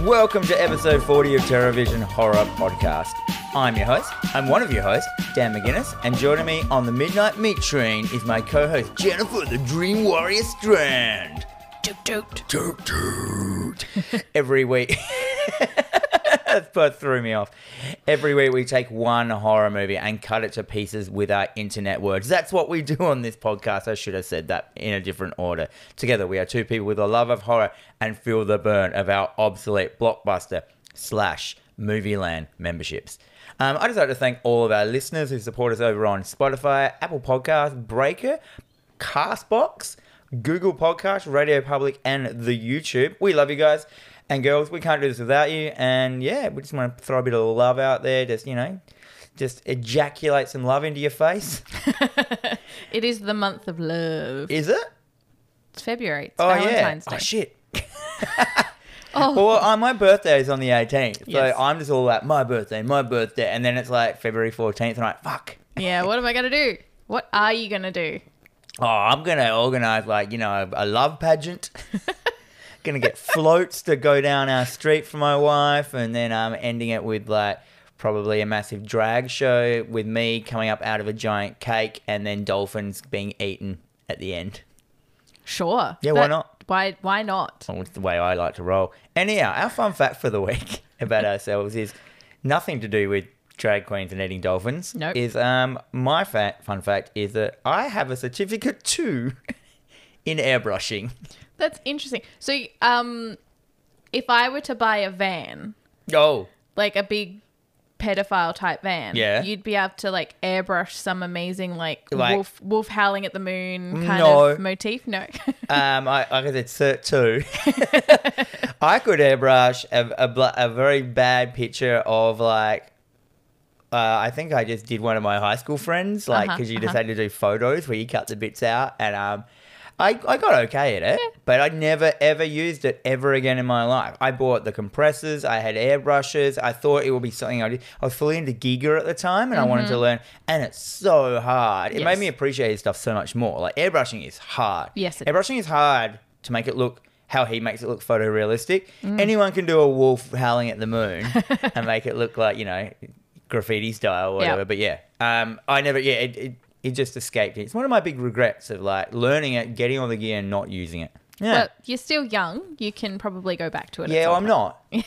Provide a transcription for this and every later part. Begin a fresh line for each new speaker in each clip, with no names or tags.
Welcome to episode 40 of Terror Vision Horror Podcast. I'm your host, I'm one of your hosts, Dan McGuinness, and joining me on the Midnight Meat Train is my co host, Jennifer the Dream Warrior Strand.
Toot toot.
Toot toot. Every week. That part threw me off. Every week we take one horror movie and cut it to pieces with our internet words. That's what we do on this podcast. I should have said that in a different order. Together we are two people with a love of horror and feel the burn of our obsolete blockbuster slash movie land memberships. Um, I'd just like to thank all of our listeners who support us over on Spotify, Apple Podcasts, Breaker, Castbox, Google Podcast, Radio Public, and the YouTube. We love you guys and girls. We can't do this without you. And yeah, we just want to throw a bit of love out there. Just you know, just ejaculate some love into your face.
It is the month of love.
Is it?
It's February. It's
Oh
Valentine's
yeah.
Day.
Oh shit.
Oh.
Well, uh, my birthday is on the 18th,
Yes.
so I'm just all like my birthday, my birthday, and then it's like February 14th, and I'm like, fuck.
yeah, what am I going to do? What are you going to do?
Oh, I'm gonna organise like you know a, a love pageant. gonna get floats to go down our street for my wife, and then I'm um, ending it with like probably a massive drag show with me coming up out of a giant cake, and then dolphins being eaten at the end.
Sure.
Yeah, why not?
Why why not?
Well, It's the way I like to roll. Anyhow, our fun fact for the week about ourselves is nothing to do with drag queens and eating dolphins.
Nope.
Is um my fa- fun fact is that I have a certificate too in airbrushing.
That's interesting. So um if I were to buy a van,
Oh.
like a big pedophile type van,
Yeah.
you'd be able to like airbrush some amazing like,
Like-
wolf wolf howling at the moon kind
No.
of motif. No.
Um, I, like I said, cert two. I could airbrush a, a, bla- a very bad picture of like. Uh, I think I just did one of my high school friends, like
Uh-huh,
because you
uh-huh.
just had to do photos where you cut the bits out, and um, I I got okay at it,
Yeah.
but I never ever used it ever again in my life. I bought the compressors, I had airbrushes, I thought it would be something I did. I was fully into Giga at the time, and I wanted to learn, and it's so hard. It made
Mm-hmm. Yes.
me appreciate stuff so much more. Like airbrushing is hard.
Yes, it
airbrushing is hard to make it look how he makes it look photorealistic.
Mm.
Anyone can do a wolf howling at the moon and make it look like you know graffiti style or
Yeah.
whatever. But yeah, um, I never. Yeah, it, it it just escaped. It's one of my big regrets of like learning it, getting all the gear, and not using it. Yeah.
But you're still young. You can probably go back to it. at
yeah,
some
I'm
point.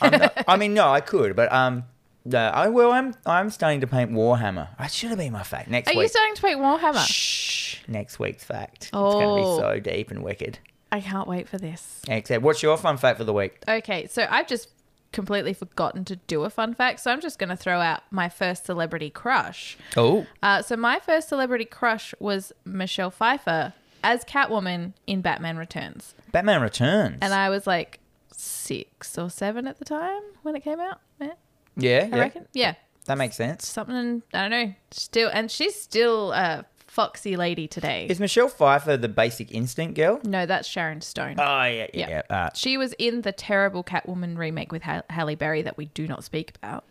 not. I'm not. I mean, no, I could, but um, no, I well, I'm I'm starting to paint Warhammer. I should have been my fact next
Are
week.
you starting to paint Warhammer?
Shh, next week's fact. It's going to be
Oh.
so deep and wicked.
I can't wait for this.
Except, what's your fun fact for the week?
Okay, so I've just completely forgotten to do a fun fact, so I'm just going to throw out my first celebrity crush.
Oh,
Uh, so my first celebrity crush was Michelle Pfeiffer as Catwoman in Batman Returns,
Batman Returns.
and I was like six or seven at the time when it came out. eh,
yeah,
I
yeah,
reckon, yeah,
that makes sense.
something I don't know. Still, and she's still a foxy lady today.
Is Michelle Pfeiffer the Basic Instinct girl?
no, that's Sharon Stone.
Oh yeah, yeah.
Yeah.
yeah. Uh,
she was in the terrible Catwoman remake with Ha- Halle Berry that we do not speak about.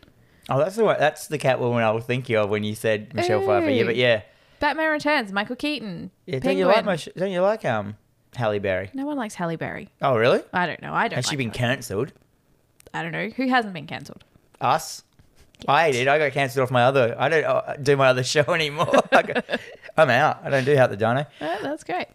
oh, that's the one, that's the Catwoman I was thinking of when you said Michelle Pfeiffer. Yeah,
Ooh.
but yeah,
Batman Returns, Michael Keaton.
yeah. Don't
Penguin.
you like Mich- Don't you like um Halle Berry?
no one likes Halle Berry.
Oh really?
I don't know. I don't.
Has she
like
been
her.
cancelled?
I don't know. Who hasn't been cancelled?
Us. I did. I got cancelled off my other. I don't uh, do my other show anymore. I got- I'm out. I don't do Out the Dino.
Oh, that's great.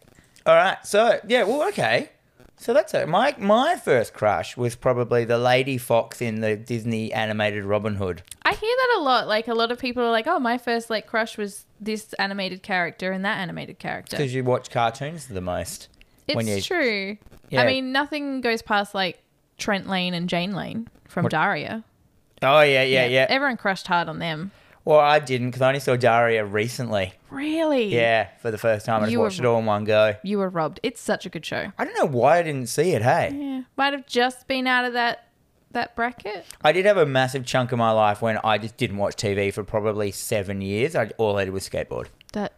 All right. So yeah. Well, okay. So that's it. My my first crush was probably the Lady Fox in the Disney animated Robin Hood.
I hear that a lot. Like a lot of people are like, "Oh, my first like crush was this animated character and that animated character."
Because you watch cartoons the most.
It's
you,
true.
Yeah.
I mean, nothing goes past like Trent Lane and Jane Lane from
What-
Daria.
Oh yeah, yeah, yeah.
Everyone crushed hard on them.
Well, I didn't because I only saw Daria recently.
Really?
Yeah, for the first time, I just
You were-
watched it all in one go.
You were robbed. It's such a good show.
I don't know why I didn't see it. Hey,
Yeah. Might have just been out of that that bracket.
I did have a massive chunk of my life when I just didn't watch TV for probably seven years. I all I did was skateboard
That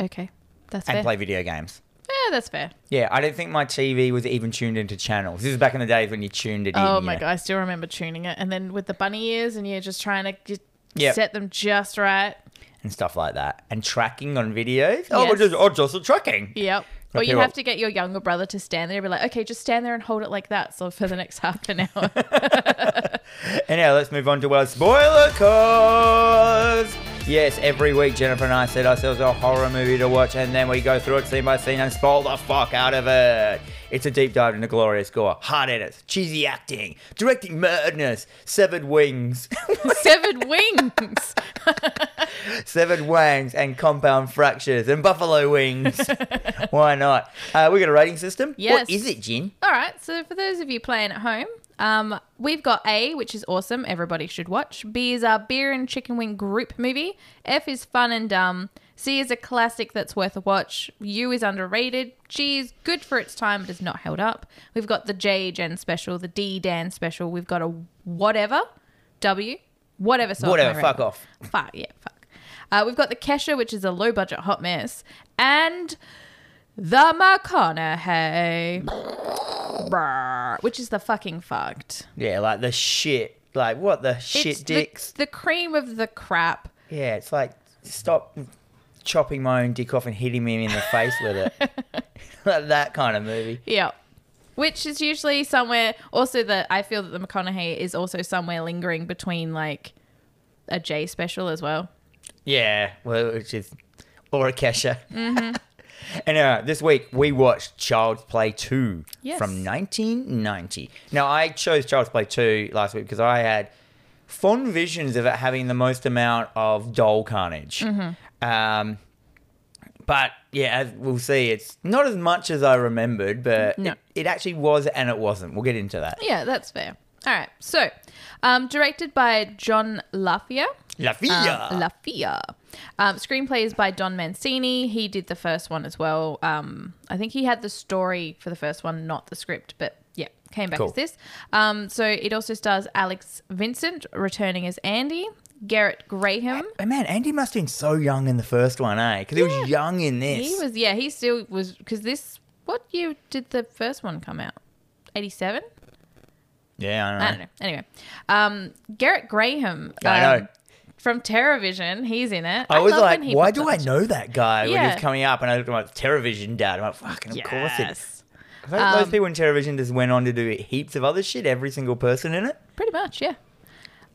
okay. That's
and
fair.
play video games.
Yeah, that's fair.
Yeah, I don't think my TV was even tuned into channels. This is back in the days when you tuned it in.
Oh
you
my
know.
god, I still remember tuning it, and then with the bunny ears, and you're just trying to just
Yep.
set them just right.
and stuff like that, and tracking on videos. Oh,
Yes.
just, oh, just the tracking.
Yep. Or you
people-
have to get your younger brother to stand there and be like, okay, just stand there and hold it like that. So for the next half an hour.
And now let's move on to our spoiler cause. Yes, every week Jennifer and I set ourselves a horror movie to watch, and then we go through it scene by scene and spoil the fuck out of it. It's a deep dive into glorious gore, hard edits, cheesy acting, directing madness, severed wings,
Severed wings.
severed wangs, and compound fractures, and buffalo wings. Why not? Uh, we got a rating system.
Yes.
What is it, Jin?
All right. So for those of you playing at home, um, we've got A, which is awesome. Everybody should watch. B is our beer and chicken wing group movie. F is fun and dumb. C is a classic that's worth a watch. U is underrated. G is good for its time, but is not held up. We've got the J Jen special, the D Dan special. We've got a whatever. W, whatever. sort of
Whatever,
Oh, my
fuck
rating.
off.
Fuck yeah, fuck. Uh, we've got the Kesha, which is a low budget hot mess, and the McConaughey, Brr, which is the fucking fucked.
Yeah, like the shit. Like what the shit
it's the-
dicks.
The, cream of the crap.
Yeah, it's like stop chopping my own dick off and hitting me in the face with it. Like that kind of movie.
Yeah. Which is usually somewhere. Also, that I feel that the McConaughey is also somewhere lingering between like a J special as well.
Yeah, well, which is or a Kesha.
Mm-hmm.
and uh, this week we watched Child's Play 2
Yes.
from 1990. Now I chose Child's Play 2 last week because I had fond visions of it having the most amount of doll carnage.
Mm-hmm.
Um, but yeah, as we'll see, it's not as much as I remembered, but
No.
it, it actually was and it wasn't. We'll get into that.
Yeah, that's fair. All right. So, um, directed by John LaFia.
La
Um,
Villa.
LaFia. Um, screenplay is by Don Mancini. He did the first one as well. Um, I think he had the story for the first one, not the script, but yeah, came back
Cool.
as this. Um, so it also stars Alex Vincent returning as Andy, Garrett Graham.
But man, Andy must have been so young in the first one, eh? Because he was young in this.
He was, yeah, he still was, because this, what year did the first one come out? 87?
yeah, I don't know.
I don't know. Anyway, um, Garrett Graham.
I
um,
know.
From Terrorvision, he's in it.
I was
love
like,
when he
why
pops
do
up.
I know that guy when he
Yeah.
was coming up? And I looked at my television dad. I'm like, fucking, of course it is.
Yes. Um,
Those people in television just went on to do heaps of other shit, every single person in it.
Pretty much, yeah.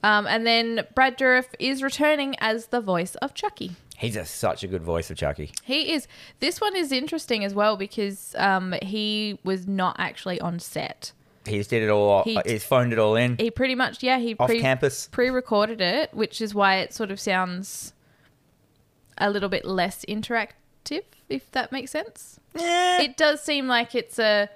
Um, and then Brad Dourif is returning as the voice of Chucky.
He's a, such a good voice of Chucky.
He is. This one is interesting as well because um, he was not actually on set.
He just did it all, uh,
He-
he's phoned it all in.
He pretty much, yeah, he
Off campus.
pre-recorded it, which is why it sort of sounds a little bit less interactive, if that makes sense.
Yeah.
It does seem like it's a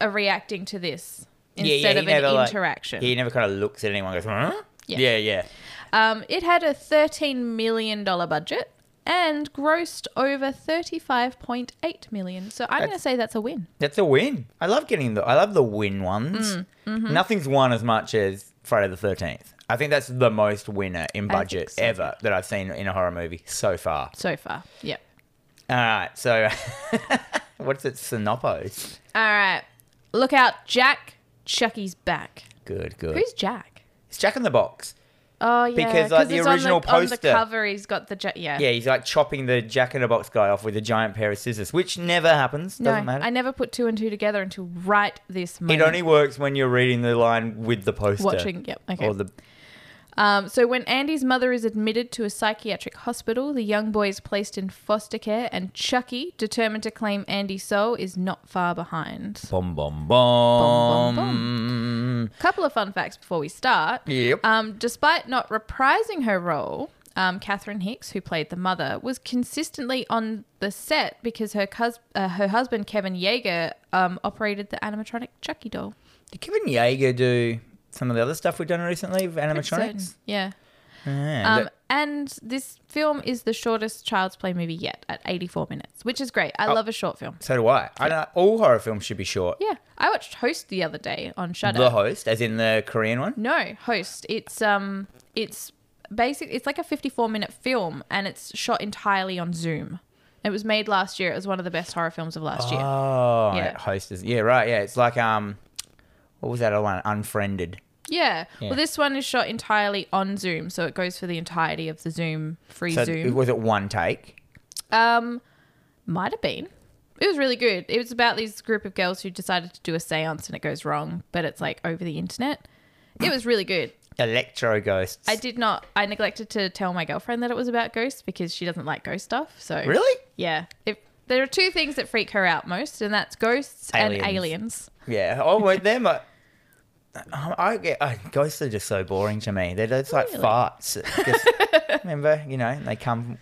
a reacting to this
Yeah, yeah,
instead
he
of
never,
an
like-
interaction.
he never kind of looks at anyone and goes, huh?
Yeah.
yeah. yeah.
Um, it had a thirteen million dollar budget and grossed over thirty five point eight million. So I'm going to say that's a win.
That's a win. I love getting the I love the win ones.
Mm, mm-hmm.
Nothing's won as much as Friday the Thirteenth. I think that's the most winner in
I think
budget
so.
ever that I've seen in a horror movie so far.
So far, yep.
All right, so what's it? Synopos.
All right, look out, Jack. Chucky's back.
Good, good.
Who's Jack?
it's Jack in the Box.
Oh yeah,
Because, like,
'cause
the
it's
original
on the, on the
poster.
cover, he's got the Jack. Yeah,
Yeah, he's like chopping the Jack in the Box guy off with a giant pair of scissors, which never happens.
No,
Doesn't matter.
I never put two and two together until right this
it
moment.
only works when you're reading the line with the poster.
watching. Yep. Okay.
Or the
Um, so when Andy's mother is admitted to a psychiatric hospital, the young boy is placed in foster care, and Chucky, determined to claim Andy's soul, is not far behind.
bom bom
Bom, bom,
bom.
Couple of fun facts before we start.
Yep.
Um, despite not reprising her role, um, Catherine Hicks, who played the mother, was consistently on the set because her cus- uh, her husband Kevin Yeager um, operated the animatronic Chucky doll.
Did Kevin Yeager do some of the other stuff we've done recently of animatronics?
Certain- Yeah.
Yeah,
Um,
that-
and this film is the shortest Child's Play movie yet at 84 minutes, which is great.
Oh.
I love a short film.
so do I. I know all horror films should be short.
Yeah, I watched Host the other day on Shudder.
The host, as in the Korean one.
no, Host. It's um, it's basic. It's like a 54 minute film, and it's shot entirely on Zoom. It was made last year. It was one of the best horror films of last year.
Oh,
Yeah.
yeah. host is yeah right yeah. It's like um, what was that other one? Unfriended.
Yeah.
Yeah.
Well, this one is shot entirely on Zoom, so it goes for the entirety of the Zoom free
So
Zoom.
was it one take?
um, might have been. it was really good. It was about this group of girls who decided to do a séance and it goes wrong, but it's like over the internet. It was really good.
Electro ghosts.
I did not. I neglected to tell my girlfriend that it was about ghosts because she doesn't like ghost stuff. So
really?
yeah. If there are two things that freak her out most, and that's ghosts
Aliens.
and aliens.
Yeah. Oh, well, they're my. I um, I get I, ghosts are just so boring to me. They're just like
Really?
farts. Just, remember, you know, they come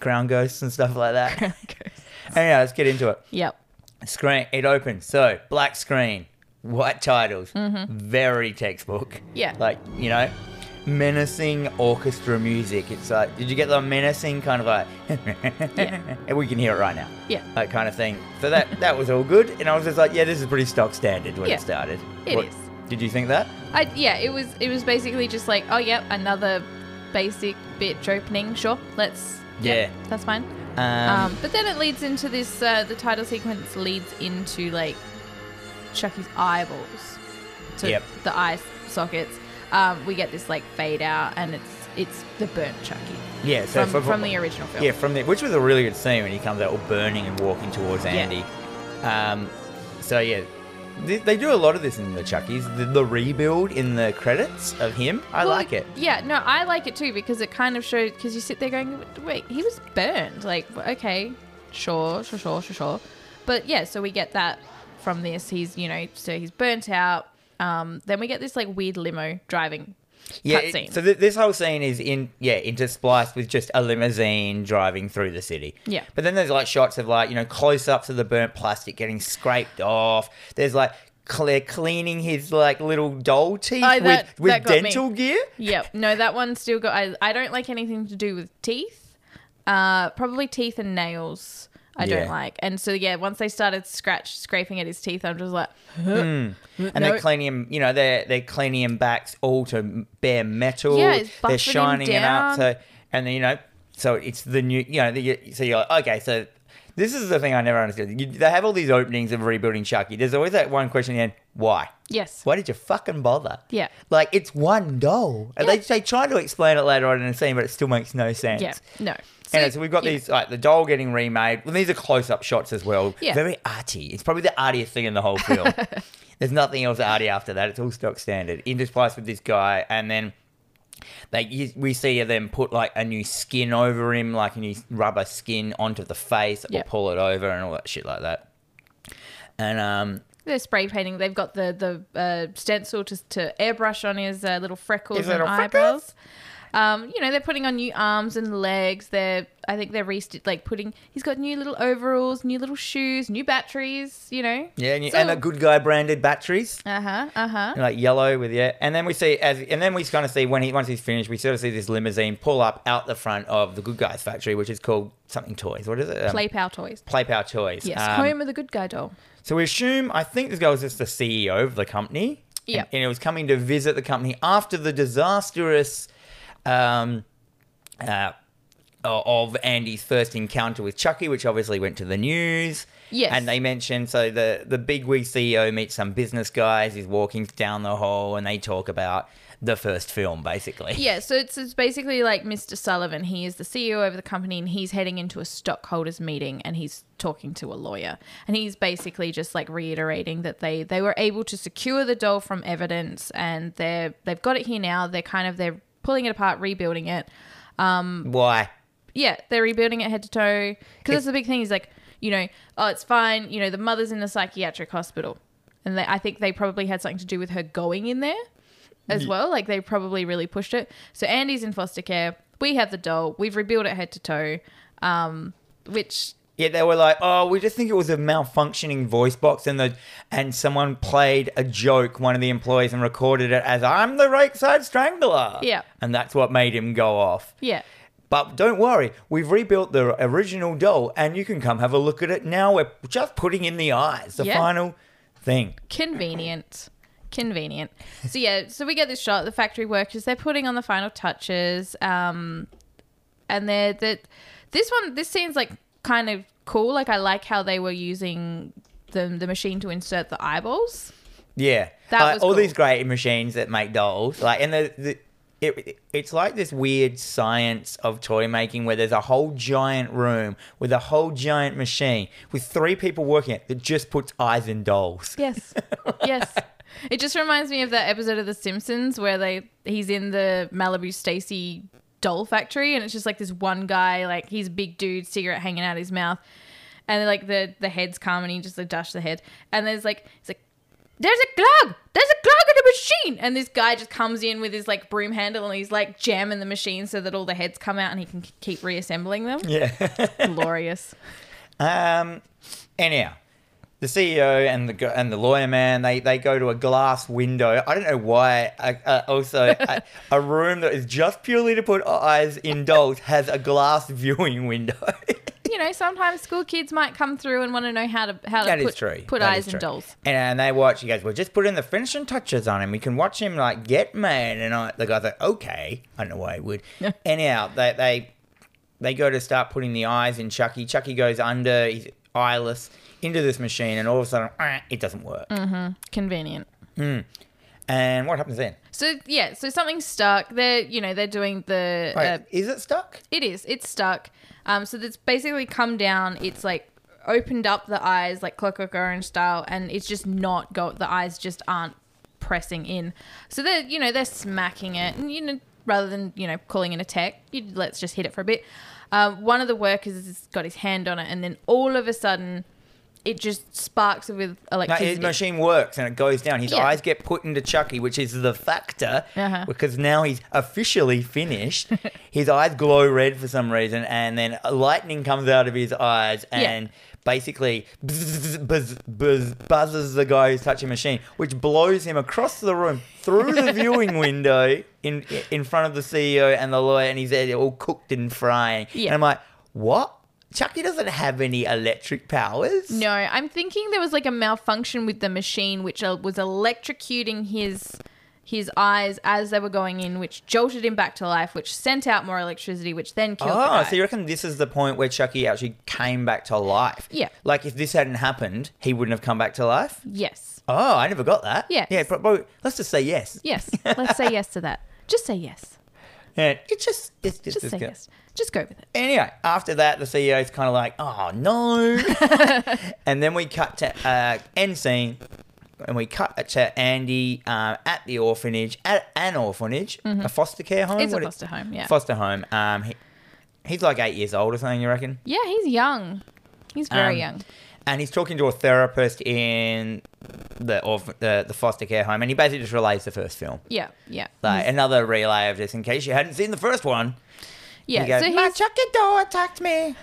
ground ghosts and stuff like that. Anyhow, let's get into it.
Yep.
Screen. It opens. So black screen, white titles, very textbook.
Mm-hmm. Yeah.
Like you know, menacing orchestra music. It's like, did you get the menacing kind of like?
Yeah.
And we can hear it right now
Yeah.
that kind of thing. So that that was all good, and I was just like, yeah, this is pretty stock standard when
Yeah,
it started.
it
It is.
is.
Did you think that?
I yeah. It was it was basically just like oh yep another basic bitch opening. Sure. Let's yep,
Yeah.
that's fine.
Um,
Um, but then it leads into this. Uh, the title sequence leads into like Chucky's eyeballs, to
Yep.
the eye sockets. Um, we get this like fade out, and it's it's the burnt Chucky
yeah. So
from,
for-
from the original film.
yeah from the which was a really good scene when he comes out all burning and walking towards Andy. Um, so yeah. They, they do a lot of this in the Chuckies. The, the rebuild in the credits of him, I
Well,
like it.
Yeah, no, I like it too because it kind of shows. Because you sit there going, "Wait, he was burned." Like, okay, sure, sure, sure, sure, sure. But yeah, so we get that from this. He's, you know, so he's burnt out. Um, then we get this like weird limo driving
Yeah. it-
cutscene.
so th- this whole scene is in yeah interspliced with just a limousine driving through the city.
Yeah.
But then there's like shots of like you know close ups of the burnt plastic getting scraped off. There's like Claire cleaning his like little doll teeth
Oh, that-
with, with
that got me.
dental gear.
yep. No, that one still got. I, I don't like anything to do with teeth. Uh, probably teeth and nails. I don't
Yeah.
like. And so yeah, once they started scratch scraping at his teeth, I'm just like,
And
No.
they're cleaning him, you know, they're they're cleaning him back all to bare metal.
Yeah, it's buffing
they're
him
shining it up.
down.
So and then you know, so it's the new, you know, the, so you're like, okay, so this is the thing I never understood. You, they have all these openings of rebuilding Chucky. There's always that one question at the end: Why?
yes,
Why did you fucking bother?
Yeah.
Like it's one doll. And
Yeah.
they they try to explain it later on in the scene, but it still makes no sense.
yeah, no.
Anyway, so we've got
yeah.
these like the doll getting remade. Well, these are close-up shots as well.
Yeah.
Very arty. It's probably the artiest thing in the whole film. There's nothing else arty after that. It's all stock standard. Interspliced with this guy, and then like you, we see them put like a new skin over him, like a new rubber skin onto the face that
Yeah.
will pull it over and all that shit like that. And um,
They're spray painting. They've got the the uh, stencil to to airbrush on his uh, little freckles
His
and
little
eyebrows. Um, you know, they're putting on new arms and legs. They're I think they're rest- like putting. He's got new little overalls, new little shoes, new batteries. You know.
yeah, and, you,
So-
and the good guy branded batteries.
Uh huh. Uh huh.
like yellow with yeah. And then we see as and then we kind of see when he once he's finished, we sort of see this limousine pull up out the front of the Good Guys factory, which is called something toys. What is it? Um,
Play power toys.
Play Power Toys.
Yes,
Um,
home of the good guy doll.
so we assume I think this guy was just the CEO of the company.
Yeah.
And, and he was coming to visit the company after the disastrous um uh o- of Andy's first encounter with Chucky, which obviously went to the news.
Yes.
And they mentioned so the the big wig CEO meets some business guys, he's walking down the hall and they talk about the first film basically.
Yeah, so it's, it's basically like Mr. Sullivan. He is the CEO of the company and he's heading into a stockholders meeting and he's talking to a lawyer. And he's basically just like reiterating that they, they were able to secure the doll from evidence and they're they've got it here now. They're kind of they're pulling it apart, rebuilding it.
Why?
Yeah, they're rebuilding it head to toe because that's the big thing. Is like you know, oh, it's fine. You know, the mother's in a psychiatric hospital, and they, I think they probably had something to do with her going in there as well. Like they probably really pushed it. So Andy's in foster care. We have the doll. We've rebuilt it head to toe, um, which
Yeah, they were like, "Oh, we just think it was a malfunctioning voice box, and the and someone played a joke, one of the employees, and recorded it as I'm the Lakeside Strangler."
Yeah.
and that's what made him go off.
yeah,
But don't worry, we've rebuilt the original doll, and you can come have a look at it now. We're just putting in the eyes, the
Yeah.
final thing.
convenient convenient so yeah so we get this shot the factory workers they're putting on the final touches um and they're that this one this scene's like kind of cool like i like how they were using the, the machine to insert the eyeballs
Yeah,
That
Like,
was
all
cool.
these great machines that make dolls, like and the, the it, it's like this weird science of toy making where there's a whole giant room with a whole giant machine with three people working it that just puts eyes in dolls.
Yes. yes. It just reminds me of that episode of The Simpsons where they he's in the Malibu Stacy doll factory and it's just like this one guy, like he's a big dude, cigarette hanging out his mouth. And like the the heads come and he just like dash the head. And there's like it's like there's a glug! There's a glug in the machine! And this guy just comes in with his like broom handle and he's like jamming the machine so that all the heads come out and he can k- keep reassembling them.
Yeah.
Glorious.
Um, anyhow, the CEO and the gu- and the lawyer man they they go to a glass window. I don't know why. I, uh, also, a, a room that is just purely to put eyes in dolls has a glass viewing window.
You know, sometimes school kids might come through and want to know how to how to
That is
put,
true.
put
That
eyes
is
in
true.
dolls.
And, and they watch. He goes, "Well, just put in the finishing touches on him. We can watch him like get mad." And I, the guy's like, "Okay." I don't know why he would. Anyhow, they they they go to start putting the eyes in Chucky. Chucky goes under. He's eyeless into this machine, and all of a sudden, eh, it doesn't work.
Mm. Convenient.
And what happens then?
So yeah, so something's stuck. They're you know they're doing the.
Wait,
Uh,
is it stuck?
it is. It's stuck. Um, so it's basically come down. It's like opened up the eyes like Clockwork Orange style, and it's just not go. The eyes just aren't pressing in. So they're you know they're smacking it, and you know rather than you know calling it a tech, you, let's just hit it for a bit. Um, one of the workers has got his hand on it, and then all of a sudden, it just sparks with
No,
electricity.
his machine works and it goes down. His
Yeah.
eyes get put into Chucky, which is the factor,
Uh-huh.
because now he's officially finished. his eyes glow red for some reason, and then lightning comes out of his eyes and basically buzz, buzz, buzz, buzzes the guy who's touching the machine, which blows him across the room through the viewing window in in front of the CEO and the lawyer, and he's there all cooked and frying.
Yeah.
And I'm like, what? Chucky doesn't have any electric powers.
No, I'm thinking there was like a malfunction with the machine, which uh, was electrocuting his his eyes as they were going in, which jolted him back to life, which sent out more electricity, which then killed. the
Oh,
guy.
so you reckon this is the point where Chucky actually came back to life?
Yeah.
Like if this hadn't happened, he wouldn't have come back to life.
yes,
Oh, I never got that.
Yes.
Yeah. Probably, let's just say yes.
yes. Let's say yes to that. Just say yes.
And it just it's just,
Just
it's
say
good.
yes. Just go with it.
Anyway, after that, the E CEO's kind of like, oh no. and then we cut to uh, end scene. And we cut to Andy uh, at the orphanage, at an orphanage, a foster care home.
Mm-hmm. It's a
What it-
foster home. Yeah.
Foster home. Um, he, he's like eight years old or something. You reckon?
yeah, he's young. He's very
Um,
young.
and he's talking to a therapist in the or the, the foster care home, and he basically just relays the first film,
Yeah, yeah,
like another relay of just in case you hadn't seen the first one.
yeah.
He goes,
so
"My
he's,
Chucky doll attacked me.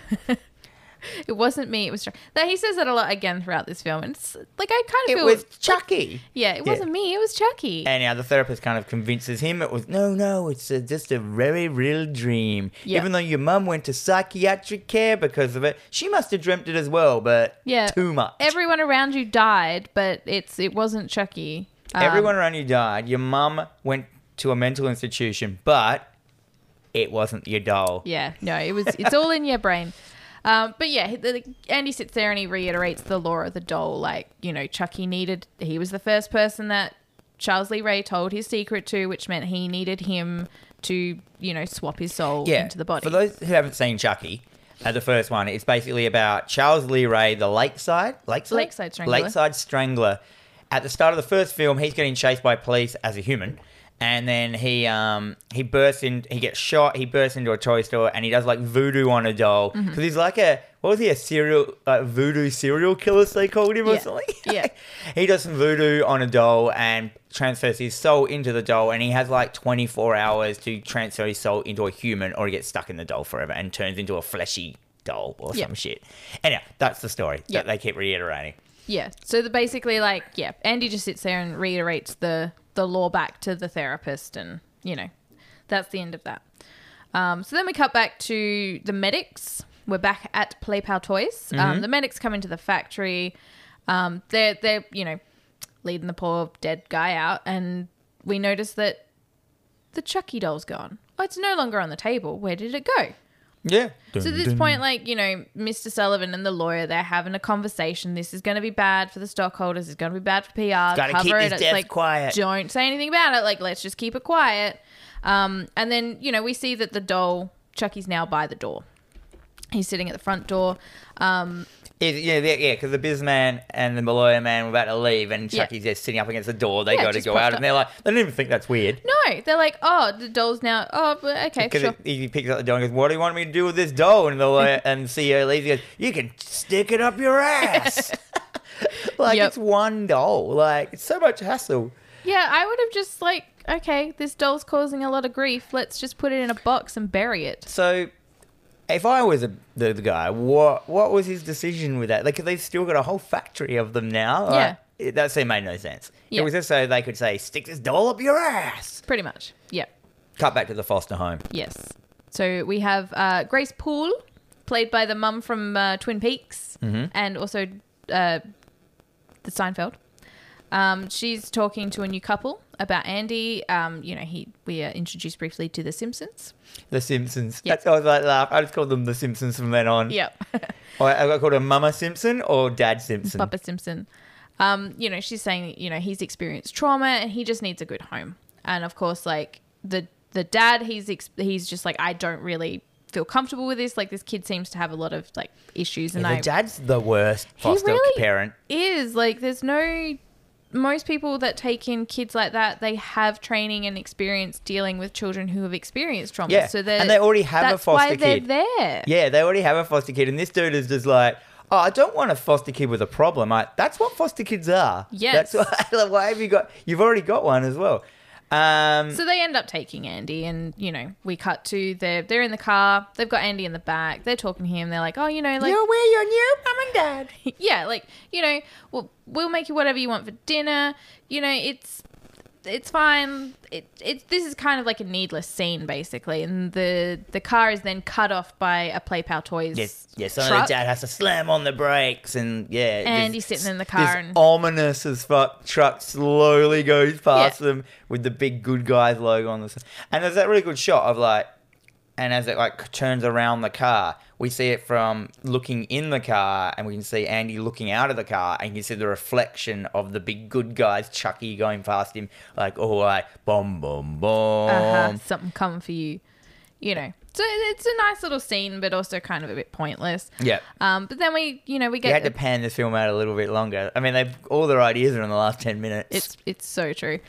it wasn't me. It was. Chuck. Now, he says that a lot again throughout this film, and it's like I kind of
It
feel.
was Chucky.
yeah, it
Yeah.
wasn't me. It was Chucky.
And now the therapist kind of convinces him it was no, no, it's a, just a very real dream.
Yeah.
Even though your mum went to psychiatric care because of it, she must have dreamt it as well, but
Yeah.
too much.
everyone around you died, but it's it wasn't Chucky. Um,
Everyone around you died. Your mum went to a mental institution, but it wasn't your doll.
Yeah, no, it was. It's all in your brain. Um, but yeah, the, the- Andy sits there and he reiterates the law of the doll. Like you know, Chucky needed. He was the first person that Charles Lee Ray told his secret to, which meant he needed him to you know swap his soul into the body.
For those who haven't seen Chucky, uh, the first one, it's basically about Charles Lee Ray, the Lakeside, Lakeside,
Lakeside Strangler.
Lakeside Strangler. At the start of the first film, he's getting chased by police as a human, and then he um he bursts in, he gets shot, he bursts into a toy store, and he does like voodoo on a doll
Mm-hmm.
because he's like a what was he a serial uh, voodoo serial killer they called him or
Yeah.
something?
Yeah.
he does some voodoo on a doll and transfers his soul into the doll and he has like 24 hours to transfer his soul into a human or he gets stuck in the doll forever and turns into a fleshy doll or
Yeah.
some shit anyhow that's the story
Yeah.
that they keep reiterating
yeah. So the basically like yeah, Andy just sits there and reiterates the the law back to the therapist, and you know, that's the end of that. Um, so then we cut back to the medics. We're back at PlayPal Toys. Um, the medics come into the factory. Um, they're they're you know leading the poor dead guy out, and we notice that the Chucky doll's gone. Oh, it's no longer on the table. Where did it go?
yeah
So at this point, like, you know, Mr. Sullivan and the lawyer, they're having a conversation. This is going to be bad for the stockholders. It's going to be bad for PR.
Gotta keep these devs
like,
quiet.
Don't say anything about it. Like, let's just keep it quiet. Um, and then, you know, we see that the doll, Chucky's now by the door. He's sitting at the front door. Um,
Is- yeah, yeah, yeah, because the bizman and the lawyer man were about to leave, and
Yeah.
Chucky's just sitting up against the door. They
Yeah,
got to
just
go
popped
out,
up.
and they're like, they didn't even think that's weird.
no, they're like, oh, the doll's now. Oh, but okay,
Because
sure.
he, he picks up the doll and goes, "What do you want me to do with this doll?" And the lawyer and the CEO leaves. He goes, "You can stick it up your ass." like
Yep.
it's one doll. Like it's so much hassle.
yeah, I would have just like, okay, this doll's causing a lot of grief. Let's just put it in a box and bury it.
So, if I was a, the, the guy, what what was his decision with that? Like, 'cause they've still got a whole factory of them now. Like,
Yeah.
it- that seemed made no sense. It
Yeah.
was just so they could say, "Stick this doll up your ass."
Pretty much. Yeah.
Cut back to the foster home.
Yes. So we have uh, Grace Poole, played by the mum from uh, Twin Peaks,
Mm-hmm.
and also uh, the Seinfeld. Um, she's talking to a new couple about Andy. Um, you know, he we are introduced briefly to The Simpsons.
The Simpsons.
Yeah.
That's I was like, laugh. I just called them the Simpsons from then on.
Yep.
Or I I called her Mama Simpson or Dad Simpson.
Papa Simpson. Um, you know, she's saying, you know, he's experienced trauma and he just needs a good home. And of course, like the the dad, he's ex- he's just like, I don't really feel comfortable with this. Like this kid seems to have a lot of like issues, and
Yeah,
I
the dad's the worst foster
really-
parent.
is like there's no most people that take in kids like that they have training and experience dealing with children who have experienced trauma
Yeah,
so they're,
and they already have a
that's
foster
why they're
kid.
there
Yeah, they already have a foster kid, and this dude is just like, oh, I don't want a foster kid with a problem. I, that's what foster kids are.
Yes.
That's why, why have you got? You've already got one as well. Um,
so they end up taking andy and you know we cut to they're they're in the car they've got andy in the back they're talking to him they're like oh you know like
you're where your new mum and dad.
yeah like you know we'll, we'll make you whatever you want for dinner you know it's it's fine it, it this is kind of like a needless scene basically and the the car is then cut off by a play pal toys
Yes, yes. So the
truck.
dad has to slam on the brakes, and yeah,
And
this-
he's sitting in the
this
car and-
ominous as fuck truck slowly goes past them with the big good guys logo on the side. And there's that really good shot of like, and as it like turns around the car, we see it from looking in the car, and we can see Andy looking out of the car, and you can see the reflection of the big good guys Chucky going past him, like all right, boom, boom, boom.
uh-huh, something coming for you you know so it- it's a nice little scene but also kind of a bit pointless
Yeah.
um but then we you know we
You
get
had to pan this film out a little bit longer. I mean, they've all their ideas are in the last ten minutes.
It's it's so true.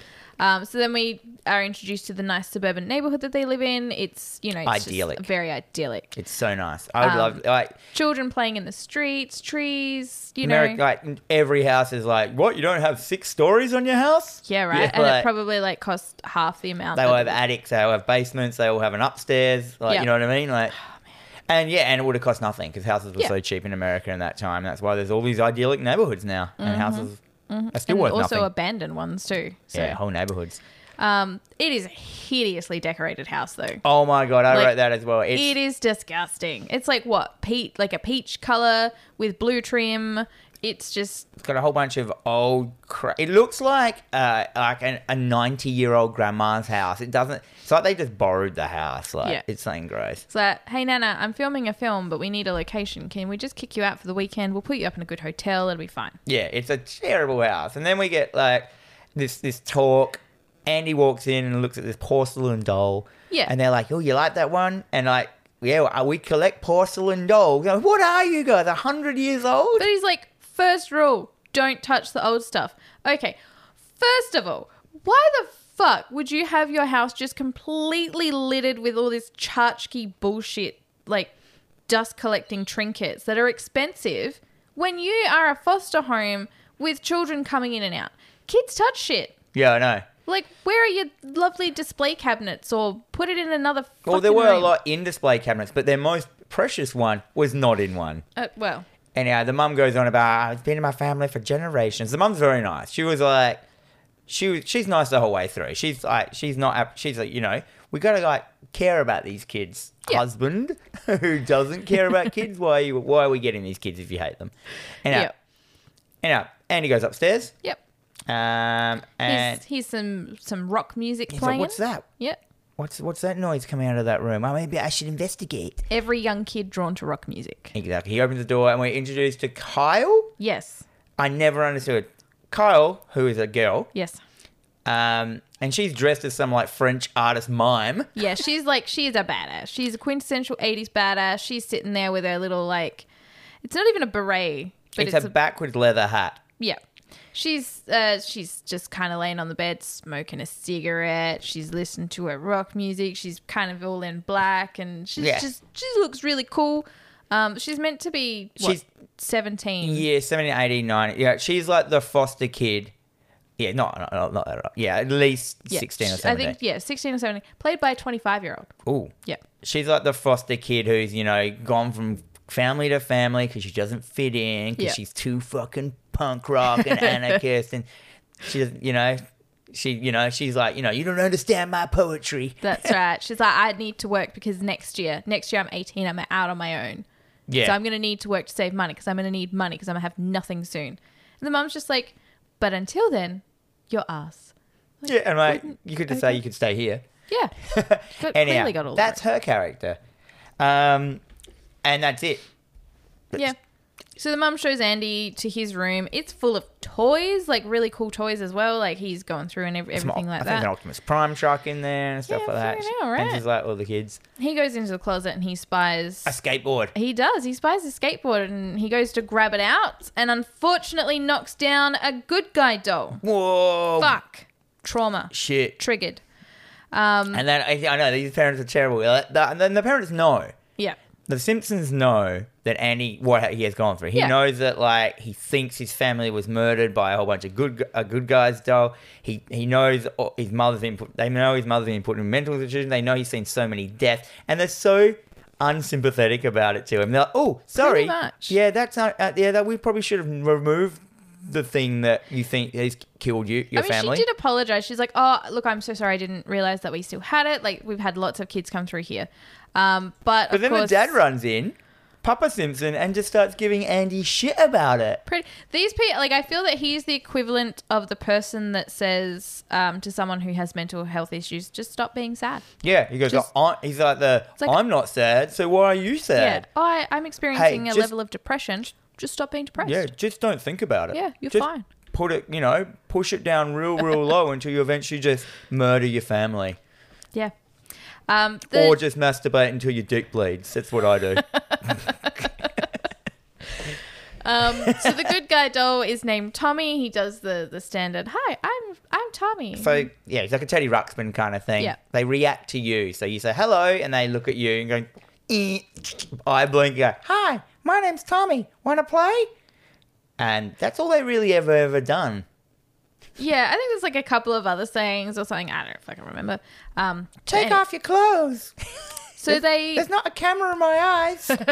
Um, so then we are introduced to the nice suburban neighborhood that they live in. It's you know it's just
Idyllic.
very idyllic.
It's so nice. I would
Um,
love like
Children playing in the streets, trees. You know,
America. Like every house is like, what? You don't have six stories on your house?
yeah, right. and
like,
it probably like cost half the amount.
they
that
all
it
have
would-
attics. They all have basements. They all have an upstairs. Like
Yeah. Oh,
you know what I mean? Like. And yeah, and it would have cost nothing because houses were
Yeah.
so cheap in America in that time. That's why there's all these idyllic neighborhoods now, and houses are still
Mm-hmm. and
worth
also
nothing.
abandoned ones too. So
yeah, whole neighborhoods.
um, it is a hideously decorated house though.
Oh my god, I
Like,
wrote that as well. It's,
It is disgusting. It's like what peat, like a peach color with blue trim. It's just
It's got a whole bunch of old crap. It looks like uh, like an, a ninety year old grandma's house. It doesn't. It's like they just borrowed the house. Like
Yeah.
it's something gross.
It's like, hey Nana, I'm filming a film, but we need a location. Can we just kick you out for the weekend? We'll put you up in a good hotel. It'll be fine.
Yeah, it's a terrible house. And then we get like this this talk. Andy walks in and looks at this porcelain doll.
Yeah.
And they're like, "Oh, you like that one?" And like, "Yeah, well, uh, we collect porcelain dolls." Like, what are you guys? A hundred years old?
But he's like, first rule, don't touch the old stuff. Okay, first of all, why the fuck would you have your house just completely littered with all this tchotchke bullshit, like dust collecting trinkets that are expensive when you are a foster home with children coming in and out? Kids touch shit.
Yeah, I know.
Like, where are your lovely display cabinets? Or put it in another.
Well, there
fucking
were a
room.
lot in display cabinets, but their most precious one was not in one.
Uh, well,
Anyhow, the mum goes on about "Oh, it's been in my family for generations. The mum's very nice. She was like, she was, she's nice the whole way through. She's like, she's not, ap- she's like, you know, we gotta like care about these kids.
Yeah.
Husband who doesn't care about kids, why are you, why are we getting these kids if you hate them? Anyhow,
Yep.
anyhow, Andy goes upstairs,
yep.
um, and
Here's, here's some some rock music
he's like,
playing.
what's that?
Yep.
What's what's that noise coming out of that room? Well, maybe I should investigate.
Every young kid drawn to rock music.
Exactly. He opens the door and we're introduced to Kyle.
Yes.
I never understood. Kyle, who is a girl,
Yes.
Um, and she's dressed as some like French artist mime.
Yeah, she's like she's a badass. She's a quintessential '80s badass. She's sitting there with her little like, it's not even a beret, but
It's,
it's,
a,
a,
backwards leather hat.
yeah. She's uh, she's just kind of laying on the bed smoking a cigarette. She's listening to her rock music. She's kind of all in black, and she's
Yeah.
just she looks really cool. Um, she's meant to be what,
She's-
seventeen.
Yeah, 17, 18, 19. Yeah, she's like the foster kid. Yeah, not, not, not, that old. Yeah, at least
Yeah,
16 or
sh-
17.
I think yeah, sixteen or seventeen. Played by a twenty-five-year-old.
Ooh.
Yeah,
She's like the foster kid who's, you know, gone from family to family because she doesn't fit in because
Yeah.
she's too fucking punk rock and anarchist. and she doesn't, you know, she, you know, she's like, you know, you don't understand my poetry.
that's right. She's like, I need to work because next year, next year I'm eighteen. I'm out on my own.
Yeah.
So I'm going to need to work to save money because I'm going to need money because I'm going to have nothing soon. And the mum's just like, but until then, your ass.
yeah. And like, you could just say you could stay here.
Yeah. Got,
Anyhow,
clearly got all
that's
that.
her character. Um, and that's it.
Yeah. So the mum shows Andy to his room. It's full of toys, like really cool toys as well. Like he's going through and ev-
Some-
everything like
I think an
that.
Optimus Prime truck in there and stuff
Yeah,
like that.
fucking hell,
And
right.
she's like, all the kids.
He goes into the closet and he spies.
A skateboard.
He does. He spies a skateboard and he goes to grab it out and unfortunately knocks down a good guy doll.
Whoa.
Fuck. Trauma.
Shit.
Triggered. Um,
And then I, I know these parents are terrible. Like, the- And then the parents know.
yeah.
The Simpsons know that Andy what he has gone through. He
Yeah.
knows that like he thinks his family was murdered by a whole bunch of good gu- a good guys doll. He he knows all- his mother's been put. They know his mother's been put in mental institution. They know he's seen so many deaths, and they're so unsympathetic about it to him. They're like, oh, sorry,
much.
yeah, that's not, uh, yeah, that we probably should have removed the thing that you think has killed you, your
I mean,
family.
she did apologize. She's like, "Oh, look, I'm so sorry. I didn't realize that we still had it. Like, we've had lots of kids come through here." Um, but
but
of
then
course,
the dad runs in, Papa Simpson, and just starts giving Andy shit about it.
Pretty, these people, like, I feel that he's the equivalent of the person that says um, to someone who has mental health issues, "Just stop being sad."
Yeah, he goes.
Just-
"I- he's like the.
like-
I'm not sad, so why are you sad?
Yeah. Oh, I, I'm experiencing a
just-
level of depression. Just stop being depressed.
Yeah, just don't think about it.
Yeah, you're
Just
fine.
Put it, you know, push it down real, real low until you eventually just murder your family,
Yeah. Um, the-
or just masturbate until your dick bleeds. That's what I do.
Um, so the good guy doll is named Tommy. He does the the standard. Hi, I'm I'm Tommy.
so yeah, it's like a Teddy Ruxpin kind of thing.
Yeah.
They react to you, so you say hello, and they look at you and go, eh, eye blink, go, hi, my name's Tommy. Want to play? And that's all they really ever ever done.
Yeah, I think there's like a couple of other sayings or something. I don't fucking remember. Um, but
Take
anyway,
off your clothes.
So they,
There's not a camera in my eyes.
do-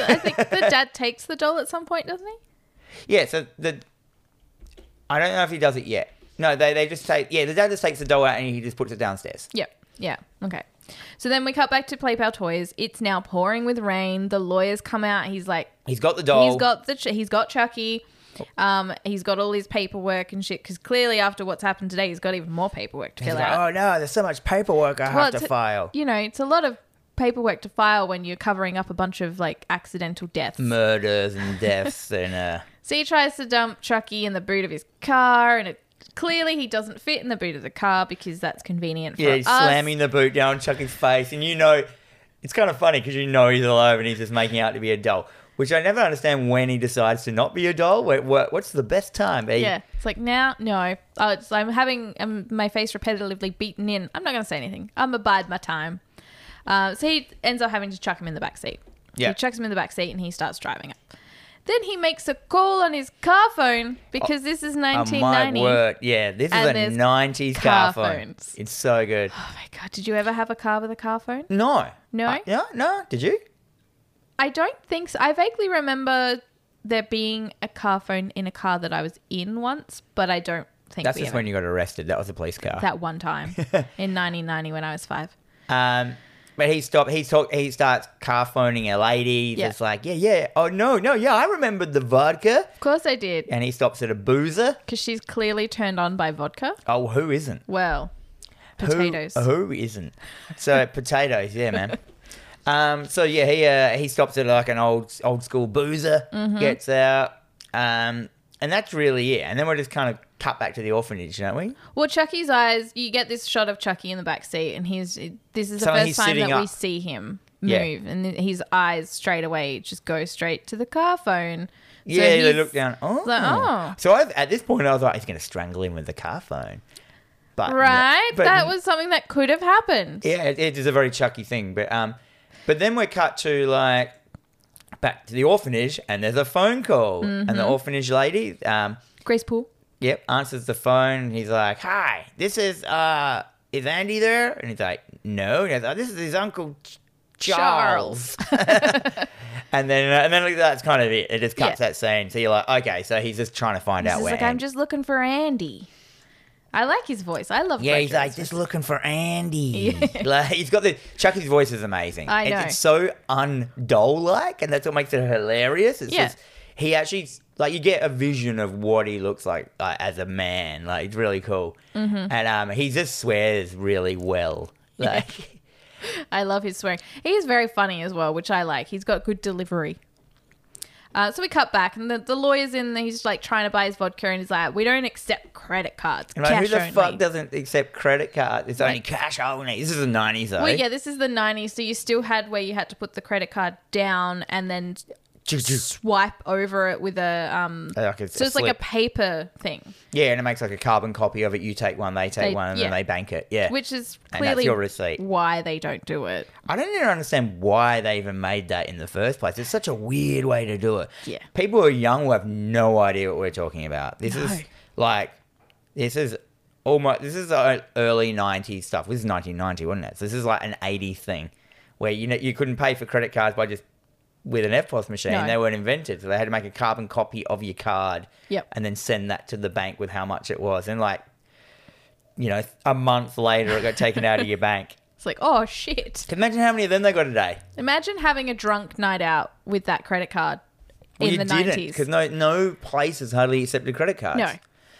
I think the dad takes the doll at some point, doesn't he?
Yeah, so the I don't know if he does it yet. No, they they just take yeah, the dad just takes the doll out and he just puts it downstairs.
Yep. Yeah. Okay. So then we cut back to PlayPal Toys. It's now pouring with rain. The lawyers come out. He's like,
He's got the doll.
he's got the, ch- he's got Chucky. Um, he's got all his paperwork and shit. Because clearly, after what's happened today, he's got even more paperwork to
He's
fill
like,
out.
oh no, there's so much paperwork I
Well,
have to
it's a-
file.
You know, it's a lot of paperwork to file when you're covering up a bunch of like accidental deaths.
Murders and deaths and uh
So he tries to dump Chucky in the boot of his car, and it, clearly he doesn't fit in the boot of the car because that's convenient for
yeah, he's
us.
slamming the boot down Chucky's face, and you know it's kind of funny because you know he's alive and he's just making out to be a doll, which I never understand when he decides to not be a doll. Wait, what, what's the best time? He-
Yeah, it's like now, no, oh, it's, I'm having um, my face repetitively beaten in. I'm not going to say anything. I'm abide my time. Uh, so he ends up having to chuck him in the back seat.
Yeah.
he chucks him in the back seat, and he starts driving up. Then he makes a call on his car phone because this is
Oh,
1990.
my word. Yeah, this is
And
a
there's
90s car,
car
phone.
phones.
It's so good.
Oh my god! Did you ever have a car with a car phone?
No.
No?
Uh, no, no. Did you?
I don't think so. I vaguely remember there being a car phone in a car that I was in once, but I don't think
That's
we
just
ever-
when you got arrested. That was a police car.
that one time in 1990 when I was five.
Um, but he stopped. He talk. He starts car phoning a lady.
Yeah.
Just like yeah, yeah. Oh no, no, yeah. I remembered the vodka.
Of course I did,
And he stops at a boozer.
because she's clearly turned on by vodka.
Oh, who isn't?
Well,
Who-
potatoes.
Who isn't? So potatoes. Yeah, man. Um, so yeah, he uh, he stops at like an old
Mm-hmm.
old school boozer. Gets out. Um, and that's really it. And then we're just kind of cut back to the orphanage, don't we?
Well, Chucky's eyes, you get this shot of Chucky in the back seat, and he's this is the
So
first
he's
time
sitting
that we
up.
see him move,
Yeah.
and then his eyes straight away just go straight to the car phone. So
yeah, they
he's-
look down. Oh,
like, oh.
so I, at this point, I was like, he's going to strangle him with the car phone. But
Right?
Uh, but
that was something that could have happened.
yeah, it, it is a very chucky thing. But um, but then we're cut to like back to the orphanage, and there's a phone call, and
Mm-hmm.
the orphanage lady um,
Grace Poole.
Yep, answers the phone. And he's like, "Hi, this is uh, is Andy there?" And he's like, "No." And he's like, "This is his uncle Ch- Charles." and then uh, and then like, that's kind of it. It just cuts
Yeah.
that scene. So you're like, okay, so he's just trying to find
He's
out
just
where.
like, I'm
Andy-"
just looking for Andy. I like his voice. I love
yeah,
Fred
he's like
Durst's
just
voice.
looking for Andy.
Yeah.
Like he's got the Chucky's voice is amazing.
I
It's,
know.
it's so undoll like, and that's what makes it hilarious. It's
Yeah.
just he actually like you get a vision of what he looks like uh, as a man. Like it's really cool,
Mm-hmm.
and um, he just swears really well. Like
I love his swearing. He is very funny as well, which I like. He's got good delivery. Uh, so we cut back, and the, the lawyer's in. there, He's like trying to buy his vodka, and he's like, "We don't accept credit cards.
I'm like, who
cash
the fuck
only."
doesn't accept credit card? It's only
Like-
cash only. This is the nineties though.
well, yeah, this is the '90s, so you still had where you had to put the credit card down and then swipe over it with a um.
Like it's
So
a
it's like a
slip.
paper thing,
yeah, and it makes like a carbon copy of it. You take one, they take
They-
one, and
yeah.
then they bank it. Yeah,
which is
that's
clearly
your receipt.
why they don't do it.
I don't even understand why they even made that in the first place. It's such a weird way to do it.
Yeah.
People who are young will have no idea what we're talking about. This
No.
is like, this is almost, this is uh, early 90s stuff. This is 1990, wasn't it? So this is like an 80s thing where, you know, you couldn't pay for credit cards by just with an FPOS machine.
No.
They weren't invented. So they had to make a carbon copy of your card
Yep.
and then send that to the bank with how much it was. And like, you know, a month later, it got taken out of your bank.
It's like, oh shit!
Imagine how many of them they got today.
Imagine having a drunk night out with that credit card in the '90s.
because no no place has hardly accepted credit cards.
No,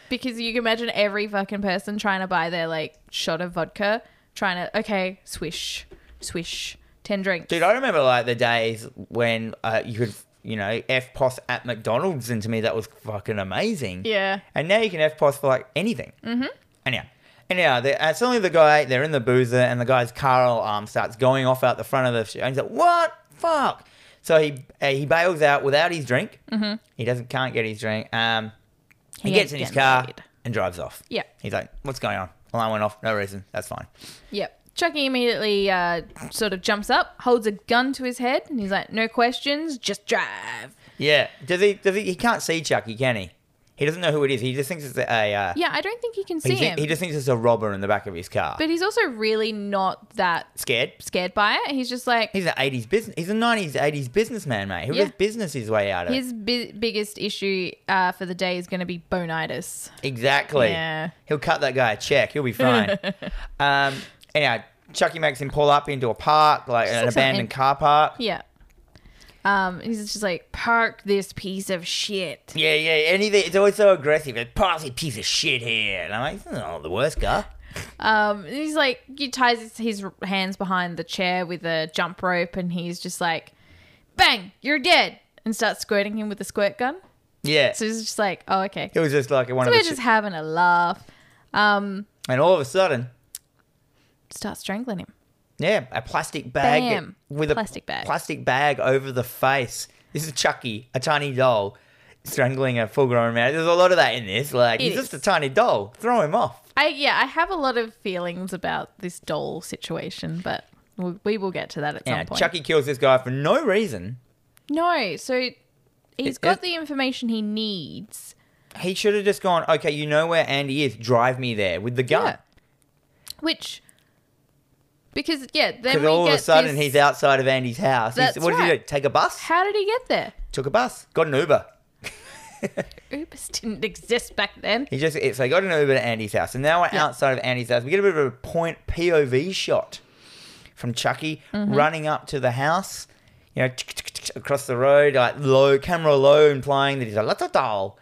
because you can imagine every fucking person trying to buy their like shot of vodka, trying to okay, swish, swish, ten drinks.
dude, I remember like the days when uh, you could you know f pos at McDonald's, and to me that was fucking amazing.
Yeah,
and now you can f pos for like anything. Mm-hmm. Anyhow. Anyhow, they- uh, suddenly the guy, they're in the boozer, and the guy's car alarm starts going off out the front of the. Sh- and he's like, "What fuck?" So he uh, he bails out without his drink. Mm-hmm. He doesn't can't get his drink. Um, he,
He
gets in
ain't
his
getting
car
paid.
and drives off.
yeah,
He's like, "What's going on?" Alarm went off. No reason. That's fine.
yeah. Chucky immediately uh, sort of jumps up, holds a gun to his head, and he's like, "No questions, just drive."
Yeah. Does he? Does he? He can't see Chucky, can he? He doesn't know who it is. He just thinks it's a. Uh,
Yeah, I don't think he can see
he, thi-
him,
he just thinks it's a robber in the back of his car.
but he's also really not that
Scared.
scared by it. He's just like
He's an eighties business. He's a nineties, eighties businessman, mate. Who
Yeah.
does business his way out of? it?
his bi- biggest issue uh, for the day is going to be bonitis.
Exactly.
Yeah.
He'll cut that guy a check. He'll be fine. um. Anyhow, Chucky makes him pull up into a park, like an
like some
abandoned
em-
car park.
Yeah. Um, he's just like, park this piece of shit.
Yeah, yeah. Anything. It's always so aggressive. It's party piece of shit here, and I'm like, this is not the worst guy.
Um, and he's like, he ties his, his hands behind the chair with a jump rope, and he's just like, bang, you're dead, and starts squirting him with a squirt gun.
Yeah.
So he's just like, oh, okay.
It was just like one
So
of
we're
the.
just having a laugh. Um,
and all of a sudden,
start strangling him.
Yeah, a plastic bag
Bam.
with a
Plastic bag.
plastic bag over the face. This is Chucky, a tiny doll, strangling a full-grown man. There's a lot of that in this. Like
It
he's
is.
just a tiny doll. Throw him off.
I yeah, I have a lot of feelings about this doll situation, but we, we will get to that at
Yeah,
some point.
Chucky kills this guy for no reason.
no, so he's
It-
got
it-
the information he needs.
He should have just gone. Okay, you know where Andy is. Drive me there with the gun.
Yeah. Which, because yeah, then
Because
we
all of
get
a sudden
this-
he's outside of Andy's house. He's-
That's
what did he
right.
do? Take a bus?
How did he get there?
Took a bus. Got an Uber.
Ubers didn't exist back then.
He just so he got an Uber to Andy's house, and now we're
Yeah.
outside of Andy's house. We get a bit of a point POV shot from Chucky
Mm-hmm.
running up to the house, you know, tick, tick, tick, tick, across the road, like low camera low, implying that he's a little doll.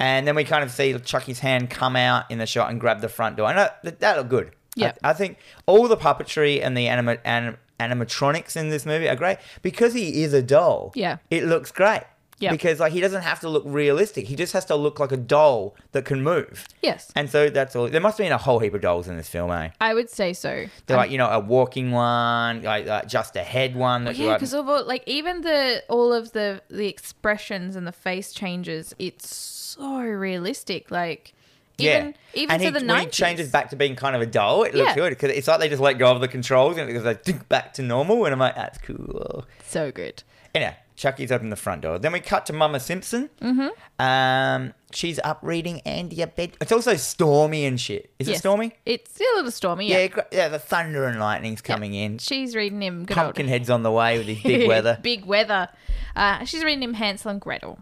And then we kind of see Chucky's hand come out in the shot and grab the front door. And I, that, that looked good.
Yeah.
I, I think all the puppetry and the anima, anim, animatronics in this movie are great because he is a doll.
Yeah.
it looks great.
Yep.
Because like he doesn't have to look realistic. He just has to look like a doll that can move.
Yes.
And so that's all. There must have been a whole heap of dolls in this film, eh?
I would say so.
They're like you know a walking one, like, like just a head one. That
Yeah,
like,
because of all, like even the all of the the expressions and the face changes, it's so realistic. Like even even
and
for
he,
the
when he
nineties,
changes back to being kind of a doll, it looks
Yeah.
good because it's like they just let go of the controls and it goes like "Dink," back to normal. And I'm like, that's cool.
so good.
Anyhow, Chucky's open the front door. Then we cut to Mama Simpson. Mm-hmm. Um, she's up reading Andy a bed. It's also stormy and shit. Is it
Yes.
stormy?
It's a little stormy.
Yeah,
Yeah,
gr- yeah. The thunder and lightning's coming in.
she's reading him. Good old-
Pumpkinhead's on the way with his big weather.
big weather. Uh, she's reading him Hansel and Gretel.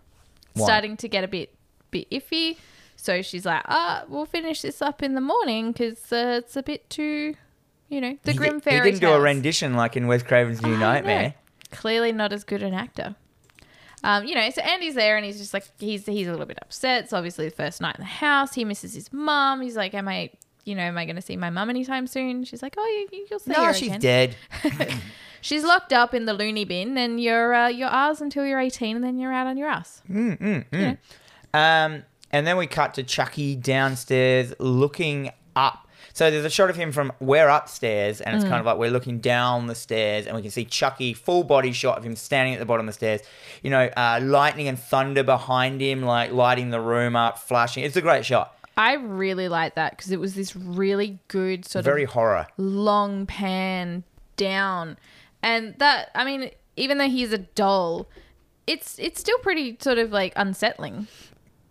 Why?
Starting to get a bit bit iffy. So she's like, ah, we'll finish this up in the morning because uh, it's a bit too, you know, the
He di-
grim fairy
He didn't do a
tales. Oh,
rendition like in Wes Craven's New
I know.
Nightmare.
Ah, Clearly not as good an actor. Um, you know, so Andy's there and he's just like he's he's a little bit upset. It's obviously the first night in the house. He misses his mum. He's like, "Am I, you know, am I going to see my mum anytime soon?" She's like, "Oh, you, you'll see
No,
her
she's
again."
dead.
She's locked up in the loony bin, and you're uh, you're ours until you're 18, and then you're out on your ass.
Mm, Um, and then we cut to Chucky downstairs looking up. So there's a shot of him from we're upstairs,
Mm.
and it's kind of like we're looking down the stairs, and we can see Chucky full body shot of him standing at the bottom of the stairs. You know, uh, lightning and thunder behind him, like lighting the room up, flashing. It's a great shot.
I really like that because it was this really good sort
Very
of
horror.
long pan down, and that I mean, even though he's a doll, it's it's still pretty sort of like unsettling.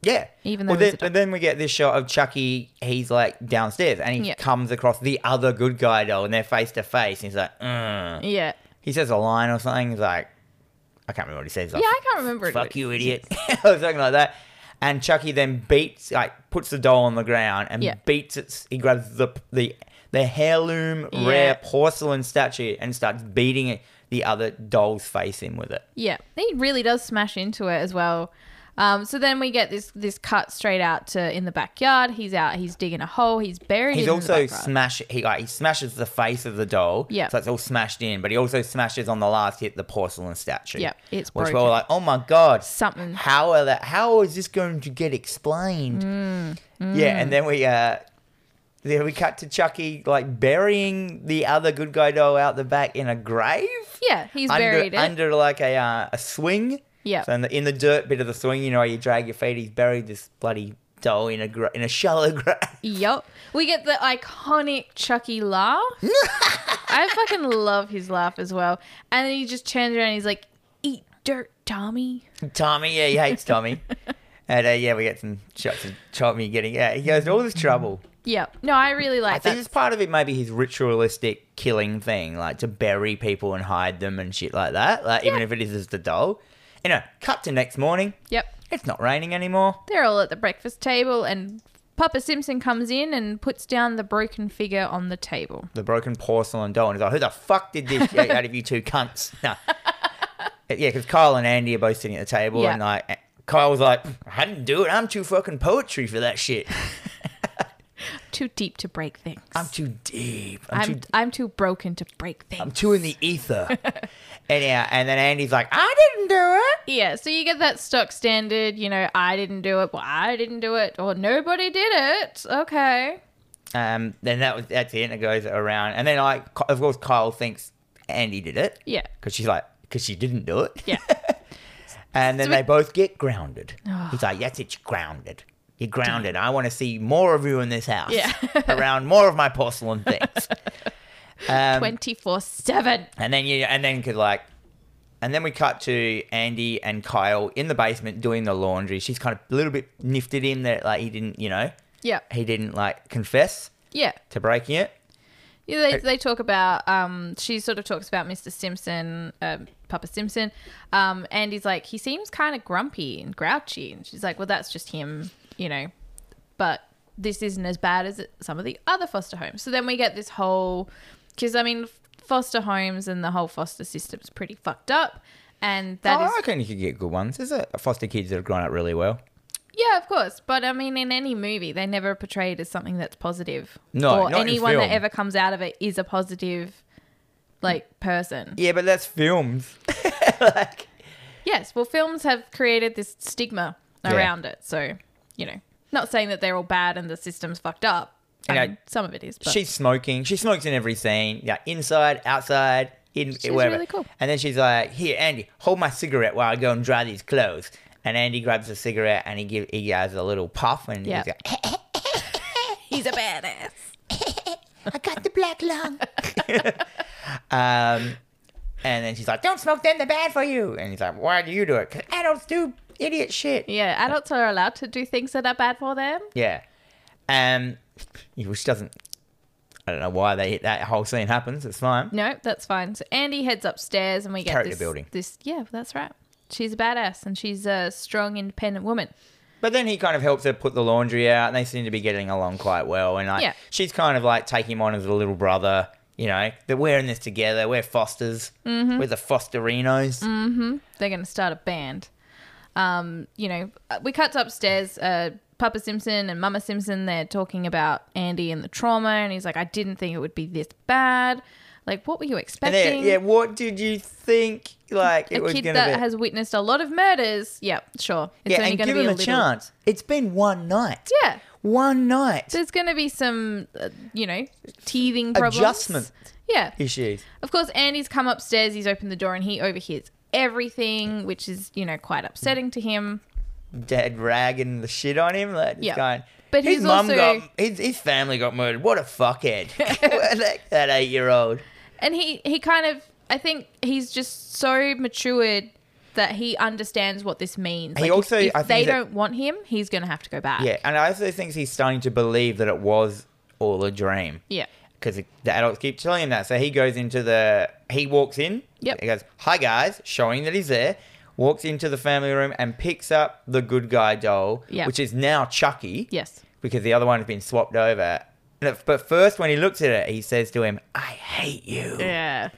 Yeah.
Even
Well,
though he's
then,
a dog.
but then we get this shot of Chucky. He's like downstairs, and he
Yeah.
comes across the other good guy doll, and they're face to face. And he's like, mm.
Yeah,
he says a line or something. He's like, I can't remember what he says.
yeah, I can't remember. it.
Fuck you, idiot, or something like that. And Chucky then beats, like, puts the doll on the ground and
Yeah.
beats its. He grabs the the the heirloom
Yeah.
rare porcelain statue and starts beating it, the other doll's face in with it.
Yeah, he really does smash into it as well. Um, so then we get this this cut straight out to in the backyard. He's out. He's digging a hole. He's buried.
He's
in the
also
backyard.
smash. He like he smashes the face of the doll.
Yeah.
So it's all smashed in, but he also smashes on the last hit the porcelain statue.
Yeah, it's
which we're
broken.
all like, oh my god,
Something.
How are that? How is this going to get explained?
Mm,
Yeah, and then we uh, then we cut to Chucky like burying the other good guy doll out the back in a grave.
Yeah, he's
under,
buried. It.
under like a uh, a swing.
Yeah.
So in the, in the dirt bit of the swing, you know, you drag your feet. He's buried this bloody doll in a gra- in a shallow grave.
Yup. We get the iconic Chucky laugh. I fucking love his laugh as well. And then he just turns around and he's like, eat dirt, Tommy.
Tommy, yeah, he hates Tommy. and uh, yeah, we get some shots of Tommy getting out. He goes to all this trouble.
Yep. No, I really like
I think
that.
it's part of it, maybe his ritualistic killing thing, like to bury people and hide them and shit like that. Like even
Yeah.
if it is just a doll. You know, cut to next morning.
Yep.
It's not raining anymore.
They're all at the breakfast table and Papa Simpson comes in and puts down the broken figure on the table.
The broken porcelain doll, and he's like, "Who the fuck did this shit out of you two cunts?" No. yeah, because Kyle and Andy are both sitting at the table,
Yeah.
and like Kyle's like, "I didn't do it. I'm too fucking poetry for that shit.
Too deep to break things.
I'm too deep. I'm,
I'm,
too
I'm too broken to break things.
I'm too in the ether. Anyhow, and then Andy's like, I didn't do it.
Yeah, so you get that stock standard, you know, I didn't do it, well, I didn't do it, or nobody did it. Okay.
Um, then that was that's it. And it goes around, and then like, Ky- of course, Kyle thinks Andy did it
Yeah.
because she's like, because she didn't do it.
Yeah.
And then
So
they
we-
both get grounded. He's like, that's it. You're grounded. You're grounded. I want to see more of you in this house.
Yeah.
around more of my porcelain things. Um,
24 7.
And then you and then could like and then we cut to Andy and Kyle in the basement doing the laundry. She's kind of a little bit nifted in that like he didn't, you know,
Yeah.
he didn't like confess
Yeah.
to breaking it.
Yeah, they,
Hey.
they talk about um she sort of talks about Mr. Simpson, um, Papa Simpson. Um and he's like he seems kind of grumpy and grouchy and she's like, "Well, that's just him, you know." But this isn't as bad as some of the other foster homes. So then we get this whole cuz I mean foster homes and the whole foster system's pretty fucked up and that
oh,
is
I reckon you could get good ones. There's a foster kids that have grown up really well.
Yeah, of course. But I mean, in any movie, they're never portrayed as something that's positive.
No,
or
not in
anyone that
film.
ever comes out of it is a positive, like person.
Yeah, but that's films. like,
Yes, well, films have created this stigma
Yeah.
around it. So, you know, not saying that they're all bad and the system's fucked up. I
You know,
mean, some of it is. But.
She's smoking. She smokes in every scene. Yeah, inside, outside, in
She's
wherever.
really cool.
And then she's like, "Here, Andy, hold my cigarette while I go and dry these clothes." And Andy grabs the cigarette and he give he has a little puff and
Yeah.
he's like,
He's a badass.
"I got the black lung." um, and then she's like, "Don't smoke them; they're bad for you." And he's like, "Why do you do it? 'Cause adults do idiot shit."
Yeah, adults are allowed to do things that are bad for them.
Yeah. Um, which doesn't. I don't know why they that whole scene happens. It's fine.
No, that's fine. So Andy heads upstairs and we get
character
this,
building.
this. Yeah, that's right. She's a badass and she's a strong, independent woman.
But then he kind of helps her put the laundry out, and they seem to be getting along quite well. And like,
Yeah.
she's kind of like taking him on as a little brother. You know that we're in this together. We're Fosters.
Mm-hmm.
We're the Fosterinos.
They're going to start a band. Um, you know, we cut to upstairs. Uh, Papa Simpson and Mama Simpson, they're talking about Andy and the trauma. And he's like, I didn't think it would be this bad. Like, what were you
And
expecting?
then, yeah, what did you think? Like it
a
was
kid
gonna
that
be.
has witnessed a lot of murders. Yeah, sure. It's
yeah, and
gonna
give him a,
little-
chance. It's been one night.
Yeah.
One night.
There's going to be some, uh, you know, teething problems.
Adjustment.
Yeah.
Issues.
Of course, Andy's come upstairs. He's opened the door and he overhears everything, which is, you know, quite upsetting to him.
dad ragging the shit on him. Like, just
Yeah.
going,
But
his
he's
mum
also-
got his, his family got murdered. What a fuckhead! that, eight year old.
And he, he kind of, I think he's just so matured that he understands what this means.
He
Like, if-
also-
if,
I think
they
that-
don't want him, he's going to have to go back.
Yeah, and I also think he's starting to believe that it was all a dream
Yeah.
because the adults keep telling him that. So he goes into the he walks in.
Yep.
He goes, "Hi guys," showing that he's there. Walks into the family room and picks up the good guy doll,
Yep.
which is now Chucky.
Yes.
because the other one has been swapped over. But first, when he looks at it, he says to him, "I hate you."
Yeah.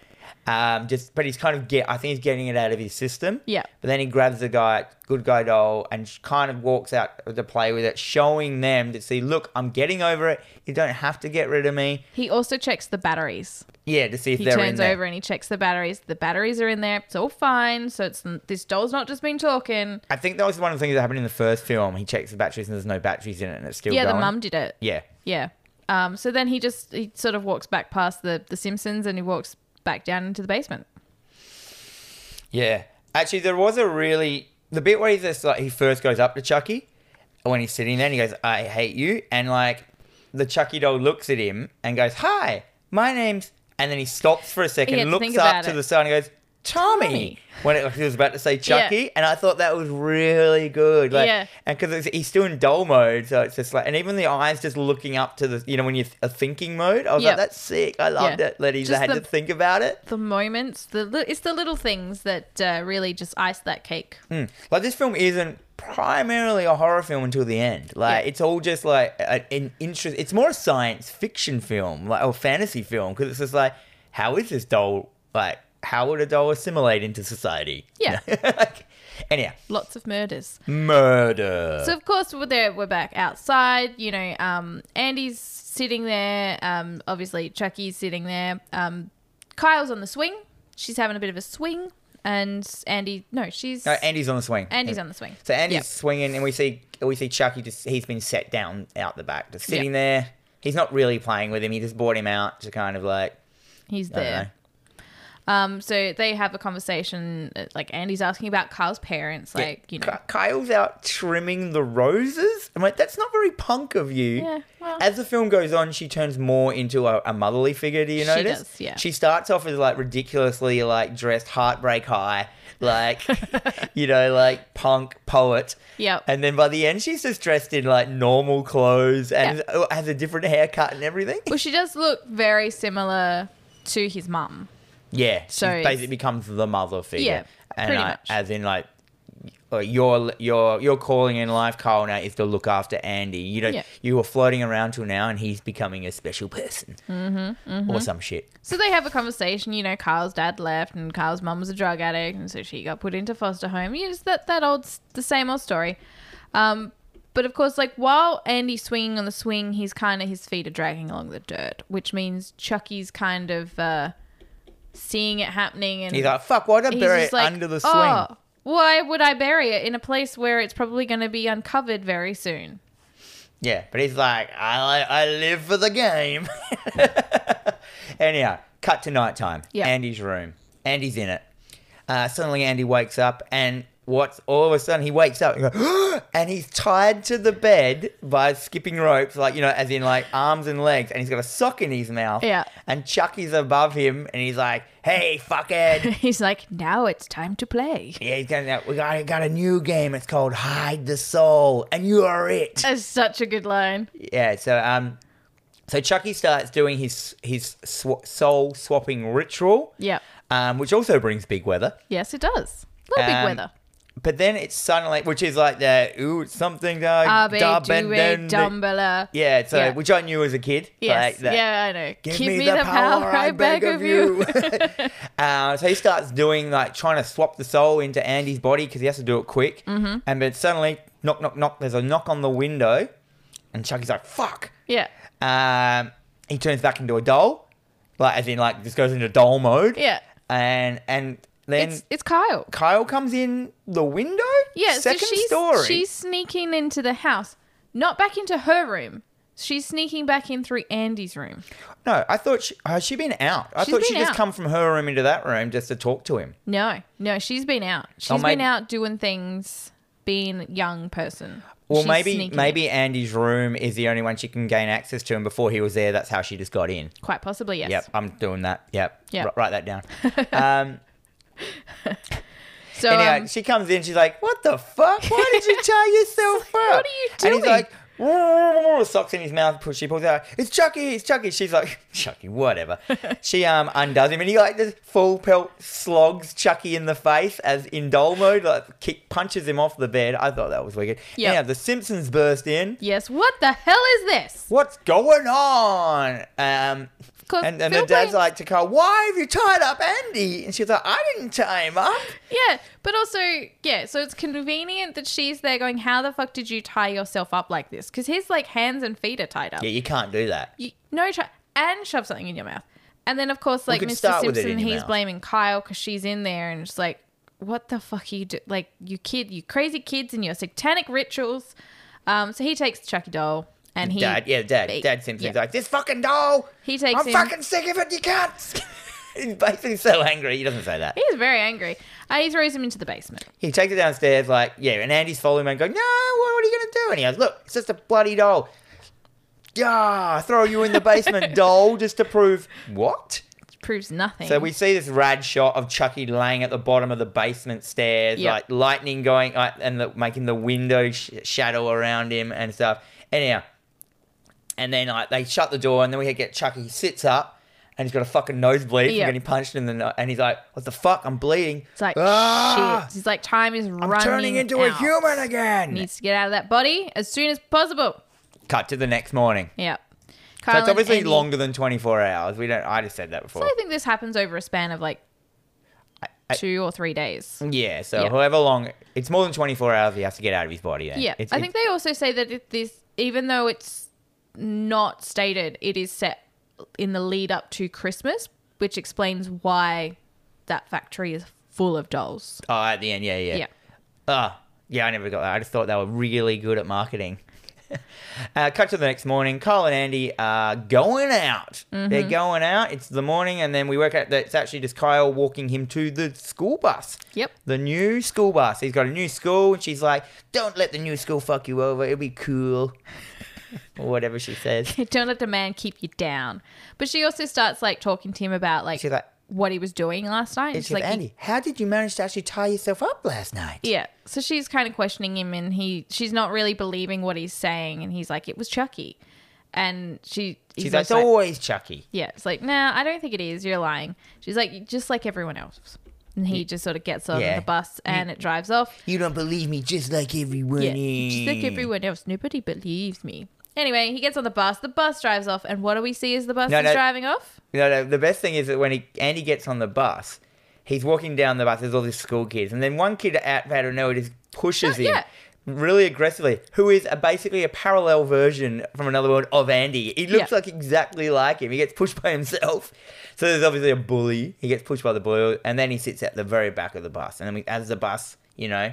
Um, just but he's kind of get. I think he's getting it out of his system.
Yeah.
But then he grabs the guy, good guy doll, and sh- kind of walks out to play with it, showing them to see. Look, I'm getting over it. You don't have to get rid of me.
He also checks the batteries.
Yeah, to see if
He
they're in
turns
there.
over and he checks the batteries. The batteries are in there. It's all fine. So it's this doll's not just been talking.
I think that was one of the things that happened in the first film. He checks the batteries and there's no batteries in it, and it's still
yeah,
going.
the mum did it.
Yeah.
Yeah. Um, so then he just he sort of walks back past the the Simpsons and he walks back down into the basement.
Yeah. Actually, there was a really the bit where he's just like he first goes up to Chucky when he's sitting there and he goes, "I hate you," and like the Chucky doll looks at him and goes, "Hi, my name's," and then he stops for a second,
Yeah, to
looks
think
up
about
to
it.
the side and goes, "Tommy."
Tommy.
When it, like, he was about to say Chucky, and I thought that was really good. Like,
Yeah.
And because he's still in doll mode, so it's just like, and even the eyes just looking up to the, you know, when you're a thinking mode. I was
Yeah.
like, that's sick. I loved
Yeah.
it. Letty's
Just
had
the-
to think about it.
The moments, the li- it's the little things that uh, really just ice that cake.
Mm. Like this film isn't primarily a horror film until the end. Like
Yeah.
it's all just like a- an interest. It's more a science fiction film, like or fantasy film, because it's just like, how is this doll? Like, how would a doll assimilate into society?
Yeah.
like, anyhow,
Lots of murders.
murder.
So of course we're there. We're back outside. You know, um, Andy's sitting there. Um, obviously Chucky's sitting there. Um, Kyle's on the swing. She's having a bit of a swing, and Andy. No, she's
No, Andy's on the swing.
Andy's on the swing.
So Andy's
Yep.
swinging, and we see we see Chucky just he's been set down out the back, just
Yeah.
sitting there. He's not really playing with him. He just brought him out to kind of like
He's
I don't know.
there. Um, so they have a conversation. uh, Like Andy's asking about Kyle's parents.
Yeah,
Like you know,
Ky- Kyle's out trimming the roses. I'm like, that's not very punk of you.
Yeah, well-
As the film goes on, she turns more into a, a motherly figure. Do you
She
notice?
does, yeah.
She starts off as like ridiculously like dressed heartbreak high, like you know, like punk poet.
Yep.
And then by the end, she's just dressed in like normal clothes and is- has a different haircut and everything.
well, she does look very similar to his mum.
Yeah, she
So it's-
basically becomes the mother figure.
Yeah, pretty
I-
much.
As in, like, uh, your your your calling in life, Carl, now is to look after Andy. You don't.
Yeah.
You were floating around till now, and he's becoming a special person, mm-hmm, or some shit.
So they have a conversation. You know, Kyle's dad left, and Kyle's mum was a drug addict, and so she got put into foster home. You know, it's that that old, s- the same old story. Um, but of course, like while Andy's swinging on the swing, he's kind of his feet are dragging along the dirt, which means Chucky's kind of uh, seeing it happening and
He's like, "Fuck! Why don't I
He's
bury
just
it
like,
under the swing?"
"Oh, Why would I bury it in a place where it's probably going to be uncovered very soon?
Yeah, but he's like, I, I live for the game. Anyhow, cut to nighttime.
Yeah.
Andy's room. Andy's in it. Uh, suddenly, Andy wakes up, and what's all of a sudden he wakes up and, goes, and he's tied to the bed by skipping ropes, like, you know, as in like arms and legs, and he's got a sock in his mouth.
Yeah.
And Chucky's above him, and he's like, hey, fuckhead.
He's like, now it's time to play.
yeah, he's going, we got, I got a new game. It's called Hide the Soul, and you are it.
That's such a good line.
Yeah, so um, so Chucky starts doing his his sw- soul swapping ritual,
Yeah.
um, which also brings big weather.
Yes, it does. Not big
Um,
weather.
But then it's suddenly, which is like the ooh it's something uh,
Abe,
da ben
Dube,
den-
Dumbala.
yeah, so
Yeah.
which I knew as a kid.
Yes.
like that.
yeah, I know.
Give, me, the, power, I beg of you. uh, so he starts doing like trying to swap the soul into Andy's body because he has to do it quick. Mm-hmm. And but suddenly, knock, knock, knock. There's a knock on the window, and Chucky's like, "Fuck!"
Yeah.
Um, he turns back into a doll, like as in like just goes into doll mode.
Yeah.
And and then
It's it's Kyle.
Kyle comes in the window.
Yeah,
Second
so she's
story.
she's sneaking into the house, not back into her room. She's sneaking back in through Andy's room.
No, I thought she has she been out. I
She's
thought she
been
just
out.
come from her room into that room just to talk to him.
No, no, she's been out. She's
Oh,
been
maybe-
out doing things, being young person.
Well,
She's
maybe
sneaking
maybe Andy's room is the only one she can gain access to, and before he was there, that's how she just got in.
in. quite possibly yes.
Yep, I'm doing that. Yep,
Yep.
Wri- write that down. um,
So
Anyhow,
um,
she comes in. She's like, "What the fuck? Why did you tie yourself up?
"What are you
And he's
doing?"
like, "Whoa," socks in his mouth. Push. She pulls out. It's Chucky. It's Chucky. She's like, Chucky, whatever. she um undoes him, and he like just full pelt slogs Chucky in the face as in doll mode. Like kick punches him off the bed. I thought that was wicked.
Yep.
Yeah. The Simpsons burst in.
yes, what the hell is this?
What's going on? Um,
'Cause
and, and
Phil
her dad's
Banks-
like to Carl, why have you tied up Andy? And she's like, I didn't tie him up.
Yeah, but also yeah. So it's convenient that she's there going, "How the fuck did you tie yourself up like this?" Because his like hands and feet are tied up.
Yeah, you can't do that.
you, no try and shove something in your mouth. And then of course, like
could
Mr.
start with it in
Simpson,
your
he's
mouth.
blaming Kyle because she's in there and it's like, what the fuck are you do? Like you kid, you crazy kids and your satanic rituals. Um, so he takes Chucky doll and he
dad, yeah, dad,
he-
dad Simpson's
yeah.
like this fucking doll.
He takes
I'm
him-
fucking sick of it. You can't. He's basically so angry. He doesn't say that.
He's very angry. Uh, he throws him into the basement.
He takes it downstairs, like yeah, and Andy's following him and going, no, what, what are you gonna do? And he goes, look, it's just a bloody doll. Yeah, throw you in the basement, doll, just to prove what?
Which proves nothing.
So we see this rad shot of Chucky laying at the bottom of the basement stairs,
Yep.
like lightning going like, and the, making the window sh- shadow around him and stuff. Anyhow, and then like they shut the door, and then we get Chucky sits up. And he's got a fucking nosebleed
Yep.
from getting punched in the nose. And he's like, what the fuck? I'm bleeding.
it's like
"Ah,
shit. He's like time is
I'm
running.
turning into a
out.
human again.
Needs to get out of that body as soon as possible.
Cut to the next morning.
Yeah.
So
Kyle
it's
and
obviously
Andy-
longer than 24 hours. We don't, I just said that before.
So I think this happens over a span of like
I-
two or three days.
yeah. So
Yeah.
however long, it's more than 24 hours he has to get out of his body. Then.
Yeah,
It's-
I
it's-
think they also say that it, this, even though it's not stated, it is set in the lead up to Christmas, which explains why that factory is full of dolls.
Oh, at the end, yeah, yeah.
Yeah.
Ah, yeah, I never got that. I just thought they were really good at marketing. uh, cut to the next morning. Kyle and Andy are going out. They're going out. It's the morning, and then we work out that it's actually just Kyle walking him to the school bus.
Yep.
The new school bus. He's got a new school, and she's like, "Don't let the new school fuck you over. It'll be cool." or whatever she says.
Don't let the man keep you down. But she also starts like talking to him about like,
She's like-
what he was doing last night.
And she's like, "Andy, how did you manage to actually tie yourself up last night?"
Yeah. So she's kind of questioning him and he she's not really believing what he's saying and he's like, It was Chucky. And she he's
She's like, "It's
also like-
always Chucky."
Yeah, it's like, nah, I don't think it is. You're lying. She's like, just like everyone else. And he just sort of gets on
Yeah.
the bus and it drives off.
You don't believe me, just like everyone
Yeah,
else.
just like everyone else. Nobody believes me. Anyway, he gets on the bus. The bus drives off. And what do we see as the bus
No,
is
no.
driving off?
You know, the- the best thing is that when he, Andy gets on the bus, he's walking down the bus. There's all these school kids, and then one kid out out of nowhere just pushes
Yeah,
him
yeah.
really aggressively. Who is a, basically a parallel version from another world of Andy? He looks
Yeah.
like exactly like him. He gets pushed by himself. So there's obviously a bully. He gets pushed by the bully, and then he sits at the very back of the bus. And then we, as the bus you know,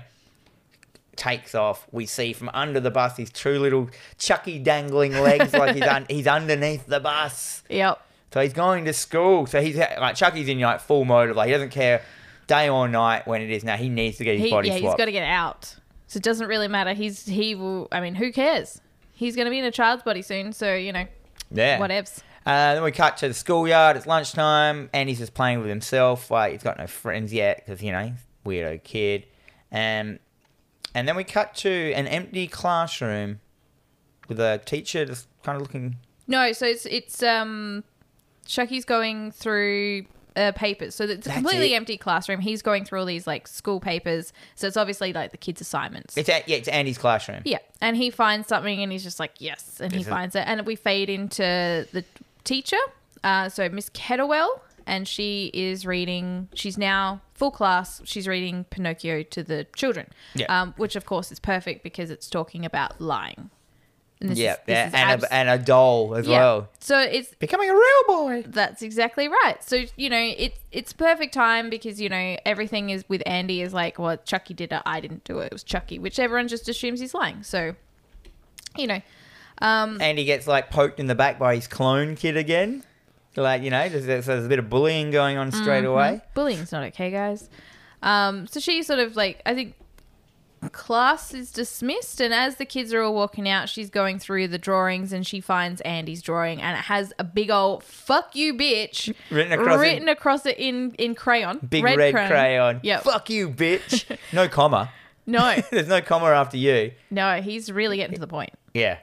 takes off. We see from under the bus his two little chucky dangling legs, like he's un- he's underneath the bus.
Yep.
So he's going to school. So he's like Chucky's in like full mode of like he doesn't care day or night when it is now. He needs to get his
He,
body
yeah, he's
swapped.
got to get out. So it doesn't really matter. He's he will. I mean, who cares? He's going to be in a child's body soon. So you know,
yeah.
whatevs.
Uh, then we cut to the schoolyard. It's lunchtime, and he's just playing with himself. Like he's got no friends yet because you know weirdo kid. Um, and then we cut to an empty classroom with a teacher just kind of looking.
No, so it's it's um, Chucky's going through uh, papers. So it's a
That's
completely
it.
empty classroom. He's going through all these like school papers. So it's obviously like the kids' assignments.
It's at, yeah, it's Andy's classroom.
yeah, and he finds something and he's just like yes, and he
This is-
finds it, and we fade into the teacher. Uh, so Miss Kettlewell, and she is reading. She's now full class. She's reading Pinocchio to the children.
Yeah.
Um, which of course is perfect because it's talking about lying. And this
Yeah,
is- this
yeah,
is
and,
abs-
a, and a doll as
yeah.
well.
So it's
Becoming a real boy.
that's exactly right. So you know, it's it's perfect time because you know everything is with Andy is like, well, Chucky did it, I didn't do it. It was Chucky, which everyone just assumes he's lying. So, you know, um,
And he gets like poked in the back by his clone kid again. Like you know, there's, there's there's a bit of bullying going on straight
Mm-hmm.
away.
bullying's not okay, guys. Um, so she sort of like, I think class is dismissed, and as the kids are all walking out, she's going through the drawings and she finds Andy's drawing, and it has a big old "fuck you, bitch"
Written across in-
written across it in in crayon,
Big red, crayon.
Yep.
Fuck you, bitch. No comma.
No,
There's no comma after you.
No, he's really getting to the point.
Yeah.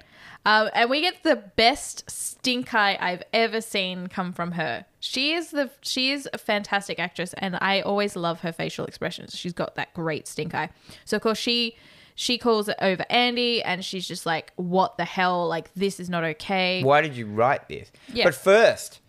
Um, and we get the best stink eye I've ever seen come from her. She is the she is a fantastic actress, and I always love her facial expressions. She's got that great stink eye. So of course she she calls it over Andy, and she's just like, "What the hell? Like this is not okay."
Why did you write this?
Yeah.
But first,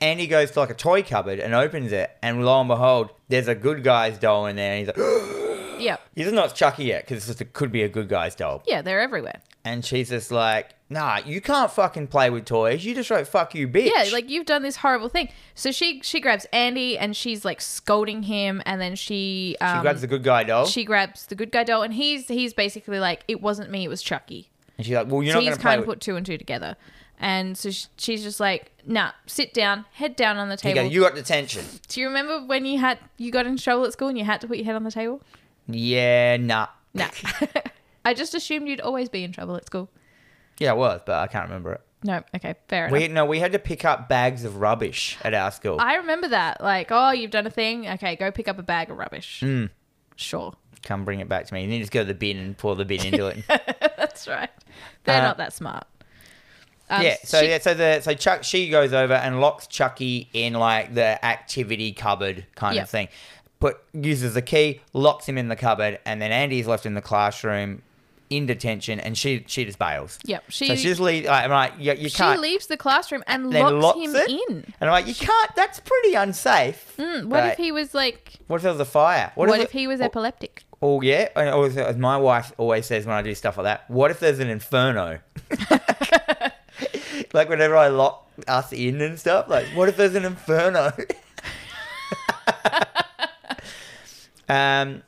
Andy goes to like a toy cupboard and opens it, and lo and behold, there's a good guy's doll in there. And he's like,
Yeah,
he's not it's Chucky yet because it could be a good guy's doll.
yeah, they're everywhere.
And she's just like, nah, you can't fucking play with toys. You just wrote fuck you, bitch.
Yeah, like you've done this horrible thing. So she she grabs Andy, and she's like scolding him, and then she um,
she grabs the good guy doll,
she grabs the good guy doll, and he's he's basically like, "It wasn't me, it was Chucky."
and she's like, well, you're
so
not going
he's
to play
kind of
with.
put two and two together, and so sh she's just like, "Nah, sit down, head down on the
He
table."
goes, you got detention.
Do you remember when you had you got in trouble at school and you had to put your head on the table?
Yeah, nah.
Nah, I just assumed you'd always be in trouble at school.
Yeah, I was, but I can't remember it.
No, okay, fair enough.
We no, we had to pick up bags of rubbish at our school.
I remember that. Like, oh, you've done a thing. Okay, go pick up a bag of rubbish.
Hmm.
Sure,
Come bring it back to me, and then just go to the bin and pour the bin into it.
that's right. They're
Uh,
not that smart. Um,
yeah. So
she-
yeah. So the so Chuck she goes over and locks Chucky in like the activity cupboard kind
Yep.
of thing. Put uses the key, locks him in the cupboard, and then Andy's left in the classroom in detention, and she she just bails.
Yep, she-
so she just leaves. Like, I'm like, you, you
she
can't.
leaves the classroom and
then
locks,
locks
him
it.
in.
And I'm like, you can't. That's pretty unsafe.
Mm, What
But
if he was like?
What if there was a fire?
What,
the-
if he was epileptic?
Oh yeah, and always, as my wife always says when I do stuff like that, what if there's an inferno? like whenever I lock us in and stuff, like what if there's an inferno? um,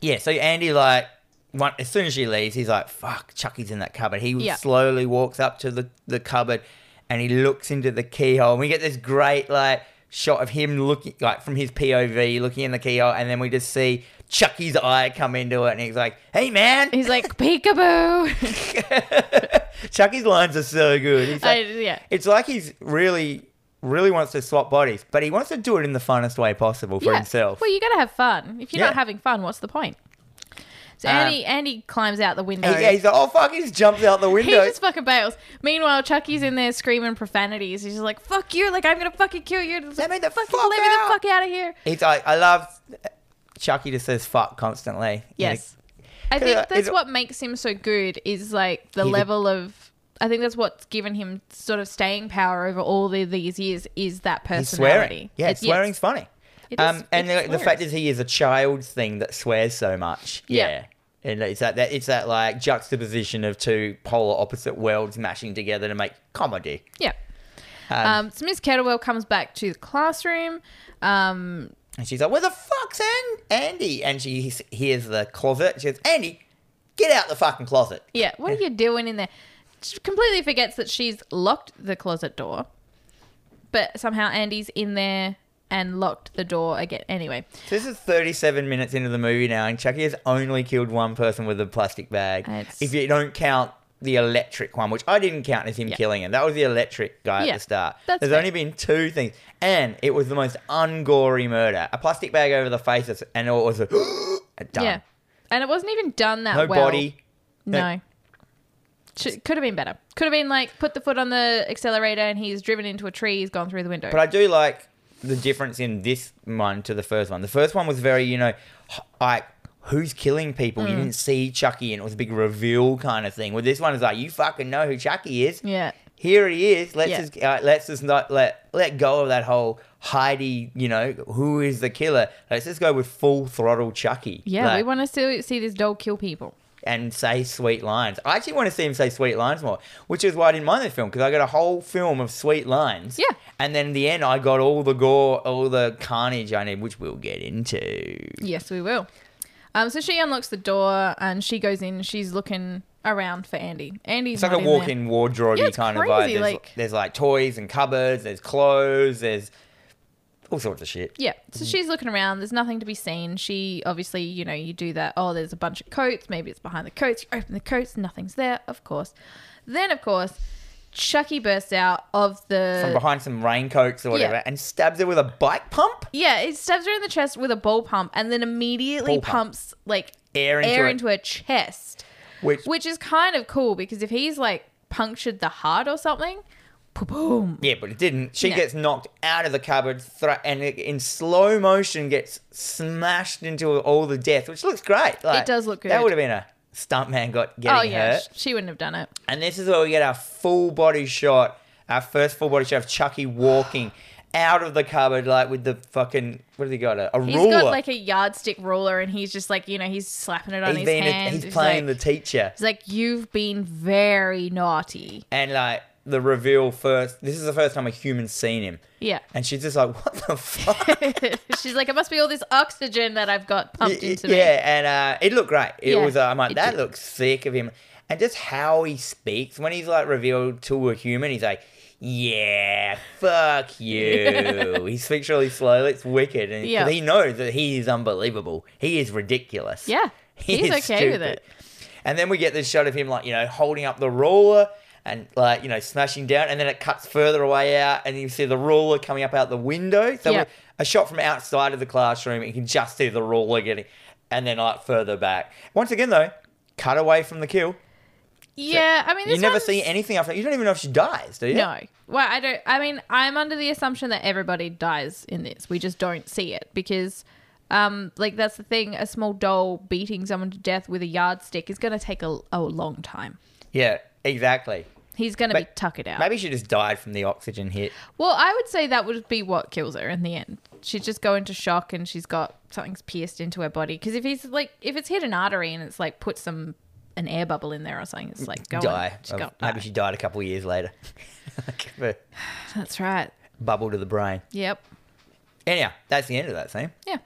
yeah. So Andy like. One, as soon as she leaves, he's like, "Fuck, Chucky's in that cupboard." He
Yeah.
slowly walks up to the, the cupboard, and he looks into the keyhole. And we get this great like shot of him looking like from his POV, looking in the keyhole, and then we just see Chucky's eye come into it, and he's like, "Hey, man!"
He's like peekaboo.
Chucky's lines are so good. He's
I,
like,
yeah,
it's like he's really, really wants to swap bodies, but he wants to do it in the funnest way possible for
yeah.
himself.
Well, you gotta have fun. If you're not
Yeah.
having fun, what's the point? So
Um,
Andy, Andy climbs out the window.
He- yeah, he's like, "Oh fuck!" He just jumps out the
he
window.
just fucking bails. Meanwhile, Chucky's in there screaming profanities. He's just like, "Fuck you! Like I'm gonna fucking kill you! Just
Let me the
fucking
fuck
let me the
out."
fuck out of here!"
It's I, I love Chucky just says fuck constantly.
Yes, I
Yeah,
think that's
it-
what makes him so good. Is like the
He's a-
level of. I think that's what's given him sort of staying power over all the, these years. Is that
Like, he's swearing.
personality?
Yeah,
It's- yes.
swearing's funny.
It is-
Um, and
it
the, the fact is, he is a child's thing that swears so much.
Yeah.
Yeah. And it's that, that it's that like juxtaposition of two polar opposite worlds mashing together to make comedy.
Yeah.
Um,
Um, so Miss Kettlewell comes back to the classroom. Um,
And she's like, "Where the fuck's An- Andy?" And she s- hears the closet. She says, "Andy, get out the fucking closet."
Yeah, what are you doing in there? She completely forgets that she's locked the closet door, but somehow Andy's in there and locked the door again. Anyway,
So this is 37 minutes into the movie now, and Chucky has only killed one person with a plastic bag.
It's-
If you don't count the electric one, which I didn't count as him
Yeah.
killing him, that was the electric guy
Yeah,
at the start.
that's
There's
fair.
only been two things, and it was the most ungory murder: a plastic bag over the face, and it was a done.
yeah, and it wasn't even done that
No
well.
body.
No. Sh- Could have been better. Could have been like put the foot on the accelerator and he's driven into a tree. He's gone through the window.
But I do like the difference in this one to the first one. The first one was very, you know, h- like who's killing people?
Hmm.
You didn't see Chucky, and it was a big reveal kind of thing. Well, this one is like you fucking know who Chucky is.
yeah,
Here he is. Let's
Yeah.
just uh, let's just not let let go of that whole Heidi. You know who is the killer? Let's just go with full throttle Chucky.
yeah. we
Like,
want to see see this dog kill people.
and say sweet lines. I actually want to see him say sweet lines more, which is why I didn't mind this film because I got a whole film of sweet lines.
Yeah.
And then in the end, I got all the gore, all the carnage I need, which we'll get into.
Yes, we will. Um, so she unlocks the door and she goes in. She's looking around for Andy. Andy's
It's like a
not in there.
walk in wardrobe
Yeah,
y
it's
kind of vibe.
crazy,
There's
like-
like... there's like toys and cupboards, there's clothes, there's all sorts of shit.
Yeah. So she's looking around. There's nothing to be seen. She obviously, you know, you do that. Oh, there's a bunch of coats. Maybe it's behind the coats. You open the coats. Nothing's there, of course. Then, of course, Chucky bursts out of the.
From behind some raincoats or whatever and stabs her with a bike pump,
Yeah, it stabs her in the chest with a ball pump and then immediately
Ball pump.
pumps like
Air into
air
it.
into her chest,
which
which is kind of cool because if he's like punctured the heart or something, boom.
Yeah, but it didn't. She
No.
gets knocked out of the cupboard thra- and it, in slow motion gets smashed into all the death, which looks great. Like,
does look good.
That would have been a stuntman got getting
Oh yeah,
hurt.
sh- she wouldn't have done it.
And this is where we get our full body shot, our first full body shot of Chucky walking out of the cupboard, like with the fucking what have he got? A, a
He's
ruler.
got like a yardstick ruler and he's just like, you know, he's slapping it on
He's
his
been a-
hand.
he's playing
like,
the teacher.
He's like, you've been very naughty.
And like the reveal first. This is the first time a human's seen him.
Yeah.
And she's just like, what the fuck?
She's like, it must be all this oxygen that I've got pumped
Y- y-
into
yeah,
me.
and uh, it looked great. It
Yeah,
was. Uh, I'm like,
it
that
did.
looks sick of him, and just how he speaks when he's like revealed to a human. He's like, "Yeah, fuck you." he speaks really slowly. It's wicked, and 'cause
Yeah.
he knows that he is unbelievable. He is ridiculous.
Yeah,
He
he's
is
okay
stupid.
with it.
And then we get this shot of him, like you know, holding up the ruler. And like you know, smashing down, and then it cuts further away out, and you see the ruler coming up out the window. So
Yeah.
we- a shot from outside of the classroom. You can just see the ruler getting, and then like further back. Once again, though, cut away from the kill.
Yeah, I mean,
You
this
never
one's-
see anything after. You don't even know if she dies, do you?
No. Well, I don't. I mean, I'm under the assumption that everybody dies in this. We just don't see it because, um, like that's the thing. A small doll beating someone to death with a yardstick is going to take a, a long time.
Yeah, exactly.
He's going to be
But
tuckered out.
Maybe she just died from the oxygen hit.
well, I would say that would be what kills her in the end. She'd just go into shock and she's got something's pierced into her body. Because if he's like, if it's hit an artery and it's like put some an air bubble in there or something, it's like going.
die.
She's
Of-
gonna
maybe
die.
she died a couple of years later. Give a
That's right.
bubble to the brain.
Yep.
Anyhow, that's the end of that scene.
Yeah.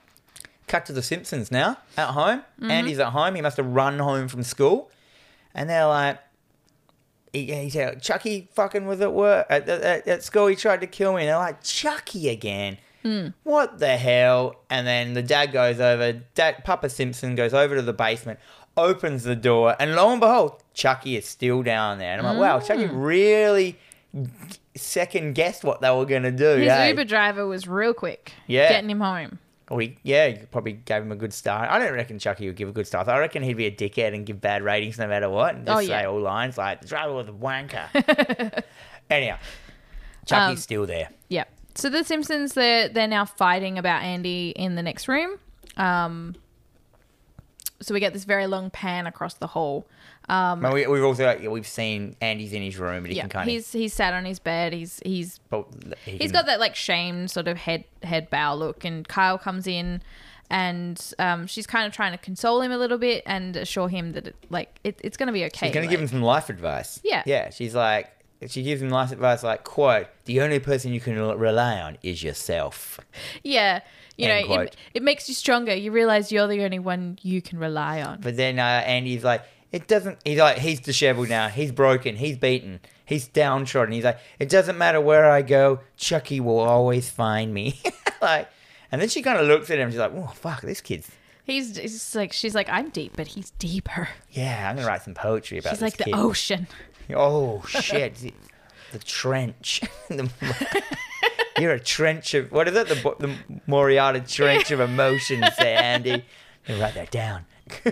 Cut to the Simpsons now at home. Andy's at home. He must have run home from school, and they're like, he, he said, "Chucky fucking was at work at, at, at school. He tried to kill me." And they're like, "Chucky again? What the hell?" And then the dad goes over. Dad, Papa Simpson goes over to the basement, opens the door, and lo and behold, Chucky is still down there. And I'm like, "Wow, Chucky really." Second guessed what they were gonna do.
His
eh?
Uber driver was real quick.
Yeah.
Getting him home.
We Oh, yeah, you probably gave him a good start. I don't reckon Chucky would give a good start. I reckon he'd be a dickhead and give bad ratings no matter what, and just
Oh, yeah.
say all lines like "the driver was a wanker." Anyhow, Chucky's
Um,
still there.
Yeah. So the Simpsons they're they're now fighting about Andy in the next room. Um so we get this very long pan across the hall. Um
But we, we've also yeah, we've seen Andy's in his room, but he
yeah,
can kind of.
he's he's sat on his bed. He's he's
But he
he's
can-
got that like shamed sort of head head bow look, and Kyle comes in, and um, she's kind of trying to console him a little bit and assure him that it, like it, it's going to be okay.
He's gonna
like-
give him some life advice.
Yeah.
yeah. She's like, she gives him life advice like, "quote The only person you can rel- rely on is yourself."
Yeah. You
End
know,
quote.
it, it makes you stronger. You realize you're the only one you can rely on.
But then uh, Andy's like, "It doesn't." He's like, "He's disheveled now. He's broken. He's beaten. He's downtrodden." He's like, "It doesn't matter where I go. Chucky will always find me." like, and then she kind of looks at him. She's like, "Oh fuck, this kid's."
He's it's just like she's like I'm deep, but he's deeper.
Yeah, I'm gonna write some poetry about
She's
this
like the
kid.
ocean.
Oh shit! The- the trench. The- You're a trench of what is it? The, bo- the Moriarty trench of emotions, there, Andy. You write that down.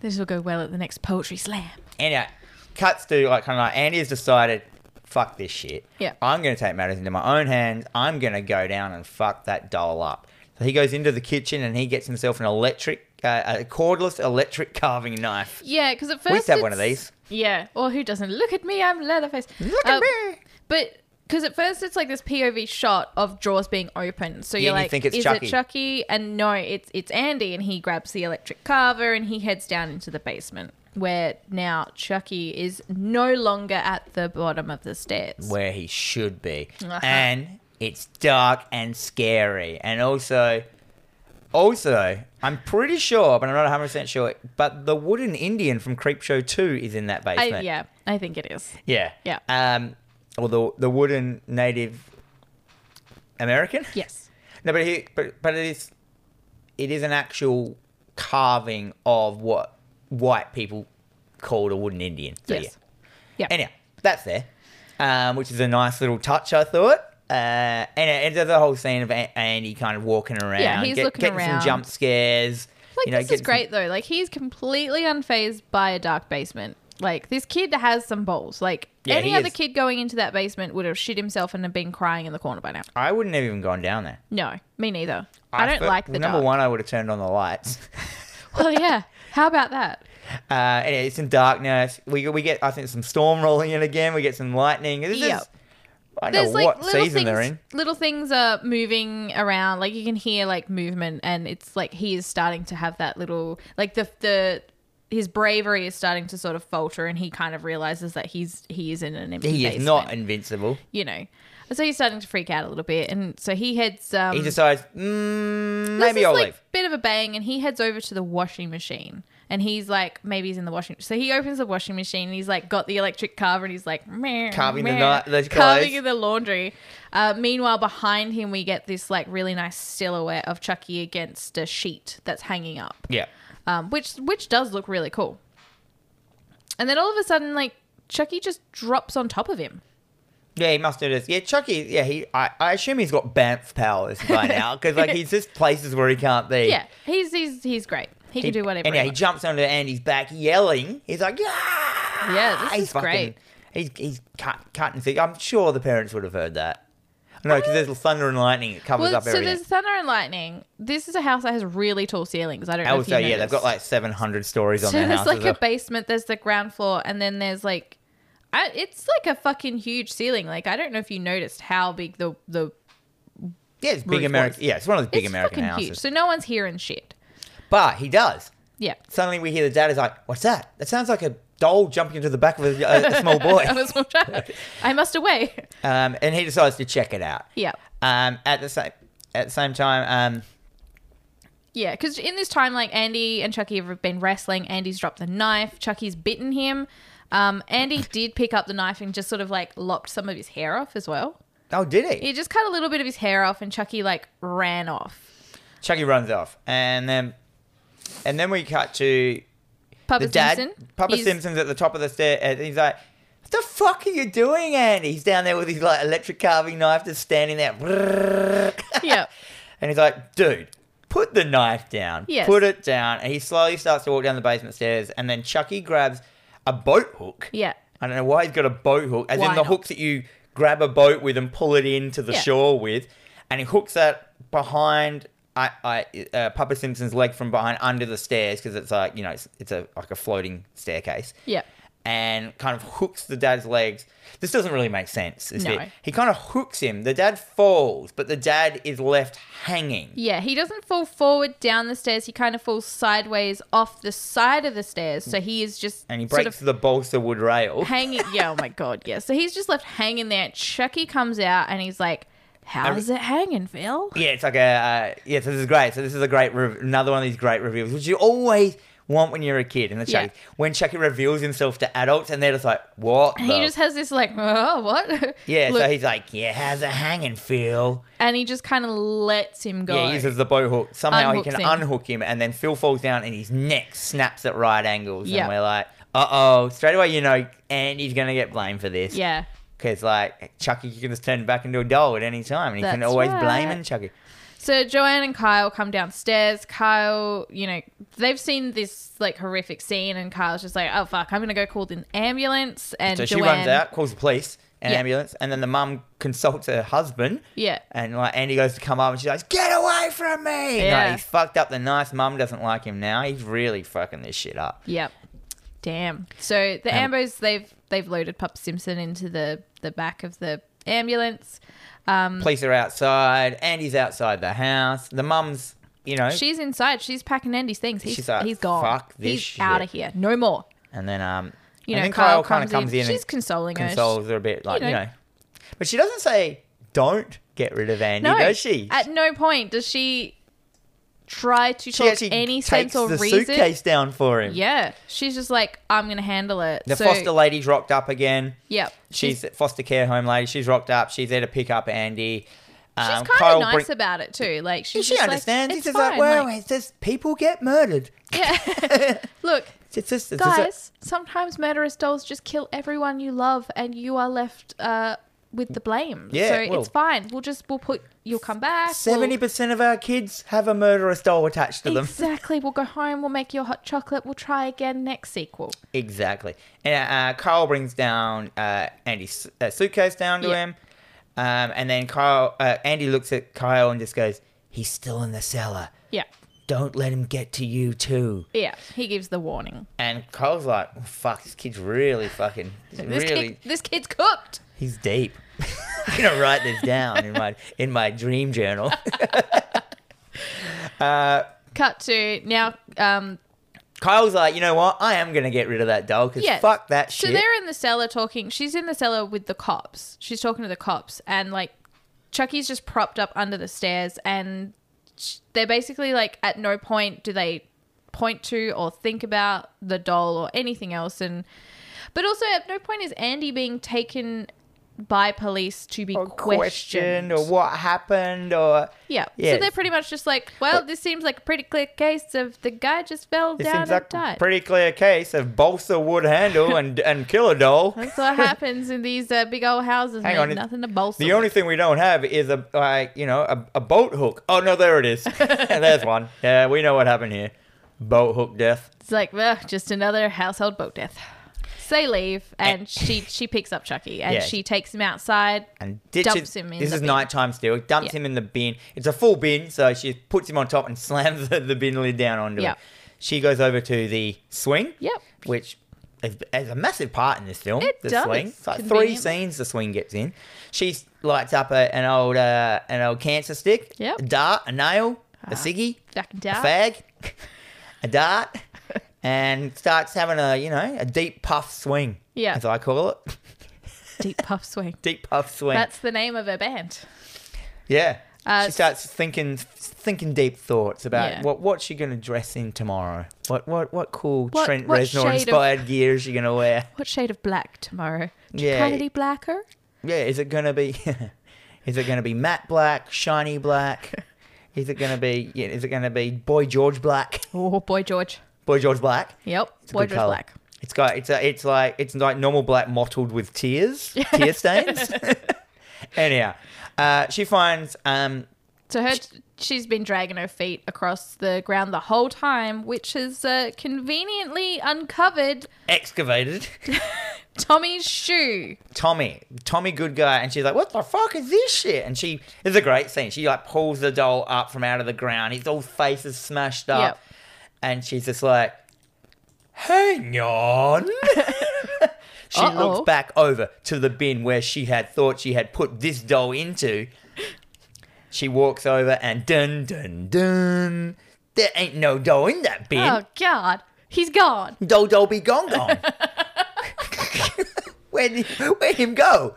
This will go well at the next poetry slam.
anyway, uh, cuts to like kind of like Andy has decided, fuck this shit.
Yeah.
I'm gonna take matters into my own hands. I'm gonna go down and fuck that doll up. So he goes into the kitchen and he gets himself an electric, uh, a cordless electric carving knife.
Yeah, because at first
We used to have one of
it's-
these.
Yeah, or who doesn't? Look at me, I'm Leatherface.
Look at
Uh,
me.
But because at first it's like this POV shot of drawers being open, so
Yeah,
you're
and you
like,
think it's
is
Chucky."
it Chucky? And no, it's it's Andy, and he grabs the electric carver and he heads down into the basement where now Chucky is no longer at the bottom of the stairs.
where he should be.
Uh-huh.
And it's dark and scary. And also, also, I'm pretty sure, but I'm not 100% sure, but the wooden Indian from Creepshow 2 is in that basement.
I, yeah, I think it is.
Yeah.
Yeah.
Um, or the, the wooden native American?
Yes.
No, but, he, but, but it is it is an actual carving of what white people called a wooden Indian. So,
yes.
yeah.
Yeah.
Anyhow, that's there, um, which is a nice little touch, I thought. Uh, and it- and there's a whole scene of a- Andy kind of walking around,
he's looking
getting
around.
some jump scares.
Like
you know,
this is
getting some-
great though. Like he's completely unfazed by a dark basement. Like this kid has some balls. Like
Yeah,
any
he
other
is.
kid going into that basement would have shit himself and have been crying in the corner by now.
I wouldn't have even gone down there.
No, me neither. I, don't
thought-
like the
number
dark.
one. I would have turned on the lights.
Well, yeah. How about that?
uh, anyway, it's in darkness. We we get I think some storm rolling in again. We get some lightning. This
Yep.
is I don't
There's
know
like
what
little
season
things.
they're in.
Little things are moving around. Like you can hear like movement, and it's like he is starting to have that little like the the his bravery is starting to sort of falter, and he kind of realizes that he's he is in an empty
He
basement.
is not invincible.
you know. So he's starting to freak out a little bit, and so he heads. Um,
He decides mm,
this
maybe
is
I'll
like
leave.
bit of a bang, and he heads over to the washing machine, and he's like, maybe he's in the washing. So he opens the washing machine, and he's like, got the electric carver, and he's like, meh,
Carving the
meh,
night- the
carving
clothes.
in the laundry. Uh, meanwhile, behind him, we get this like really nice silhouette of Chucky against a sheet that's hanging up
Yeah.
um, which which does look really cool. And then all of a sudden, like Chucky just drops on top of him.
Yeah, he must do this. Yeah, Chucky. Yeah, he. I, I assume he's got Banff powers by now because like he's just places where he can't be.
Yeah, he's he's he's great. He,
he
can do whatever.
And
he
yeah, he
wants.
jumps onto Andy's back, yelling. He's like, yeah,
Yeah, this is great.
He's he's cut, cutting things. I'm sure the parents would have heard that. No, because there's thunder and lightning. It covers
well,
up
so
everything.
there's thunder and lightning. This is a house that has really tall ceilings. I don't know. if
also,
you
yeah, they've got like
noticed.
700 stories on
so
their
there's
house.
like
as well.
a basement. There's the ground floor, and then there's like, I, it's like a fucking huge ceiling. Like I don't know if you noticed how big the the
yeah, it's big
roof
American.
was.
Yeah, it's one of the big
it's
American
fucking
houses.
huge. So no one's hearing shit.
But he does.
Yeah.
Suddenly, we hear the dad is like, "What's that? That sounds like a doll jumping into the back of a, a, a small boy."
I was all shocked. I must away.
um, and he decides to check it out.
Yeah.
Um, at the same at the same time, um,
Yeah, because in this time, like Andy and Chucky have been wrestling. Andy's dropped the knife. Chucky's bitten him. Um, Andy did pick up the knife and just sort of like lopped some of his hair off as well.
oh, did he?
He just cut a little bit of his hair off, and Chucky like ran off.
Chucky runs off, and then and then we cut to
Papa
the dad,
Simpson.
Papa
he's-
Simpson's at the top of the stair, and he's like. What the fuck are you doing, Andy? He's down there with his like electric carving knife, just standing there.
Yeah.
And he's like, dude, put the knife down.
Yes.
Put it down. And he slowly starts to walk down the basement stairs. And then Chucky grabs a boat hook.
Yeah.
I don't know why he's got a boat hook. As
Why
in the
not?
hooks that you grab a boat with and pull it into the
Yeah.
shore with. And he hooks that behind I, I, uh, Papa Simpson's leg from behind under the stairs because it's like, you know, it's, it's a like a floating staircase.
Yeah.
and kind of hooks the dad's legs. This doesn't really make sense. Is
No.
it? He kind of hooks him. The dad falls, but the dad is left hanging.
Yeah, he doesn't fall forward down the stairs. He kind of falls sideways off the side of the stairs. So he is just
And he
sort
breaks
of
the balsa wood rail.
hanging. Yeah, oh my god, yeah. So he's just left hanging there. Chucky comes out and he's like, "How's it hanging, Phil?"
Yeah, it's like a uh, yeah. So this is great. So this is a great re- another one of these great reveals, which you always want when you're a kid. And the
Yeah.
Chucky, when Chucky reveals himself to adults, and they're just like, "What?"
And
the-
he just has this like, "Oh, what?"
yeah.
look,
so he's like, "Yeah, how's it hanging, Phil?"
and he just kind of lets him go.
Yeah, he uses the bow hook. Somehow he
Unhooks
can
him.
unhook him, and then Phil falls down, and his neck snaps at right angles.
Yeah.
And we're like, "Uh oh!" Straight away, you know, Andy's gonna get blamed for this.
yeah.
Because like Chucky, you can just turn back into a doll at any time, and you can
That's
always blame
right.
and Chucky.
So Joanne and Kyle come downstairs. Kyle, you know, they've seen this like horrific scene, and Kyle's just like, "Oh fuck, I'm gonna go call an ambulance." And
So she
Joanne,
runs out, calls the police, an
Yeah.
ambulance, and then the mum consults her husband.
Yeah.
And like Andy goes to come up, and she's like, "Get away from me!" Like,
Yeah.
he's fucked up. The nice mum doesn't like him now. He's really fucking this shit up.
Yep. Damn. So the
Um,
Ambos they've they've loaded Pup Simpson into the the back of the ambulance. Um,
Police are outside. Andy's outside the house. The mum's, you know,
she's inside. She's packing Andy's things. He's,
She's like,
he's gone.
"Fuck this
he's
shit."
out of here. No more.
and then um,
You
and
know,
then
Kyle,
kinda
comes, in. She's
and
consoling her.
consoles her a bit, like you
you
know.
know.
but she doesn't say don't get rid of Andy,
no,
does she?
At no point does she try
she
to talk any sense or
the
reason.
suitcase down for him.
Yeah, she's just like, I'm gonna handle it.
The
so,
foster lady's rocked up again.
Yep.
She's at foster care home lady. She's rocked up. She's there to pick up Andy.
She's
Um,
kind
Kyle
of nice
bring-
about it too. Like she's
she
just
understands. "Oh,
Like,
it's
it's
just
fine.
like, well,
like-
it's just people get murdered.
yeah. Look,
It's just, it's just-
guys, sometimes murderous dolls just kill everyone you love, and you are left uh, with the blame.
Yeah,
so
well-
it's fine. We'll just we'll put you'll come back. we'll-
70% of our kids have a murderous doll attached to them.
Exactly. We'll go home. We'll make your hot chocolate. We'll try again next sequel.
Exactly. And uh, Carl brings down uh, Andy's uh, suitcase down to
Yeah.
him. Um, and then Kyle, uh, Andy looks at Kyle and just goes, he's still in the cellar.
Yeah.
Don't let him get to you too.
Yeah. He gives the warning.
And Kyle's like, "Oh, fuck, this kid's really fucking,
This
really,
kid, this kid's cooked.
he's deep. I'm gonna write this down in my in my dream journal.
Cut to now. Um,
Kyle's like, you know what? I am gonna get rid of that doll because
Yeah.
fuck that
so
shit.
they're in the cellar talking. She's in the cellar with the cops. She's talking to the cops, and like Chucky's just propped up under the stairs, and sh- they're basically like, at no point do they point to or think about the doll or anything else, and but also at no point is Andy being taken by police to be
Or
questioned.
questioned or what happened or
yeah.
Yes.
so they're pretty much just like, well, this seems like a pretty clear case of the guy just fell
It
down
seems
and
like a
died.
pretty clear case of balsa wood handle and and killer doll.
That's what happens in these uh, big old houses.
Hang
mate.
on, it-
nothing to bolster.
The only thing we don't have is a like you know a, a boat hook. Oh no, there it is. There's one. Yeah, we know what happened here. Boat hook death.
it's like ugh, just another household boat death. So they leave, and she she picks up Chucky, and
Yeah.
she takes him outside.
and ditches,
Dumps him in
this
the
is
bin.
nighttime still dumps
Yeah.
him in the bin it's a full bin so she puts him on top and slams the, the bin lid down onto
Yeah.
it she goes over to the swing
Yep.
which is, is a massive part in this film
It
the
does,
swing it's like three
conveniently.
scenes the swing gets in she lights up a, an old uh, an old cancer stick
Yep.
a dart a nail a
Ah.
ciggy
Back and
a
down.
fag a dart and starts having a you know a deep puff swing
Yeah.
as i call it
Deep puff swing.
deep puff swing
That's the name of her band.
Yeah.
Uh,
she starts thinking thinking deep thoughts about
Yeah.
what what's she gonna dress in tomorrow. What what what cool
What-
Trent
what
Reznor
shade of-
inspired gear is she gonna wear?
What shade of black tomorrow?
Yeah.
Chocolatey blacker.
Yeah, is it gonna be is it gonna be matte black, shiny black? Is it gonna be yeah, is it gonna be boy George black?
Oh boy, George.
Boy George black?
Yep.
It's a
boy
good
George
colour.
black.
It's got it's a, it's like it's like normal black mottled with tears, tear stains. Anyhow, uh, she finds um,
So her, she's been dragging her feet across the ground the whole time, which has uh, conveniently uncovered
excavated
Tommy's shoe.
Tommy, Tommy good guy, and she's like, "What the fuck is this shit?" And she it's a great scene. She like pulls the doll up from out of the ground. His all face is smashed up,
Yep.
and she's just like, "Hang on." She
Uh-oh.
looks back over to the bin where she had thought she had put this doll into. She walks over and dun dun dun. There ain't no doll in that bin.
Oh God, he's gone.
Doll doll be gone gone. where did where him go?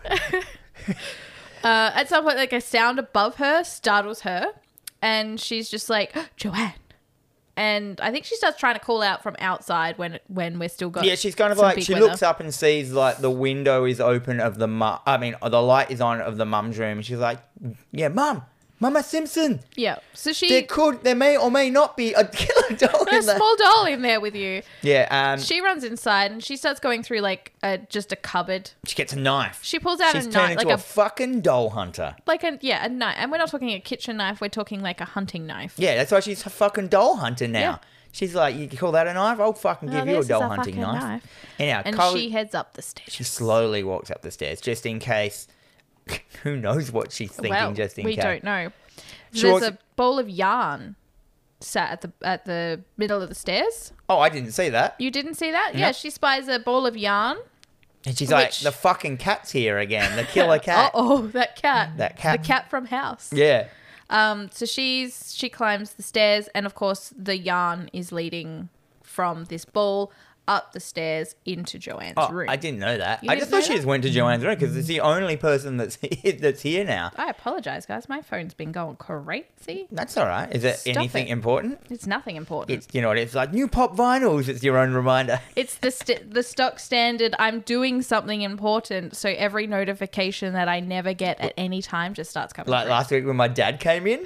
Uh, at some point, like a sound above her startles her, and she's just like Joanne. And I think she starts trying to call out from outside when when we're still got.
Yeah, she's kind of
some
like
big
she
weather.
looks up and sees like the window is open of the mum. I mean, the light is on of the mum's room. She's like, "Yeah, mum, Mama Simpson,
Yeah, so
there
she
could, there may or may not be a killer doll
a
in there."
small doll in there with you.
yeah, um, she,
She runs inside and she starts going through like a, just a cupboard.
gets a knife.
She pulls out
She's
a
turned
knife,
into
like
a,
a,
fucking doll hunter.
like a yeah a knife, and we're not talking a kitchen knife. We're talking like a hunting knife.
Yeah, that's why she's a fucking doll hunter now.
Yeah.
She's like, "You call that a knife? I'll fucking
Oh,
give you a
this is
doll
a
hunting
fucking
knife."
knife.
Anyhow,
And
Cole-
she heads up the stairs.
she slowly walks up the stairs just in case. Who knows what she's thinking?
well,
just in
we
case.
don't know.
She
There's
walks-
a bowl of yarn sat at the at the middle of the stairs.
Oh, I didn't see that.
You didn't see that? Yeah,
No.
she spies a bowl of yarn.
And she's like,
Which-
the fucking cat's here again, the killer cat.
oh, that cat.
That cat.
The cat from House.
Yeah.
Um, so she's she climbs the stairs, and of course the yarn is leading from this bowl up the stairs into Joanne's
Oh,
room.
I didn't know that.
You
I
didn't
just thought
know
she
that? Mm.
just went to Joanne's room because it's the only person that's here, that's here now.
I apologize, guys. My phone's been going crazy.
That's all right. Is it
Stop
anything
it.
important?
It's nothing important.
It's you know it's like new pop vinyls. It's your own reminder.
It's the st- the stock standard. I'm doing something important, so every notification that I never get at any time just starts coming.
Like
through.
last week when my dad came in.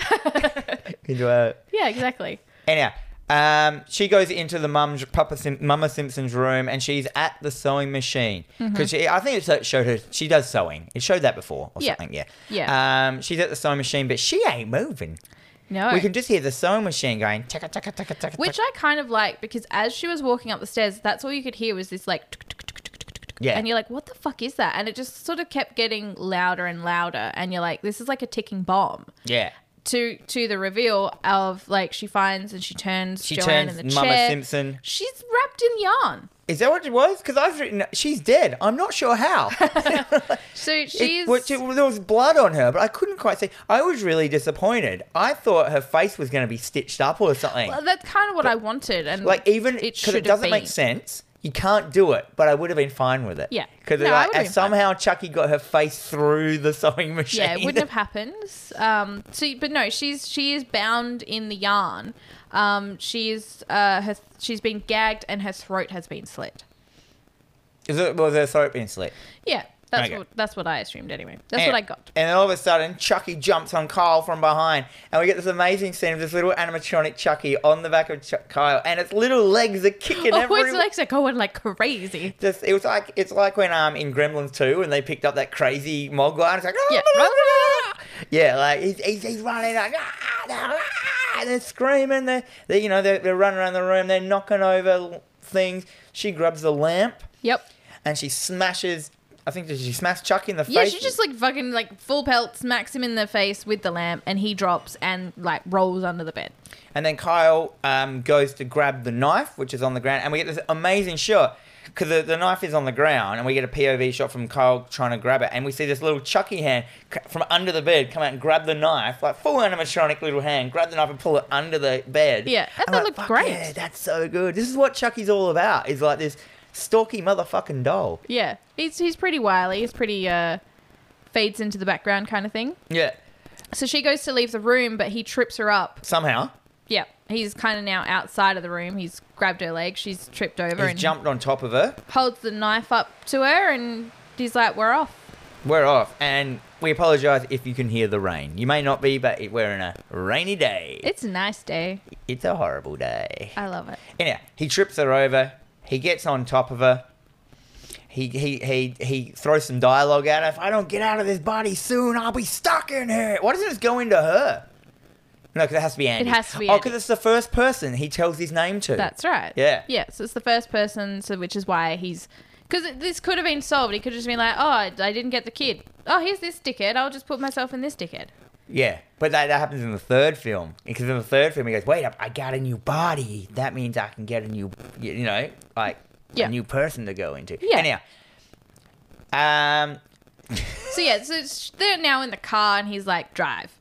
into a,
yeah, exactly.
anyhow, um, she goes into the mum's Papa Sim- Mama Simpson's room and she's at the sewing machine
Mm-hmm.
because I think it showed her she does sewing. It showed that before or
Yeah.
something. Yeah.
Yeah.
Um, she's at the sewing machine, but she ain't moving.
No,
We can just hear the sewing machine going taka taka taka taka.
which I kind of like because as she was walking up the stairs, that's all you could hear was this like, tuk, tuk, tuk, tuk, tuk, tuk,
Yeah.
and you're like, what the fuck is that? And it just sort of kept getting louder and louder, and you're like, this is like a ticking bomb.
yeah.
To to the reveal of like she finds and she turns
She
Joanne
turns
in the
Mama
chair.
Simpson.
She's wrapped in yarn,
Is that what it was? Because I've written she's dead. I'm not sure how.
so
It-
she's
well, she- well, there was blood on her, but I couldn't quite see. I was really disappointed. I thought her face was going to be stitched up or something.
Well, that's kind of what I wanted, and
like even
it
because
should
it,
have
doesn't make
been.
sense. You can't do it, but I would have been fine with it.
Yeah.
because
No, I
like,
would have
and
been fine.
somehow Chucky got her face through the sewing machine.
Yeah, it wouldn't have happened. Um, so, but no, she's she is bound in the yarn. Um, she's uh, her she's been gagged and her throat has been slit.
Is it, was her throat being slit?
Yeah, that's
Okay.
what that's what I assumed anyway. That's
And-
what I got.
And then all of a sudden, Chucky jumps on Kyle from behind, and we get this amazing scene of this little animatronic Chucky on the back of Ch- Kyle, and its little legs are kicking
Oh,
everywhere.
his legs are going like crazy.
Just, it was like it's like when um in Gremlins two when they picked up that crazy Mogwai and it's like "Ah,
Yeah.
yeah like he's, he's, he's running like ah, ah, ah, and they're screaming they're, they you know they're, they're running around the room they're knocking over things she grabs the lamp
Yep.
and she smashes I think did she smash Chucky in the
Yeah,
face
she just like fucking like full pelt smacks him in the face with the lamp, and he drops and like rolls under the bed.
And then Kyle um, goes to grab the knife, which is on the ground, and we get this amazing shot because the, the knife is on the ground, and we get a POV shot from Kyle trying to grab it, and we see this little Chucky hand c- from under the bed come out and grab the knife, like full animatronic little hand, grab the knife and pull it under the bed.
Yeah, that
I'm
thought
like,
looked
"Fuck
great."
Yeah, that's so good. This is what Chucky's all about. Is like this stalky motherfucking doll.
Yeah, he's he's pretty wily. He's pretty uh, fades into the background kind of thing.
Yeah.
So she goes to leave the room, but he trips her up.
Somehow
Yeah, he's kind of now outside of the room. He's grabbed her leg. She's tripped over
he's
and
jumped on top of her.
holds the knife up to her, and he's like, "We're off."
We're off, and we apologise if you can hear the rain. You may not be, but it, we're in a rainy day.
It's a nice day.
It's a horrible day.
I love it.
Anyhow, he trips her over. He gets on top of her. He he he he throws some dialogue at her. If I don't get out of this body soon, I'll be stuck in here. Why doesn't this go into her? No, because it has to be Andy.
has to be
Oh,
Andy.
because it's the first person he tells his name to.
That's right.
Yeah.
Yeah. So it's the first person, so which is why he's because this could have been solved. He could have just been like, "Oh, I, I didn't get the kid. Oh, here's this dickhead. I'll just put myself in this dickhead."
Yeah, but that, that happens in the third film because in the third film he goes, "Wait up, I got a new body. That means I can get a new, you know, like
Yeah.
a new person to go into."
Yeah.
Anyhow, Um,
So yeah, so it's- they're now in the car, and he's like, "Drive."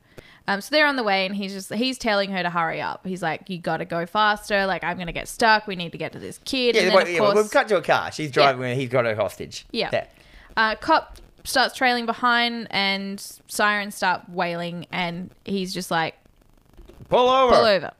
Um, so they're on the way, and he's just he's telling her to hurry up. He's like, "You got to go faster. Like I'm gonna get stuck. We need to get to this kid."
yeah,
and then,
well,
of
yeah,
course,
we've cut to a car. She's driving. and He's got her hostage.
Yeah. Uh, cop starts trailing behind, and sirens start wailing, and he's just like,
Pull over.
pull over.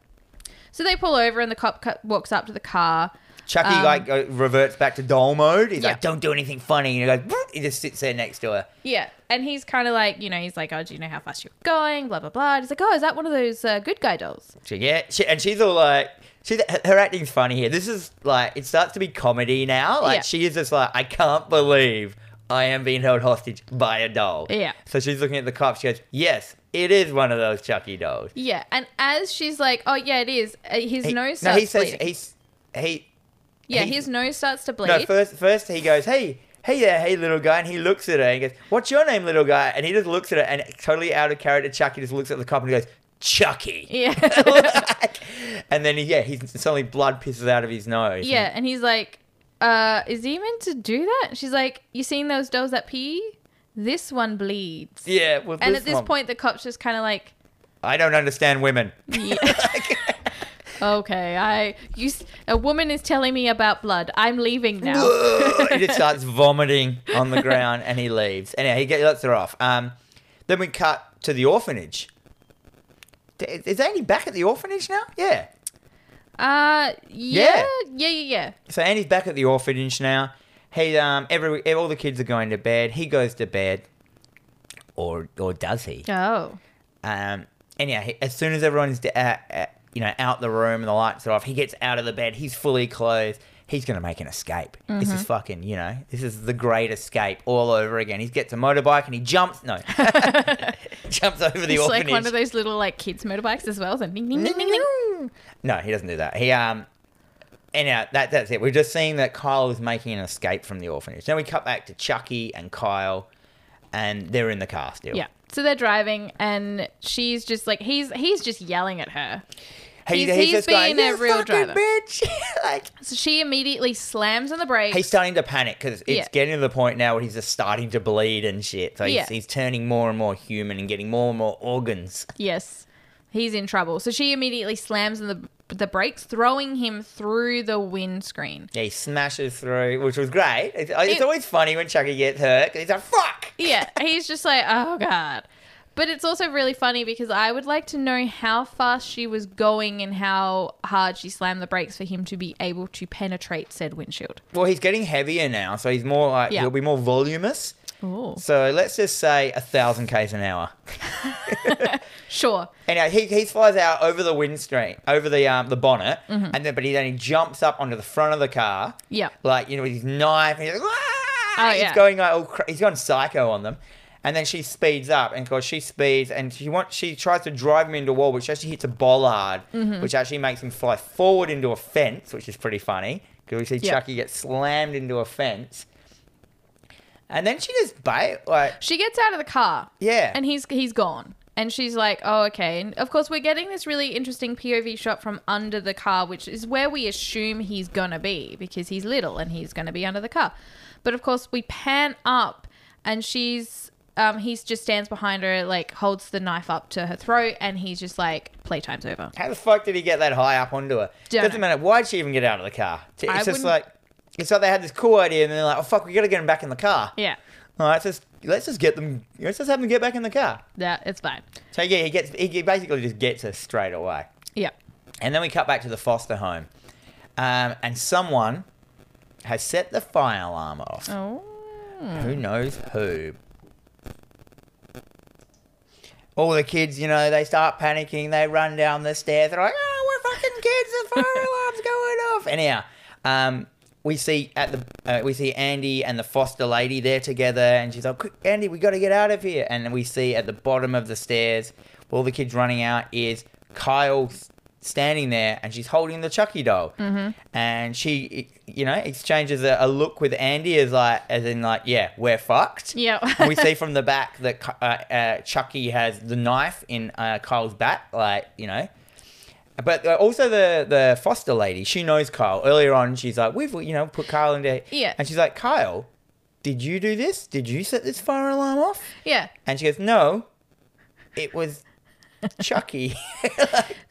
So they pull over, and the cop cu- walks up to the car.
Chucky
Um,
like uh, reverts back to doll mode. He's
Yeah.
like, "Don't do anything funny." And he goes, "Vroom." he just sits there next to her.
Yeah, and he's kind of like, you know, he's like, oh, do you know how fast you're going? Blah blah blah. And he's like, oh, is that one of those uh, good guy dolls?
She, yeah, she, and she's all like, she's her acting's funny here. This is like it starts to be comedy now. Like
Yeah.
she is just like, I can't believe I am being held hostage by a doll.
Yeah.
So she's looking at the cop. She goes, "Yes, it is one of those Chucky dolls."
Yeah, and as she's like, oh yeah, it is. uh, His
He-
nose starts
no, he says
bleeding.
he's he.
yeah,
he-
his nose starts to bleed.
No, first first he goes, "Hey." Hey there, hey little guy, and he looks at her and he goes, "What's your name, little guy?" And he just looks at her, and totally out of character, Chucky just looks at the cop and he goes, "Chucky."
yeah,
and then he, yeah, he's suddenly blood pisses out of his nose.
yeah, and he's like, uh, is he meant to do that? And She's like, you seen those dolls that pee? This one bleeds.
yeah. Well,
and at this
one-
point, the cop's just kind of like,
I don't understand women.
okay, I you s- a woman is telling me about blood. I'm leaving now.
and it starts vomiting on the ground, and he leaves. Anyway, he gets, lets her off. Um, then we cut to the orphanage. D- Is Andy back at the orphanage now? Yeah.
Uh,
Yeah.
yeah, yeah, yeah, yeah.
So Andy's back at the orphanage now. He um, every all the kids are going to bed. He goes to bed, or or does he?
Oh,
Um, and yeah, he, as soon as everyone's d- uh, uh, you know out the room and the lights are off, he gets out of the bed. He's fully clothed. He's gonna make an escape. This
Mm-hmm.
is fucking you know this is the great escape all over again. He gets a motorbike and he jumps. No, jumps over the
it's
orphanage.
like one of those little like kids motorbikes as well. So ding, ding, ding, ding, ding.
No, he doesn't do that. He um. Anyhow, that, that's it. We're just seeing that Kyle is making an escape from the orphanage. Then we cut back to Chucky and Kyle, and they're in the car still.
Yeah. So they're driving, and she's just like he's he's just yelling at her.
He-
He's- he's
just going,
being a
"You
real
fucking
driver."
bitch. like,
So she immediately slams on the brakes.
He's starting to panic because it's
Yeah.
getting to the point now where he's just starting to bleed and shit. So he's,
Yeah.
he's turning more and more human and getting more and more organs.
yes, he's in trouble. So she immediately slams on the the brakes, throwing him through the windscreen.
Yeah, he smashes through, which was great. It's, it's
It-
always funny when Chucky gets hurt 'cause he's like, fuck!
Yeah, he's just like, oh god. But it's also really funny because I would like to know how fast she was going and how hard she slammed the brakes for him to be able to penetrate said windshield.
Well, he's getting heavier now, so he's more like,
Yeah.
he'll be more voluminous.
Oh,
So let's just say a thousand k's an hour.
sure.
Anyhow, he, he flies out over the windscreen, over the um, the bonnet,
Mm-hmm.
and then but he then he jumps up onto the front of the car.
Yeah.
like you know with his knife. And he's like, "Ah!"
Oh,
he's
yeah.
going like all cra- he's gone psycho on them, and then she speeds up, and of course she speeds, and she wants she tries to drive him into a wall, which actually hits a bollard,
Mm-hmm.
which actually makes him fly forward into a fence, which is pretty funny because we see
Yeah.
Chucky get slammed into a fence, and then she just bait like
She gets out of the car.
yeah,
and he's he's gone and she's like oh okay and of course we're getting this really interesting pov shot from under the car which is where we assume he's gonna be because he's little and he's gonna be under the car but of course we pan up and she's um, he's just stands behind her like holds the knife up to her throat and he's just like playtime's over
How the fuck did he get that high up onto her?
Don't
Doesn't
know.
matter. Why'd she even get out of the car? It's
I
just
wouldn't-
like it's like they had this cool idea and they're like, oh fuck, we gotta get him back in the car.
yeah
All right, let's just let's just get them. Let's just have them get back in the car.
that it's fine
So yeah, he gets he basically just gets her straight away.
yeah
And then we cut back to the foster home, um, and someone has set the fire alarm off.
oh
Who knows who? All the kids, you know, they start panicking. They run down the stairs. They're like, "Oh, we're fucking kids! The fire alarm's going off!" Anyhow, um, we see at the uh, we see Andy and the foster lady there together, and she's like, "Quick, Andy, we got to get out of here!" And then we see at the bottom of the stairs, all the kids running out is Kyle s- standing there, and she's holding the Chucky doll, mm-hmm. and she, you know, exchanges a, a look with Andy as like, as in like, "Yeah, we're fucked."
yeah
And we see from the back that Ki- uh, uh, Chucky has the knife in uh, Kyle's back, like you know. But uh, also the the foster lady, she knows Kyle. Earlier on, she's like, "We've you know put Kyle into
Yeah.
and she's like, "Kyle, Did you do this? Did you set this fire alarm off?
Yeah.
And she goes, No, it was Chucky.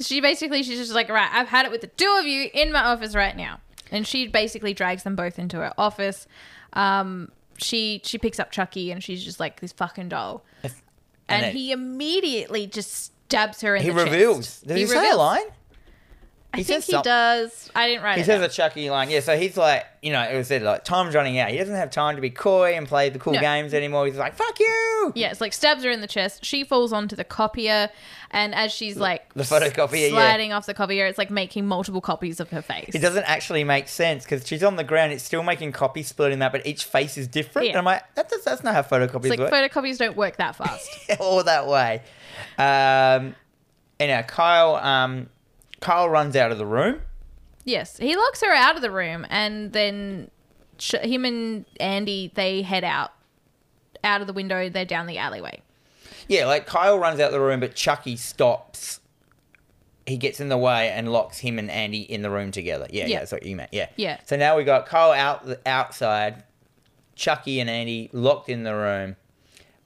She basically, she's just like, right, I've had it with the two of you in my office right now. And she basically drags them both into her office. Um, she she picks up Chucky and she's just like this fucking doll,
and
and
it-
he immediately just stabs her in
he
the chest.
reveals. Did he, say a
reveals.
line?
I
He
think
says
he
some-
does. I didn't write
He
it.
says
down.
a Chucky line. Yeah, so he's like, you know, it was said like time's running out. He doesn't have time to be coy and play the cool
No.
games anymore. He's like, fuck you.
Yeah, it's like stabs her in the chest. She falls onto the copier, and as she's like
the photocopier, yeah.
sliding off the copier, it's like making multiple copies of her face.
It doesn't actually make sense because she's on the ground. It's still making copy splitting that, but each face is different.
Yeah.
And I'm like, that does, that's not how photocopies
It's like
work.
photocopies don't work that fast.
all that way. Um, anyhow, Kyle, um, Kyle runs out of the room.
yes, he locks her out of the room, and then sh- him and Andy they head out out of the window. They're down the alleyway.
Yeah, like Kyle runs out of the room, but Chucky stops. He gets in the way and locks him and Andy in the room together. Yeah, yeah,
Yeah.
that's what you meant. Yeah,
Yeah.
So now we got Kyle out the outside, Chucky and Andy locked in the room,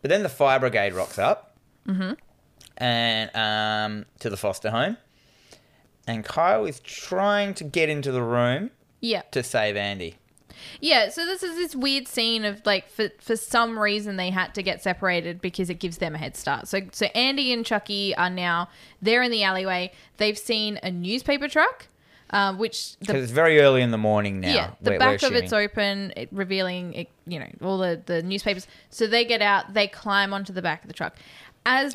but then the fire brigade rocks up, mm-hmm. and um, to the foster home, and Kyle is trying to get into the room
Yeah,
to save Andy.
yeah. So this is this weird scene of like for for some reason they had to get separated because it gives them a head start. So so Andy and Chucky are now they're in the alleyway. They've seen a newspaper truck, uh, which the
Because it's very early in the morning now.
Yeah, the
we're-
back
we're
of it's
assuming.
open, it, revealing it, you know all the, the newspapers. So they get out, they climb onto the back of the truck. As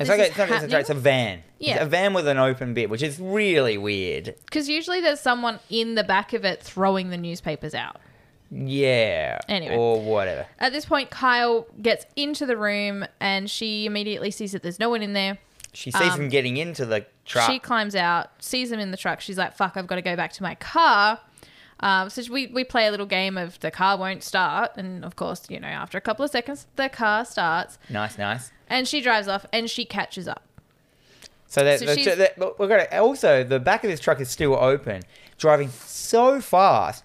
It's
this
like
is
it's not just a
happening,
truck, it's a van.
Yeah.
It's a van with an open bit, which is really weird.
because usually there's someone in the back of it throwing the newspapers out.
Yeah.
Anyway.
Or whatever.
At this point, Kyle gets into the room and she immediately sees that there's no one in there.
She sees
Um,
him getting into the truck.
She climbs out, sees him in the truck. She's like, "Fuck, I've got to go back to my car." Um, so we we play a little game of the car won't start, and of course, you know, after a couple of seconds, the car starts,
nice, nice.
and she drives off, and she catches up.
So that,
So
that-
she's-
that- but we've got to, also the back of this truck is still open, driving so fast.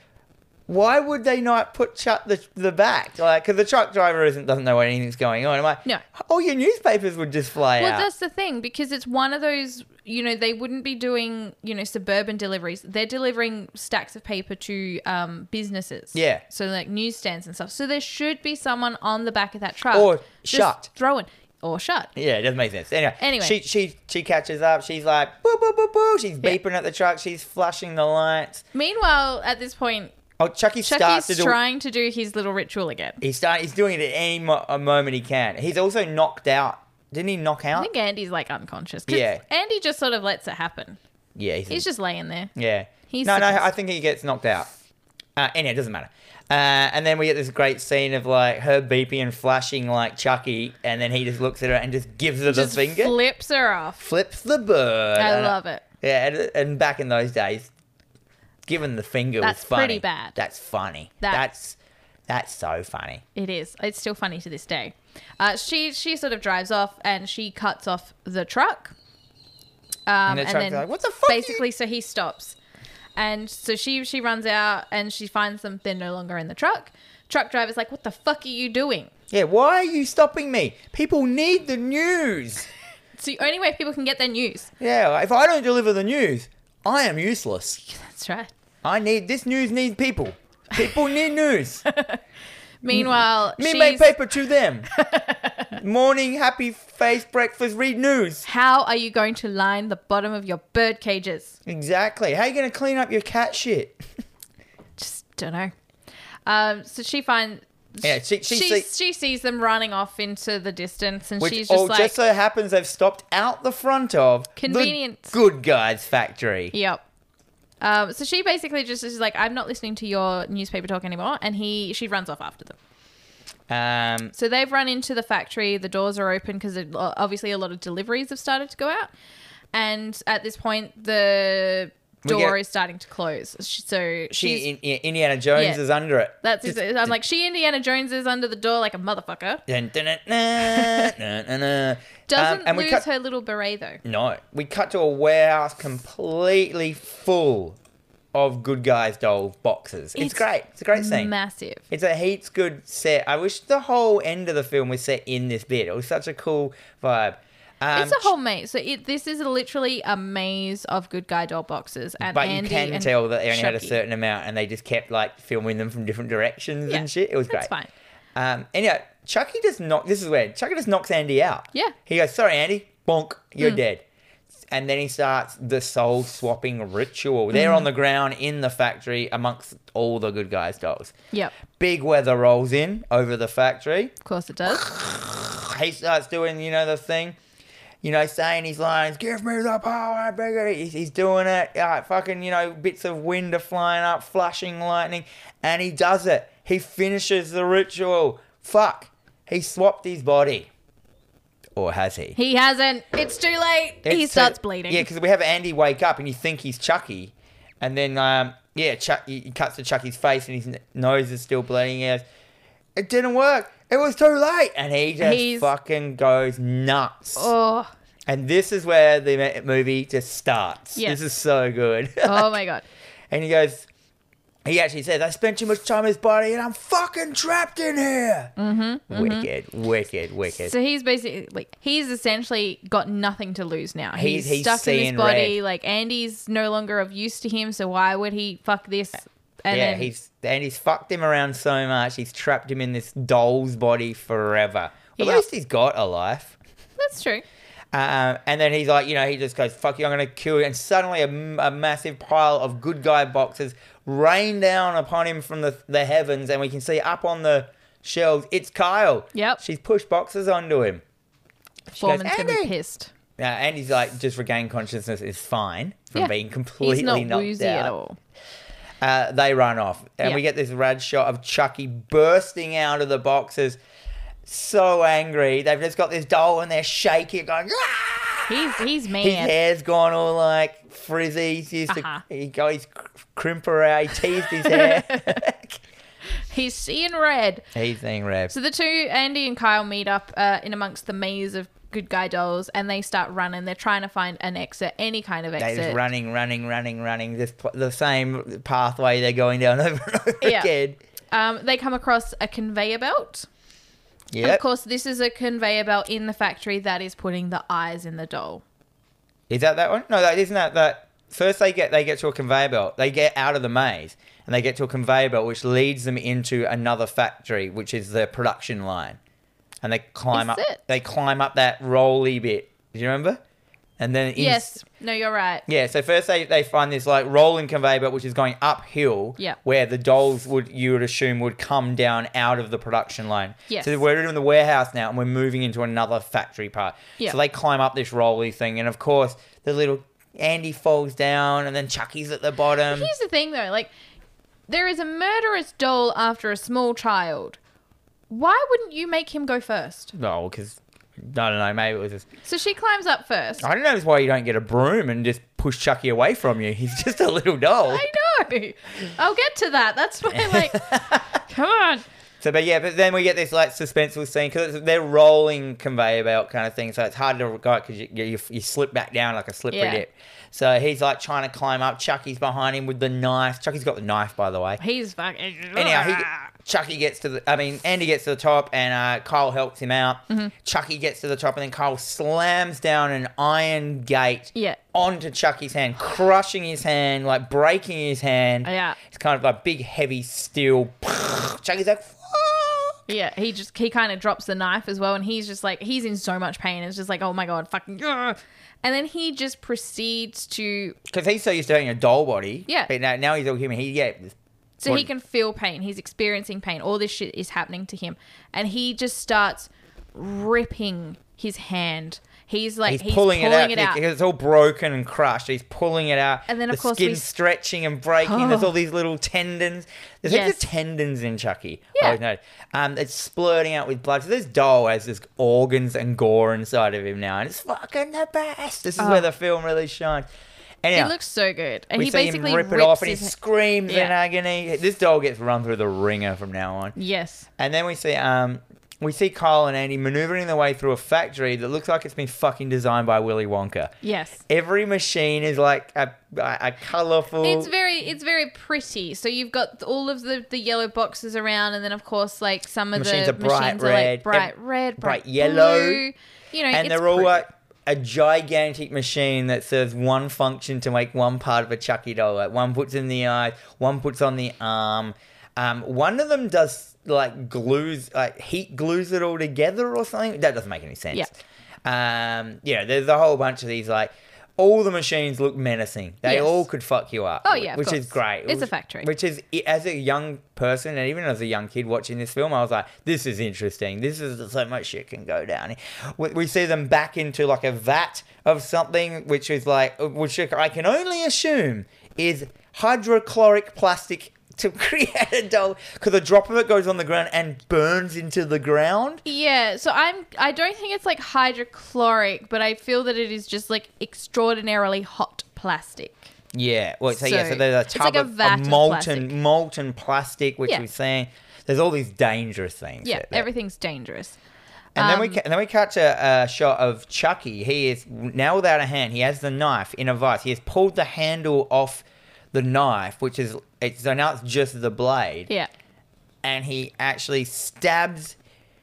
Why would they not put shut the the back? Like, because the truck driver isn't doesn't know anything's going on. I'm like,
No.
all your newspapers would just fly
Well,
out.
that's the thing because it's one of those, you know, they wouldn't be doing, you know, suburban deliveries. They're delivering stacks of paper to um, businesses.
Yeah.
So like newsstands and stuff. So there should be someone on the back of that truck.
Or
just
shut.
Throwing. Or shut.
Yeah, it doesn't make sense. Anyway,
Anyway.
she she she catches up. She's like, boo boo boo boo. She's
Yeah.
beeping at the truck. She's flashing the lights.
Meanwhile, at this point,
Oh, Chucky starts to
Chucky's
do.
trying to do his little ritual again.
He start. He's doing it at any mo- a moment he can. He's also knocked out. Didn't he knock
I
out?
think Andy's like unconscious. 'cause
Yeah.
Andy just sort of lets it happen.
yeah, he's,
He's just laying there.
yeah.
he's
no, no.
supposed-
I think he gets knocked out. Uh, anyway, it doesn't matter. Uh, and then we get this great scene of like her beeping and flashing like Chucky, and then he just looks at her and just gives her
Just
the finger,
flips her off.
flips the bird.
I
And-
love it.
Yeah, and, and back in those days, giving the finger
That's
was funny.
pretty bad.
That's funny.
That-
That's that's so funny.
It is. It's still funny to this day. Uh, she she sort of drives off and she cuts off the truck.
And
Um,
the
and
truck's
then
like, "What the fuck you-"
Basically, so he stops, and so she she runs out and she finds them. They're no longer in the truck. Truck driver's like, "What the fuck are you doing?"
Yeah, why are you stopping me? People need the news.
It's the only way people can get their news.
Yeah, if I don't deliver the news, I am useless.
That's right.
I need this news needs people. People need news.
Meanwhile,
Me make
she's,
paper to them. Morning, happy face breakfast, read news.
how are you going to line the bottom of your bird cages?
Exactly. How you gonna clean up your cat shit?
Just don't know. Um, so she finds.
Yeah, she- she
she,
see-
she sees them running off into the distance, and
Which
she's just
oh,
like,
just so happens they've stopped out the front of the
Convenience.
Good Guys Factory.
Yep. Um, so she basically just is like, I'm not listening to your newspaper talk anymore, and he she runs off after them.
Um,
So they've run into the factory. The doors are open because obviously a lot of deliveries have started to go out, and at this point the
We
door
get-
is starting to close. Sh- So she's
she in, in- Indiana Jones
Yeah.
is under it.
that's exa- I'm like she Indiana Jones is under the door like a motherfucker.
Dun, dun, dun, dun, dun, dun, dun. Um,
Doesn't
and we
lose
cut,
her little beret though.
No, we cut to a warehouse completely full of good guys doll boxes. It's,
It's
great. It's a great scene.
Massive.
It's a heaps good set. I wish the whole end of the film was set in this bit. It was such a cool vibe. Um,
it's a whole maze. So it, this is literally a maze of good guy doll boxes. And
but
Andy
you can
and
tell that they only had a
Chucky.
certain amount, and they just kept like filming them from different directions
Yeah,
and shit. It was great.
That's fine.
Um, anyhow, Chucky just knock. This is weird. Chucky just knocks Andy out.
Yeah. Mm.
He goes, "Sorry, Andy. Bonk. You're dead." And then he starts the soul swapping ritual. They're
Mm.
on the ground in the factory amongst all the good guys' dogs.
Yep.
Big weather rolls in over the factory.
Of course it does.
He starts doing, you know, the thing. You know, saying his lines, give me the power, bigger. He's, he's doing it. Uh, fucking, you know, bits of wind are flying up, flashing lightning. And he does it. He finishes the ritual. Fuck. He swapped his body. Or has he?
He hasn't. It's too late. he
It's too-
starts bleeding.
Yeah, because we have Andy wake up and you think he's Chucky, and then um, yeah, Chuck he he cuts to Chucky's face and his n- nose is still bleeding. He goes, it didn't work. It was too late, and he just
He's-
fucking goes nuts.
oh,
And this is where the ma- movie just starts.
Yes.
This is so good.
oh my god.
and he goes, he actually says, "I spent too much time in his body, and I'm fucking trapped in here." Mm-hmm, wicked, wicked, wicked.
So he's basically like he's essentially got nothing to lose now.
He's-
He's,
he's
stuck in
seeing
his body. Like Andy's no longer of use to him. So why would he fuck this? And
Uh, yeah,
then,
he's and he's fucked him around so much. He's trapped him in this doll's body forever. At
Yeah.
least he's got a life.
that's true.
Um, and then he's like, you know, he just goes, "Fuck you, I'm gonna kill you." And suddenly, a, m- a massive pile of good guy boxes rain down upon him from the the heavens, and we can see up on the shelves, it's Kyle.
Yep.
she's pushed boxes onto him. She goes,
Foreman's gonna
"Andy!"
be pissed.
Uh, and he's like, just regain consciousness is fine from
Yeah.
being completely
He's not
knocked
woozy
out.
at all.
Uh, they run off, and
Yeah.
we get this rad shot of Chucky bursting out of the boxes, so angry. They've just got this doll and they're shaking, going. "Ah!"
He's he's
His
mad.
hair's gone all like frizzy. He's used
Uh-huh.
to, he got his cr- crimper out. He teased his hair.
He's seeing red.
he's being revved.
So the two, Andy and Kyle, meet up uh, in amongst the maze of good guy dolls and they start running. They're trying to find an exit, any kind of
They're just
exit.
running, running, running, running. This pl- the same pathway they're going down over and over
Yeah.
again.
Um, they come across a conveyor belt. And
Yep.
Of course, this is a conveyor belt in the factory that is putting the eyes in the doll.
Is that that one? No, that isn't that that. First, they get they get to a conveyor belt. They get out of the maze and they get to a conveyor belt, which leads them into another factory, which is the production line. And they climb
Is
up.
it?
They climb up that rolly bit. Do you remember? And then in-
Yes. No, you're right.
yeah. So first they, they find this like rolling conveyor belt, which is going uphill.
Yeah.
Where the dolls would you would assume would come down out of the production line.
Yes.
So we're in the warehouse now, and we're moving into another factory part.
Yeah.
So they climb up this rolly thing, and of course the little Andy falls down, and then Chucky's at the bottom.
Here's the thing, though. Like, there is a murderous doll after a small child. Why wouldn't you make him go first?
No, because I don't know. Maybe it was just
So she climbs up first.
I don't know why you don't get a broom and just push Chucky away from you. He's just a little doll.
I know. I'll get to that. That's why, like, come on.
So, but yeah, but then we get this like suspenseful scene because they're rolling conveyor belt kind of thing, so it's hard to regard because you, you you slip back down like a slippery
Yeah.
dip. So he's like trying to climb up. Chucky's behind him with the knife. Chucky's got the knife, by the way.
He's fucking.
Anyhow, he, Chucky gets to the. I mean, Andy gets to the top, and uh, Kyle helps him out.
Mm-hmm.
Chucky gets to the top, and then Kyle slams down an iron gate
Yeah.
onto Chucky's hand, crushing his hand, like breaking his hand.
Yeah.
it's kind of like big, heavy steel. Chucky's like. "Fuck."
Yeah, he just he kind of drops the knife as well, and he's just like he's in so much pain. It's just like oh my god, fucking. ugh. And then he just proceeds to
Because he's so used to having a doll body.
Yeah.
But now, now he's all human. He, yeah.
so he
What-
can feel pain. He's experiencing pain. All this shit is happening to him, and he just starts ripping his hand. He's like
He's,
he's,
pulling, it out.
out.
Because it's all broken and crushed. He's pulling it out.
And then, of
the
course,
skin
we-
stretching and breaking. There's all these little tendons. There's heaps of
Yes.
tendons in Chucky.
Yeah.
Oh, no. Um, it's splurting out with blood. So this doll has this organs and gore inside of him now, and it's fucking the best. This is
Oh.
where the film really shines. Anyhow,
It looks so good, and
we
he
see
basically
him rip it
rips
off, and he
his,
screams in
Yeah.
agony. This doll gets run through the ringer from now on.
yes,
And then we see um we see Kyle and Andy maneuvering their way through a factory that looks like it's been fucking designed by Willy Wonka.
Yes.
Every machine is like a, a, a colorful.
It's very it's very pretty. So you've got all of the, the yellow boxes around, and then of course like some of
Machines
the
are bright
machines are
red,
like bright
ev-
red,
bright
bright,
yellow,
blue. You know,
and
it's
they're all
pretty.
like a gigantic machine that serves one function to make one part of a Chucky doll. Like one puts in the eye, one puts on the arm. Um, one of them does like glues, like heat glues it all together or something. That doesn't make any sense.
Yeah.
Um, yeah, there's a whole bunch of these like. All the machines look menacing. They
Yes.
all could fuck you up.
Oh, yeah, of
which is
course.
great.
It's a
Which-
factory.
Which is as a young person and even as a young kid watching this film, I was like, "This is interesting. This is so much shit can go down." We, we see them back into like a vat of something, which is like, uh, which I can only assume is hydrochloric plastic to create a doll because a drop of it goes on the ground and burns into the ground.
Yeah, so I'm I don't think it's like hydrochloric, but I feel that it is just like extraordinarily hot plastic.
Yeah. Well, so, yeah, so
So,
there's a
it's
tub
like a
of, of
vat of
molten
plastic.
molten plastic, which
Yeah.
we're seeing. There's all these dangerous things.
Yeah,
that- that-
everything's dangerous.
And then we
Um,
ca- and then we catch a, a shot of Chucky. He is now without a hand. He has the knife in a vice. He has pulled the handle off the knife, which is it's, so now it's just the blade.
Yeah.
And he actually stabs.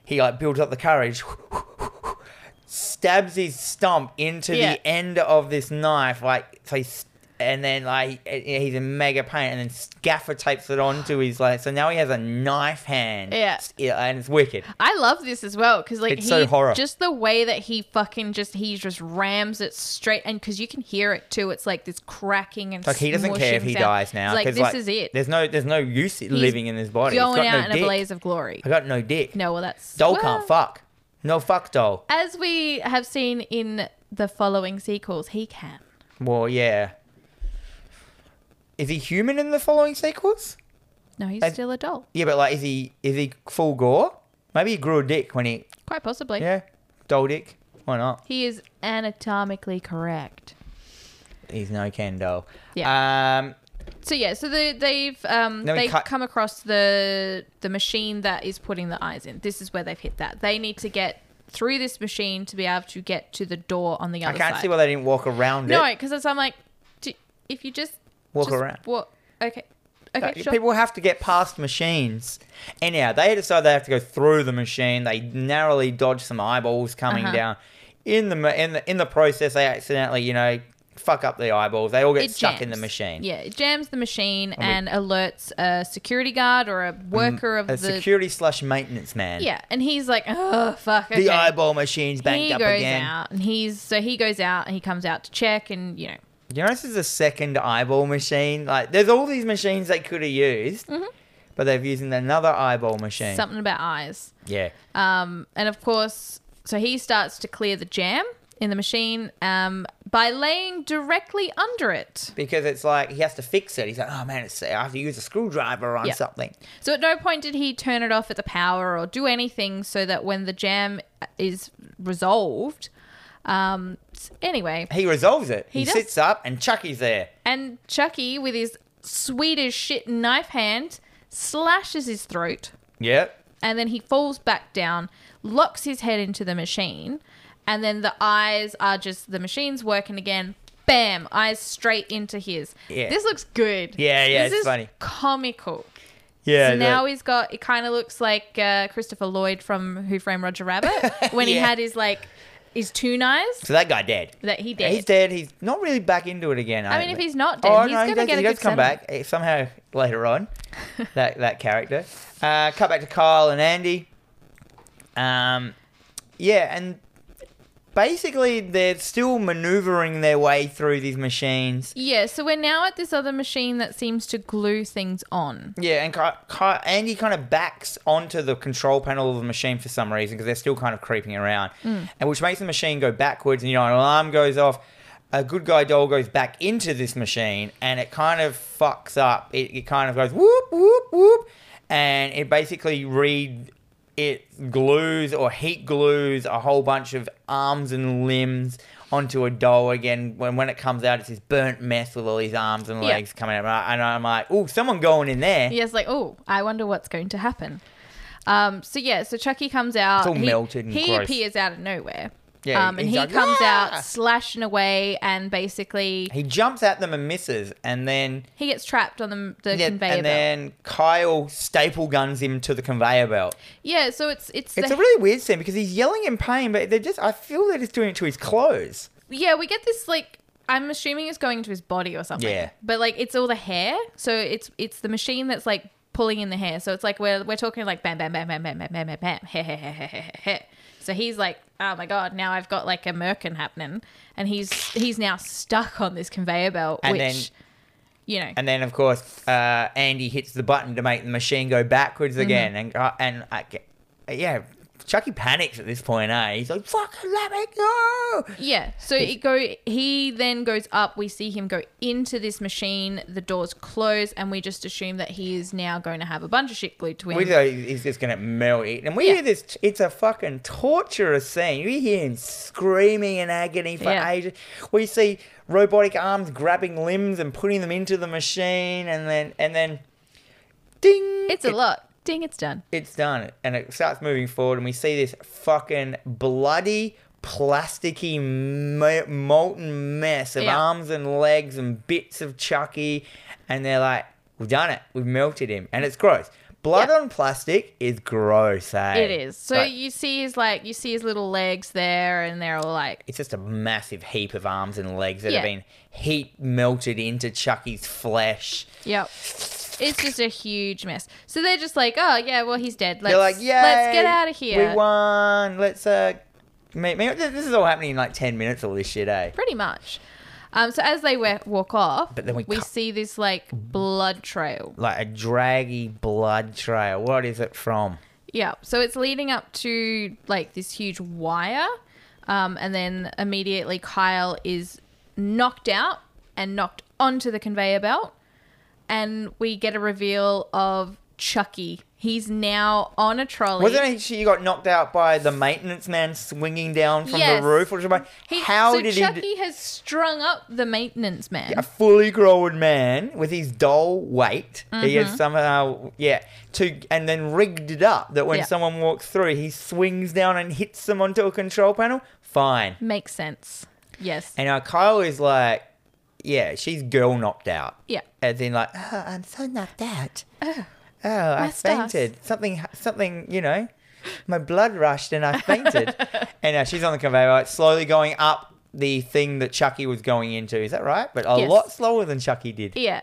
He like builds up the courage. stabs his stump into
Yeah.
the end of this knife, like so. He, s- and then like he- he's in mega pain, and then scaffer tapes it onto his like. So now he has a knife hand.
Yeah.
S- yeah, and it's wicked.
I love this as well because like
It's
he
so horror.
just the way that he fucking just he just rams it straight and because you can hear it too. It's like this cracking and
Like he doesn't care if
smushing
he
sound.
dies now.
It's like
'cause,
this is it.
There's no there's no use it
He's
living in this body. It's
Going
got
out
no
in
dick.
a blaze of glory.
I got no dick.
No, well that's
Doll
well,
can't fuck. No fuck doll.
As we have seen in the following sequels, he can.
Well, yeah. Is he human in the following sequels?
No, he's
I-
still a doll.
Yeah, but like, is he is he full gore? Maybe he grew a dick when he
Quite possibly.
yeah doll dick. Why not?
He is anatomically correct.
He's no Ken doll.
Yeah.
Um.
So yeah, so they, they've um,
Then we
they've
cut-
come across the the machine that is putting the eyes in. This is where they've hit that. They need to get through this machine to be able to get to the door on the
I
other
can't
side.
see why they didn't walk around
no,
it.
because I'm like, d- if you just
Walk
just
around.
wa- okay,
Uh,
okay, sure.
People have to get past machines. Anyhow, they decide they have to go through the machine. They narrowly dodge some eyeballs coming
Uh-huh.
down. In the ma- in the in the process, they accidentally, you know, fuck up the eyeballs. They all get
It
stuck in the
jams.
machine.
Yeah, it jams the machine
we- Mm,
and alerts a security guard or a worker of
A
the
security slash maintenance man.
yeah, and he's like, oh fuck,
The
okay.
eyeball machine's banked
he
up
goes
again.
out and he's so he goes out and he comes out to check and you know
You know, this is a second eyeball machine. Like, there's all these machines they could have used,
Mm-hmm.
but they've used another eyeball machine.
something about eyes
yeah.
um and of course so he starts to clear the jam in the machine um by laying directly under it
Because it's like he has to fix it. He's like, oh man, it's, I have to use a screwdriver on
Yeah.
something.
so at no point did he turn it off at the power or do anything so that when the jam is resolved um s- anyway
He resolves it. He,
He does.
sits up and Chucky's there.
and chucky with his sweet as shit knife hand slashes his throat
Yep.
and then he falls back down, locks his head into the machine, and then the eyes are just the machine's working again. Bam! Eyes straight into his.
Yeah.
This looks good.
Yeah, yeah,
this
it's
is
funny.
Comical.
Yeah.
so now he's got. It kind of looks like uh, Christopher Lloyd from Who Framed Roger Rabbit when he
Yeah.
had his like his two knives
so that guy dead.
that he
Yeah,
did.
He's dead. He's not really back into it again.
I mean, if
think.
he's not dead, he's
he
gonna
does-
get
he
a
does
good
come back eh, somehow later on. that that character. Uh, cut back to Kyle and Andy. Um, yeah, and basically they're still maneuvering their way through these machines.
Yeah. So we're now at this other machine that seems to glue things on.
Yeah, and Ki- Ki- Andy kind of backs onto the control panel of the machine for some reason because they're still kind of creeping around, and which makes the machine go backwards. And you know, an alarm goes off. A good guy doll goes back into this machine, and it kind of fucks up. It, it kind of goes whoop whoop whoop, and it basically re it glues or heat glues a whole bunch of arms and limbs onto a doll again. When when it comes out, it's this burnt mess with all these arms and
Yeah.
legs coming out. And I- and I'm like, oh, someone going in there.
Yes, like, oh, I wonder what's going to happen. Um, so yeah, so Chucky comes out.
all
he,
melted and
he
gross.
appears out of nowhere.
Yeah,
um, and
he's
he
like,
comes
"Ah!"
out slashing away, and basically
He jumps at them and misses, and then
he gets trapped on the, the
yeah,
conveyor
and
belt.
then Kyle staple guns him to the conveyor belt.
Yeah, so it's it's,
It's
the,
a really weird scene because he's yelling in pain, but they're just I feel they're just doing it to his clothes.
yeah. We get this like I'm assuming it's going to his body or something.
Yeah.
but like it's all the hair, so it's it's the machine that's like pulling in the hair. So it's like we're we're talking like bam bam bam bam bam bam bam bam bam hair hair hair hair hair hair. hair. So he's like, oh my god, now I've got like a merkin happening, and he's he's now stuck on this conveyor belt,
And
which
then-
you know.
And then of course uh, Andy hits the button to make the machine go backwards
Mm-hmm.
again, and uh, and I, get- yeah, Chucky panics at this point. Eh, he's like, "Fucking let me go!"
Yeah. So it go he then goes up, we see him go into this machine, the doors close, and we just assume that he is now going to have a bunch of shit glued to him.
We thought he's just gonna melt it, and we
Yeah.
hear this. It's a fucking torturous scene. We hear him screaming in agony for
Yeah.
ages. We see robotic arms grabbing limbs and putting them into the machine, and then and then, ding!
it's a
it-
lot. Ding, it's done.
It's done, and it starts moving forward, and we see this fucking bloody, plasticky, mo- molten mess of
Yeah.
arms and legs and bits of Chucky, and they're like, "We've done it. We've melted him," and it's gross. Blood
Yeah.
on plastic is gross, eh?
It is. So
Like,
you see his like you see his little legs there and they're all like
it's just a massive heap of arms and legs that
Yeah.
have been heat melted into Chucky's flesh.
Yep. It's just a huge mess. So they're just like, Oh yeah, well he's dead. Let's
They're like, yeah,
let's get out of here.
We won. Let's uh, ma- ma- this this is all happening in like ten minutes. All this shit, eh?
Pretty much. Um, so as they wa- walk off,
But then we
we
cut- Mm-hmm.
see this like blood trail
like a draggy blood trail. What is it from?
Yeah, so it's leading up to like this huge wire, um, and then immediately Kyle is knocked out and knocked onto the conveyor belt, and we get a reveal of Chucky. He's now on a trolley.
Wasn't it she got knocked out by the maintenance man swinging down from
Yes.
the roof? Or something?
He-
How
so
did
Chucky
he? d-
has strung up the maintenance man.
A fully grown man with his doll weight. He
Mm-hmm.
has somehow, yeah, to and then rigged it up that when
Yeah.
someone walks through, he swings down and hits them onto a control panel. Fine.
Makes sense. Yes.
And now Kyle is like, yeah, she's girl knocked out.
Yeah.
And then like, oh, I'm so knocked out. Oh,
my
I
stars."
fainted. Something, something, you know, my blood rushed and I fainted. and now she's on the conveyor belt, slowly going up the thing that Chucky was going into. Is that right? But a
Yes.
lot slower than Chucky did.
yeah.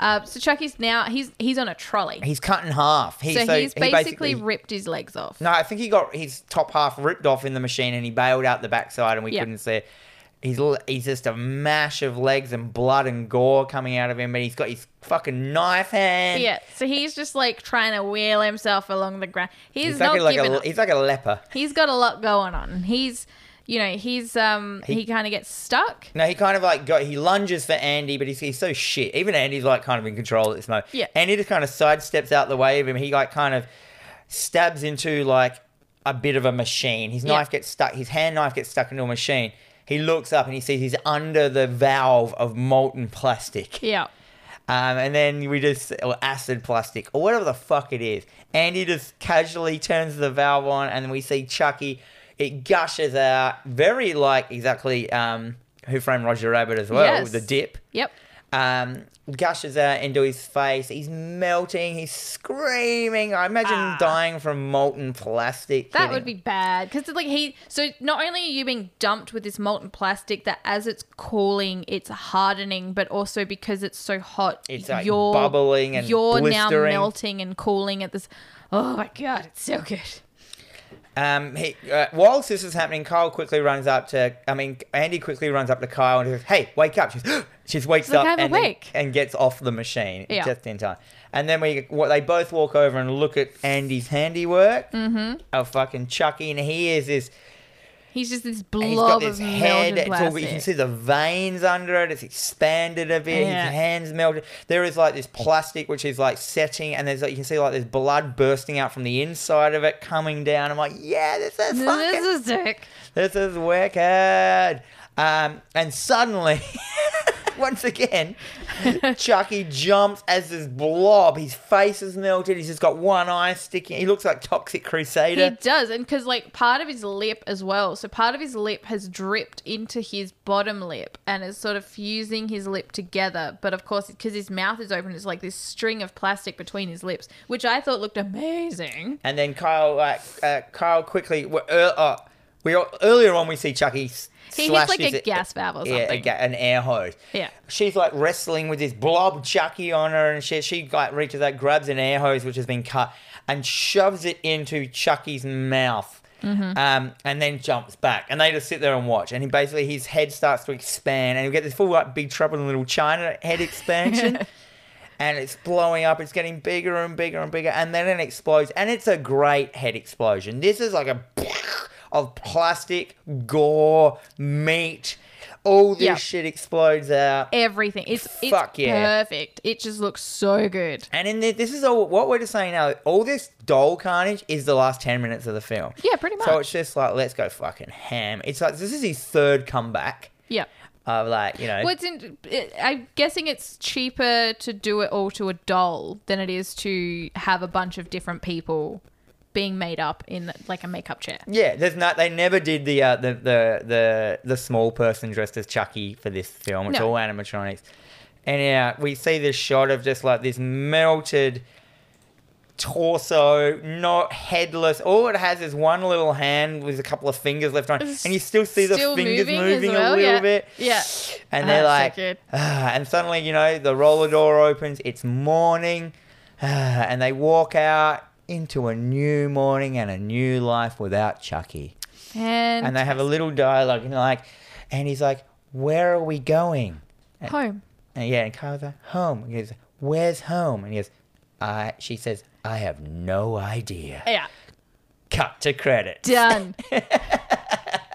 Uh, so Chucky's now he's he's on a trolley.
He's cut in half. He,
so, he's
he
basically, ripped his legs off.
No, I think he got his top half ripped off in the machine and he bailed out the backside and we
Yeah.
couldn't see it. He's, l- he's just a mash of legs and blood and gore coming out of him, but he's got his fucking knife hand.
Yeah, so he's just like trying to wheel himself along the ground. He's,
He's, like,
not
a, like, a,
giving
le-
up.
he's like a leper.
He's got a lot going on. He's, you know, he's um he, kind of gets stuck.
No, he kind of like got he lunges for Andy, but he's, he's so shit. Even Andy's like kind of in control at this moment.
Yeah.
Andy just kind of sidesteps out the way of him. He like kind of stabs into like a bit of a machine. His
Yeah.
knife gets stuck. His hand knife gets stuck into a machine. He looks up and he sees he's under the valve of molten plastic.
Yeah.
Um, and then we just, or acid plastic, or whatever the fuck it is. Andy just casually turns the valve on, and we see Chucky. It gushes out, very like exactly um, Who Framed Roger Rabbit as well,
Yes.
the dip.
Yep.
Um, gushes out into his face. He's melting, he's screaming. I imagine
Ah.
dying from molten plastic.
That
hitting-
would be bad because like he. So not only are you being dumped with this molten plastic that as it's cooling, it's hardening, but also because it's so hot,
It's, like, bubbling and
you're
blistering.
now melting and cooling at this. Oh my god, it's so good.
Um, he, uh, whilst this is happening, Kyle quickly runs up to. I mean, Andy quickly runs up to Kyle and says, "Hey, wake up!" She's, she wakes
Look,
up
I'm
and, then-
awake.
and gets off the machine
Yeah.
just in time. And then we, what they both walk over and look at Andy's handiwork mm-hmm. of fucking Chucky, and he is this.
He's just this
and He's got
blob
this
of
head.
melted
It's all,
plastic.
you can see the veins under it. It's expanded a bit.
Yeah.
His hands melted. There is like this plastic which is like setting, and there's like you can see like there's blood bursting out from the inside of it, coming down. I'm like, yeah, this is fucking
this is sick.
this is wicked. Um, and suddenly, Once again, Chucky jumps as this blob. His face is melted. He's just got one eye sticking. He looks like Toxic
He
Crusader.
does, and because like part of his lip as well, so part of his lip has dripped into his bottom lip and is sort of fusing his lip together. But of course, because his mouth is open, it's like this string of plastic between his lips, which I thought looked amazing.
and then Kyle, like uh, Kyle, quickly. we- Uh, uh, we all- earlier on we see Chucky. s-
He
slash
hits like
his-
a gas valve or
Yeah, a
something.
ga- an air hose.
Yeah.
She's like wrestling with this blob Chucky on her and shit. She like reaches out, grabs an air hose which has been cut, and shoves it into Chucky's mouth.
Mm-hmm.
Um, and then jumps back, and they just sit there and watch. And he basically his head starts to expand, and you get this full like Big Trouble in Little China head expansion, and it's blowing up. It's getting bigger and bigger and bigger, and then it explodes, and it's a great head explosion. This is like a of plastic, gore, meat. All this
Yep.
shit explodes out.
Everything. It's it's
Fuck yeah.
perfect. It just looks so good.
And in the, this is all what we're just saying now. All this doll carnage is the last ten minutes of the film.
Yeah, pretty
So
much.
it's just like let's go fucking ham. It's like this is his third comeback
Yeah.
of like you know.
Well, it's in, it, I'm guessing it's cheaper to do it all to a doll than it is to have a bunch of different people being made up in like a makeup chair.
yeah, there's not. They never did the uh, the, the the the small person dressed as Chucky for this film. It's
No.
all animatronics. And yeah, we see this shot of just like this melted torso, not headless. All it has is one little hand with a couple of fingers left on,
It's
and you still see the
still
fingers moving,
moving as well,
a little
yeah.
bit.
Yeah.
and they're
That's so
like,
good.
"Ah," and suddenly you know the roller door opens. It's morning, ah, and they walk out into a new morning and a new life without Chucky.
And,
And they have a little dialogue, and like, and he's like, "Where are we going?"
home.
And yeah, and Kyle's like, "Home." And he goes, "Where's home?" And he goes, "I." She says, "I have no idea."
Yeah.
Cut to credit.
Done.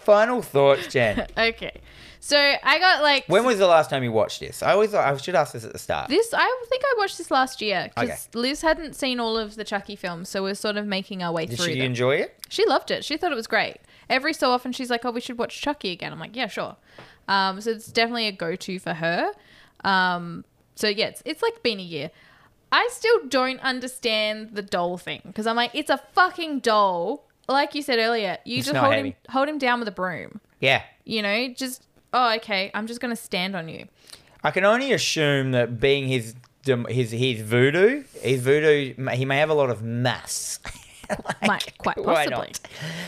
Final thoughts, Jen.
okay. So I got like
When was the last time you watched this? I always I should ask this at the start.
this. I think I watched this last year because
Okay.
Liz hadn't seen all of the Chucky films, so we're sort of making our way
Did
through
she
them.
enjoy it?
She loved it. She thought it was great. Every so often, she's like, "Oh, we should watch Chucky again." I'm like, "Yeah, sure." Um, so it's definitely a go-to for her. Um, so yeah, it's, it's like been a year. I still don't understand the doll thing because I'm like, it's a fucking doll. Like you said earlier, you
It's
just
not
hold him
heavy.
hold him down with a broom.
Yeah.
You know, just oh, okay, I'm just gonna stand on you.
I can only assume that being his dem- his his voodoo, his voodoo, he may have a lot of mass. Like,
Might, quite
why
possibly.
not?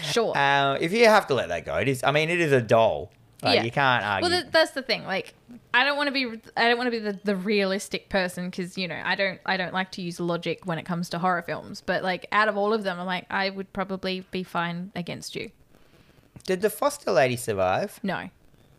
Sure.
Uh, if you have to let that go, it is. I mean, it is a doll. Like,
Yeah.
You can't argue.
Well, th- that's the thing. Like, I don't want to be, I don't want to be the, the realistic person because you know I don't, I don't like to use logic when it comes to horror films. But like, out of all of them, I'm like, I would probably be fine against you.
Did the foster lady survive?
No,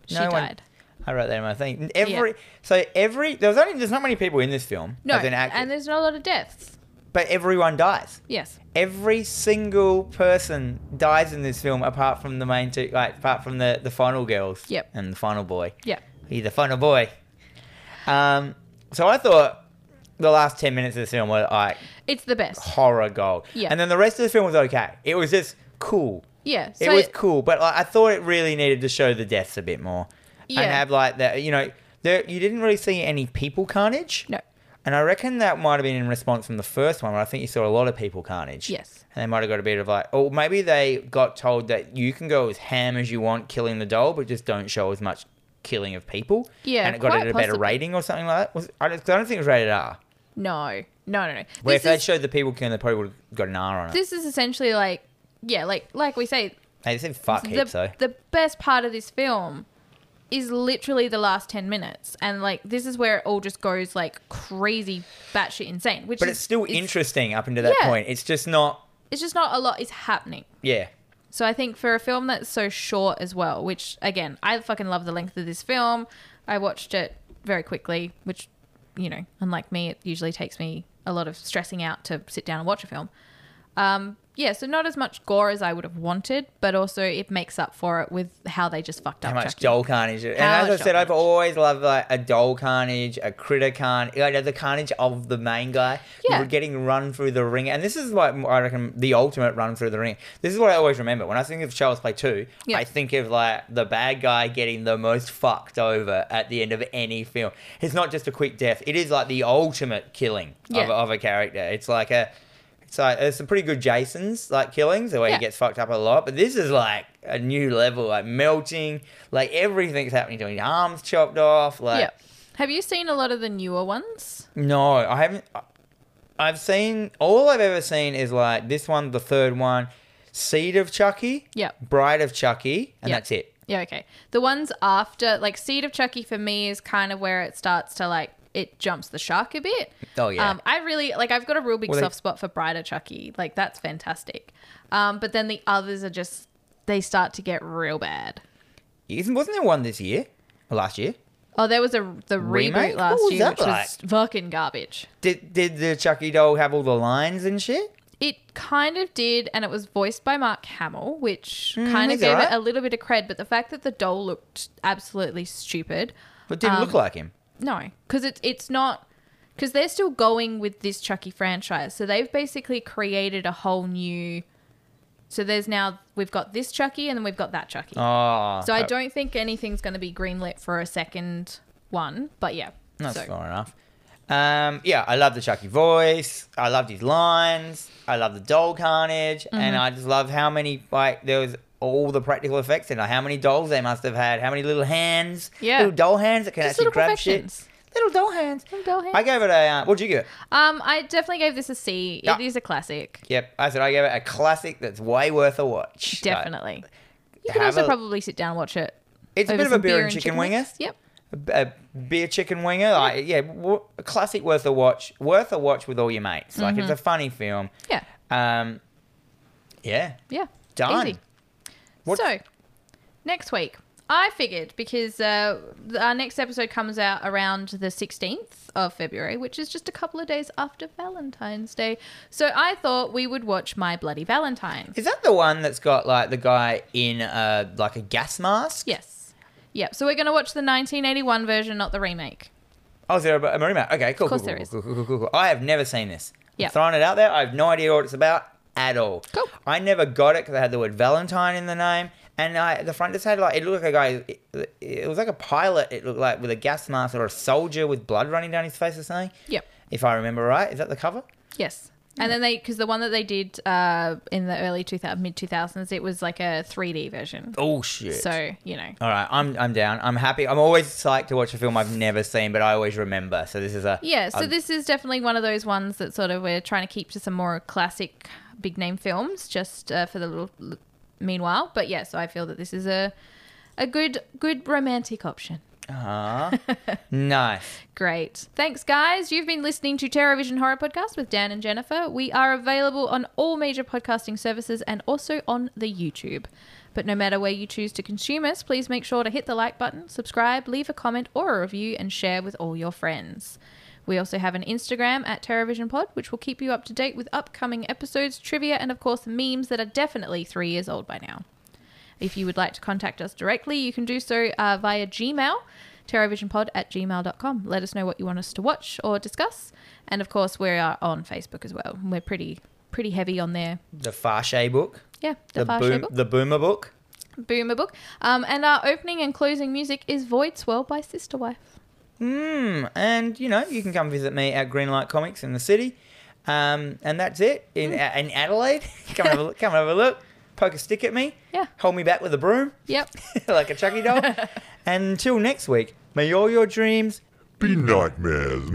she
No one-
died.
I wrote that in my thing. Every so every there's only there's not many people in this film.
No,
as in actors,
and there's not a lot of deaths.
but everyone dies.
Yes,
Every single person dies in this film, apart from the main two, like apart from the the final girls.
Yep.
And the final boy.
yeah,
He's a funner boy. Um, so I thought the last 10 minutes of the film were like
it's the best.
horror gold.
Yeah.
And then the rest of the film was okay. It was just cool.
Yeah,
It
so
was cool, but like, I thought it really needed to show the deaths a bit more.
Yeah.
And have like that, you know, there, you didn't really see any people carnage.
no,
And I reckon that might have been in response from the first one, where I think you saw a lot of people carnage.
Yes.
And they might have got a bit of like, oh, maybe they got told that you can go as ham as you want killing the doll, but just don't show as much killing of people.
Yeah,
And it got it
quite
at a better
possibly.
rating or something like that. Was, I, just, I don't think it was rated R.
no, no, no, no.
Where if
This
they
is,
showed the people killing, they probably would have got an R on it.
this is essentially like, yeah, like like we say,
they said fuck
the,
heaps, though.
the best part of this film is literally the last 10 minutes and like this is where it all just goes like crazy batshit insane which
But
is,
it's still
it's,
interesting up until that
Yeah.
point. It's just not,
it's just not a lot is happening
yeah.
so i think for a film that's so short as well which again i fucking love the length of this film i watched it very quickly which you know unlike me it usually takes me a lot of stressing out to sit down and watch a film um, yeah, so not as much gore as I would have wanted, but also it makes up for it with how they just fucked up.
How much
Chucky.
doll carnage? And as
How much
I said,
doll
I've
carnage?
always loved like a doll carnage, a critter carnage, like the carnage of the main guy. You
Yeah.
were getting run through the ring, and this is what I reckon the ultimate run through the ring. This is what I always remember when I think of Child's Play Two.
Yeah.
I think of like the bad guy getting the most fucked over at the end of any film. It's not just a quick death; it is like the ultimate killing
Yeah.
of, of a character. It's like a it's like there's some pretty good Jasons like killings, the way
Yeah.
he gets fucked up a lot. But this is like a new level, like melting, like everything's happening to him. His Arms chopped off, like
yeah. Have you seen a lot of the newer ones?
no, I haven't. I've seen all I've ever seen is like this one, the third one, Seed of Chucky,
Yeah.
Bride of Chucky, and
Yeah.
that's it.
Yeah, okay. The ones after, like Seed of Chucky for me is kind of where it starts to like it jumps the shark a bit.
Oh yeah,
Um, I really like. I've got a real big
Well, they-
soft spot for Brighter Chucky. Like that's fantastic. Um, but then the others are just they start to get real bad.
Isn't- wasn't there one this year or last year?
Oh, there was a the
Remake?
reboot last
What was
year,
that
which was fucking garbage.
Did did the Chucky doll have all the lines and shit?
It kind of did, and it was voiced by Mark Hamill, which
Mm,
kind of
he's
gave
alright.
it a little bit of cred. But the fact that the doll looked absolutely stupid,
But it didn't
Um,
look like him.
No, because it's it's not because they're still going with this Chucky franchise. So they've basically created a whole new. So there's now we've got this Chucky and then we've got that Chucky.
Oh,
so I
that-
don't think anything's going to be greenlit for a second one. But yeah,
That's
so
fair enough. Um, yeah, I love the Chucky voice. I loved his lines. I love the doll carnage, and
Mm-hmm.
I just love how many like there was all the practical effects in it. How many dolls they must have had. How many little hands?
Yeah.
little doll hands that can
Just
actually
little
grab shit.
perfections.
Little doll hands.
Little doll
I
hands.
gave it a. Uh, what'd you give it?
Um, I definitely gave this a C. It is
Yeah.
a classic,
Yep, I said I gave it a classic that's way worth a watch. Like,
definitely. You can
have
also
a-
probably sit down and watch it.
it's a
over
bit of a
some
beer, and chicken, winger.
wings. Yep.
a a beer chicken winger. Like, yeah, w- a classic worth a watch. Worth a watch with all your mates. Like,
Mm-hmm.
it's a funny film.
Yeah.
Um, yeah,
Yeah.
done.
Easy.
What-
So, next week, I figured because uh, th- our next episode comes out around the 16th of February, which is just a couple of days after Valentine's Day. So, I thought we would watch My Bloody Valentine.
Is that the one that's got like the guy in a like a gas mask?
Yes. Yep. So, we're going to watch the 1981 version, not the remake.
Oh, is there a, a Marima? Okay, cool, cool,
course
cool,
there
cool,
is.
cool, cool, cool, cool. I have never seen this. I'm
Yeah.
throwing it out there. I have no idea what it's about at all.
Cool.
I never got it because I had the word Valentine in the name, and I, the front just had like it looked like a guy. It, it was like a pilot. It looked like with a gas mask or a soldier with blood running down his face or something.
Yep.
If I remember right, is that the cover?
Yes. And then they, because the one that they did uh, in the early 2000, mid 2000s, it was like a 3D version.
Oh shit!
So, you know.
All right, I'm I'm down. I'm happy. I'm always psyched to watch a film I've never seen, but I always remember. So this is a
Yeah, so
a-
this is definitely one of those ones that sort of we're trying to keep to some more classic big name films just uh, for the little l- meanwhile. But yeah, so I feel that this is a a good good romantic option.
Ah, nice.
Great. Thanks guys. You've been listening to Terror Vision Horror Podcast with Dan and Jennifer. We are available on all major podcasting services and also on the YouTube. But no matter where you choose to consume us, please make sure to hit the like button, subscribe, leave a comment or a review, and share with all your friends. We also have an Instagram at TerraVision Pod, which will keep you up to date with upcoming episodes, trivia, and of course, memes that are definitely three years old by now. If you would like to contact us directly, you can do so uh, via Gmail, terrorvisionpod at gmail.com. Let us know what you want us to watch or discuss. And of course, we are on Facebook as well. We're pretty pretty heavy on there.
The Farche book.
Yeah,
The,
the, Far
boom,
book,
the Boomer book.
Boomer book. Um, and our opening and closing music is Void Swell by Sister Wife.
Mm, and you know you can come visit me at Greenlight Comics in the city. Um, and that's it in
Hmm.
uh, in Adelaide. come and have a look. Come and have a look. Poke a stick at me.
Yeah.
Hold me back with a broom
Yep.
like a Chucky doll. and until next week, may all your dreams
be nightmares.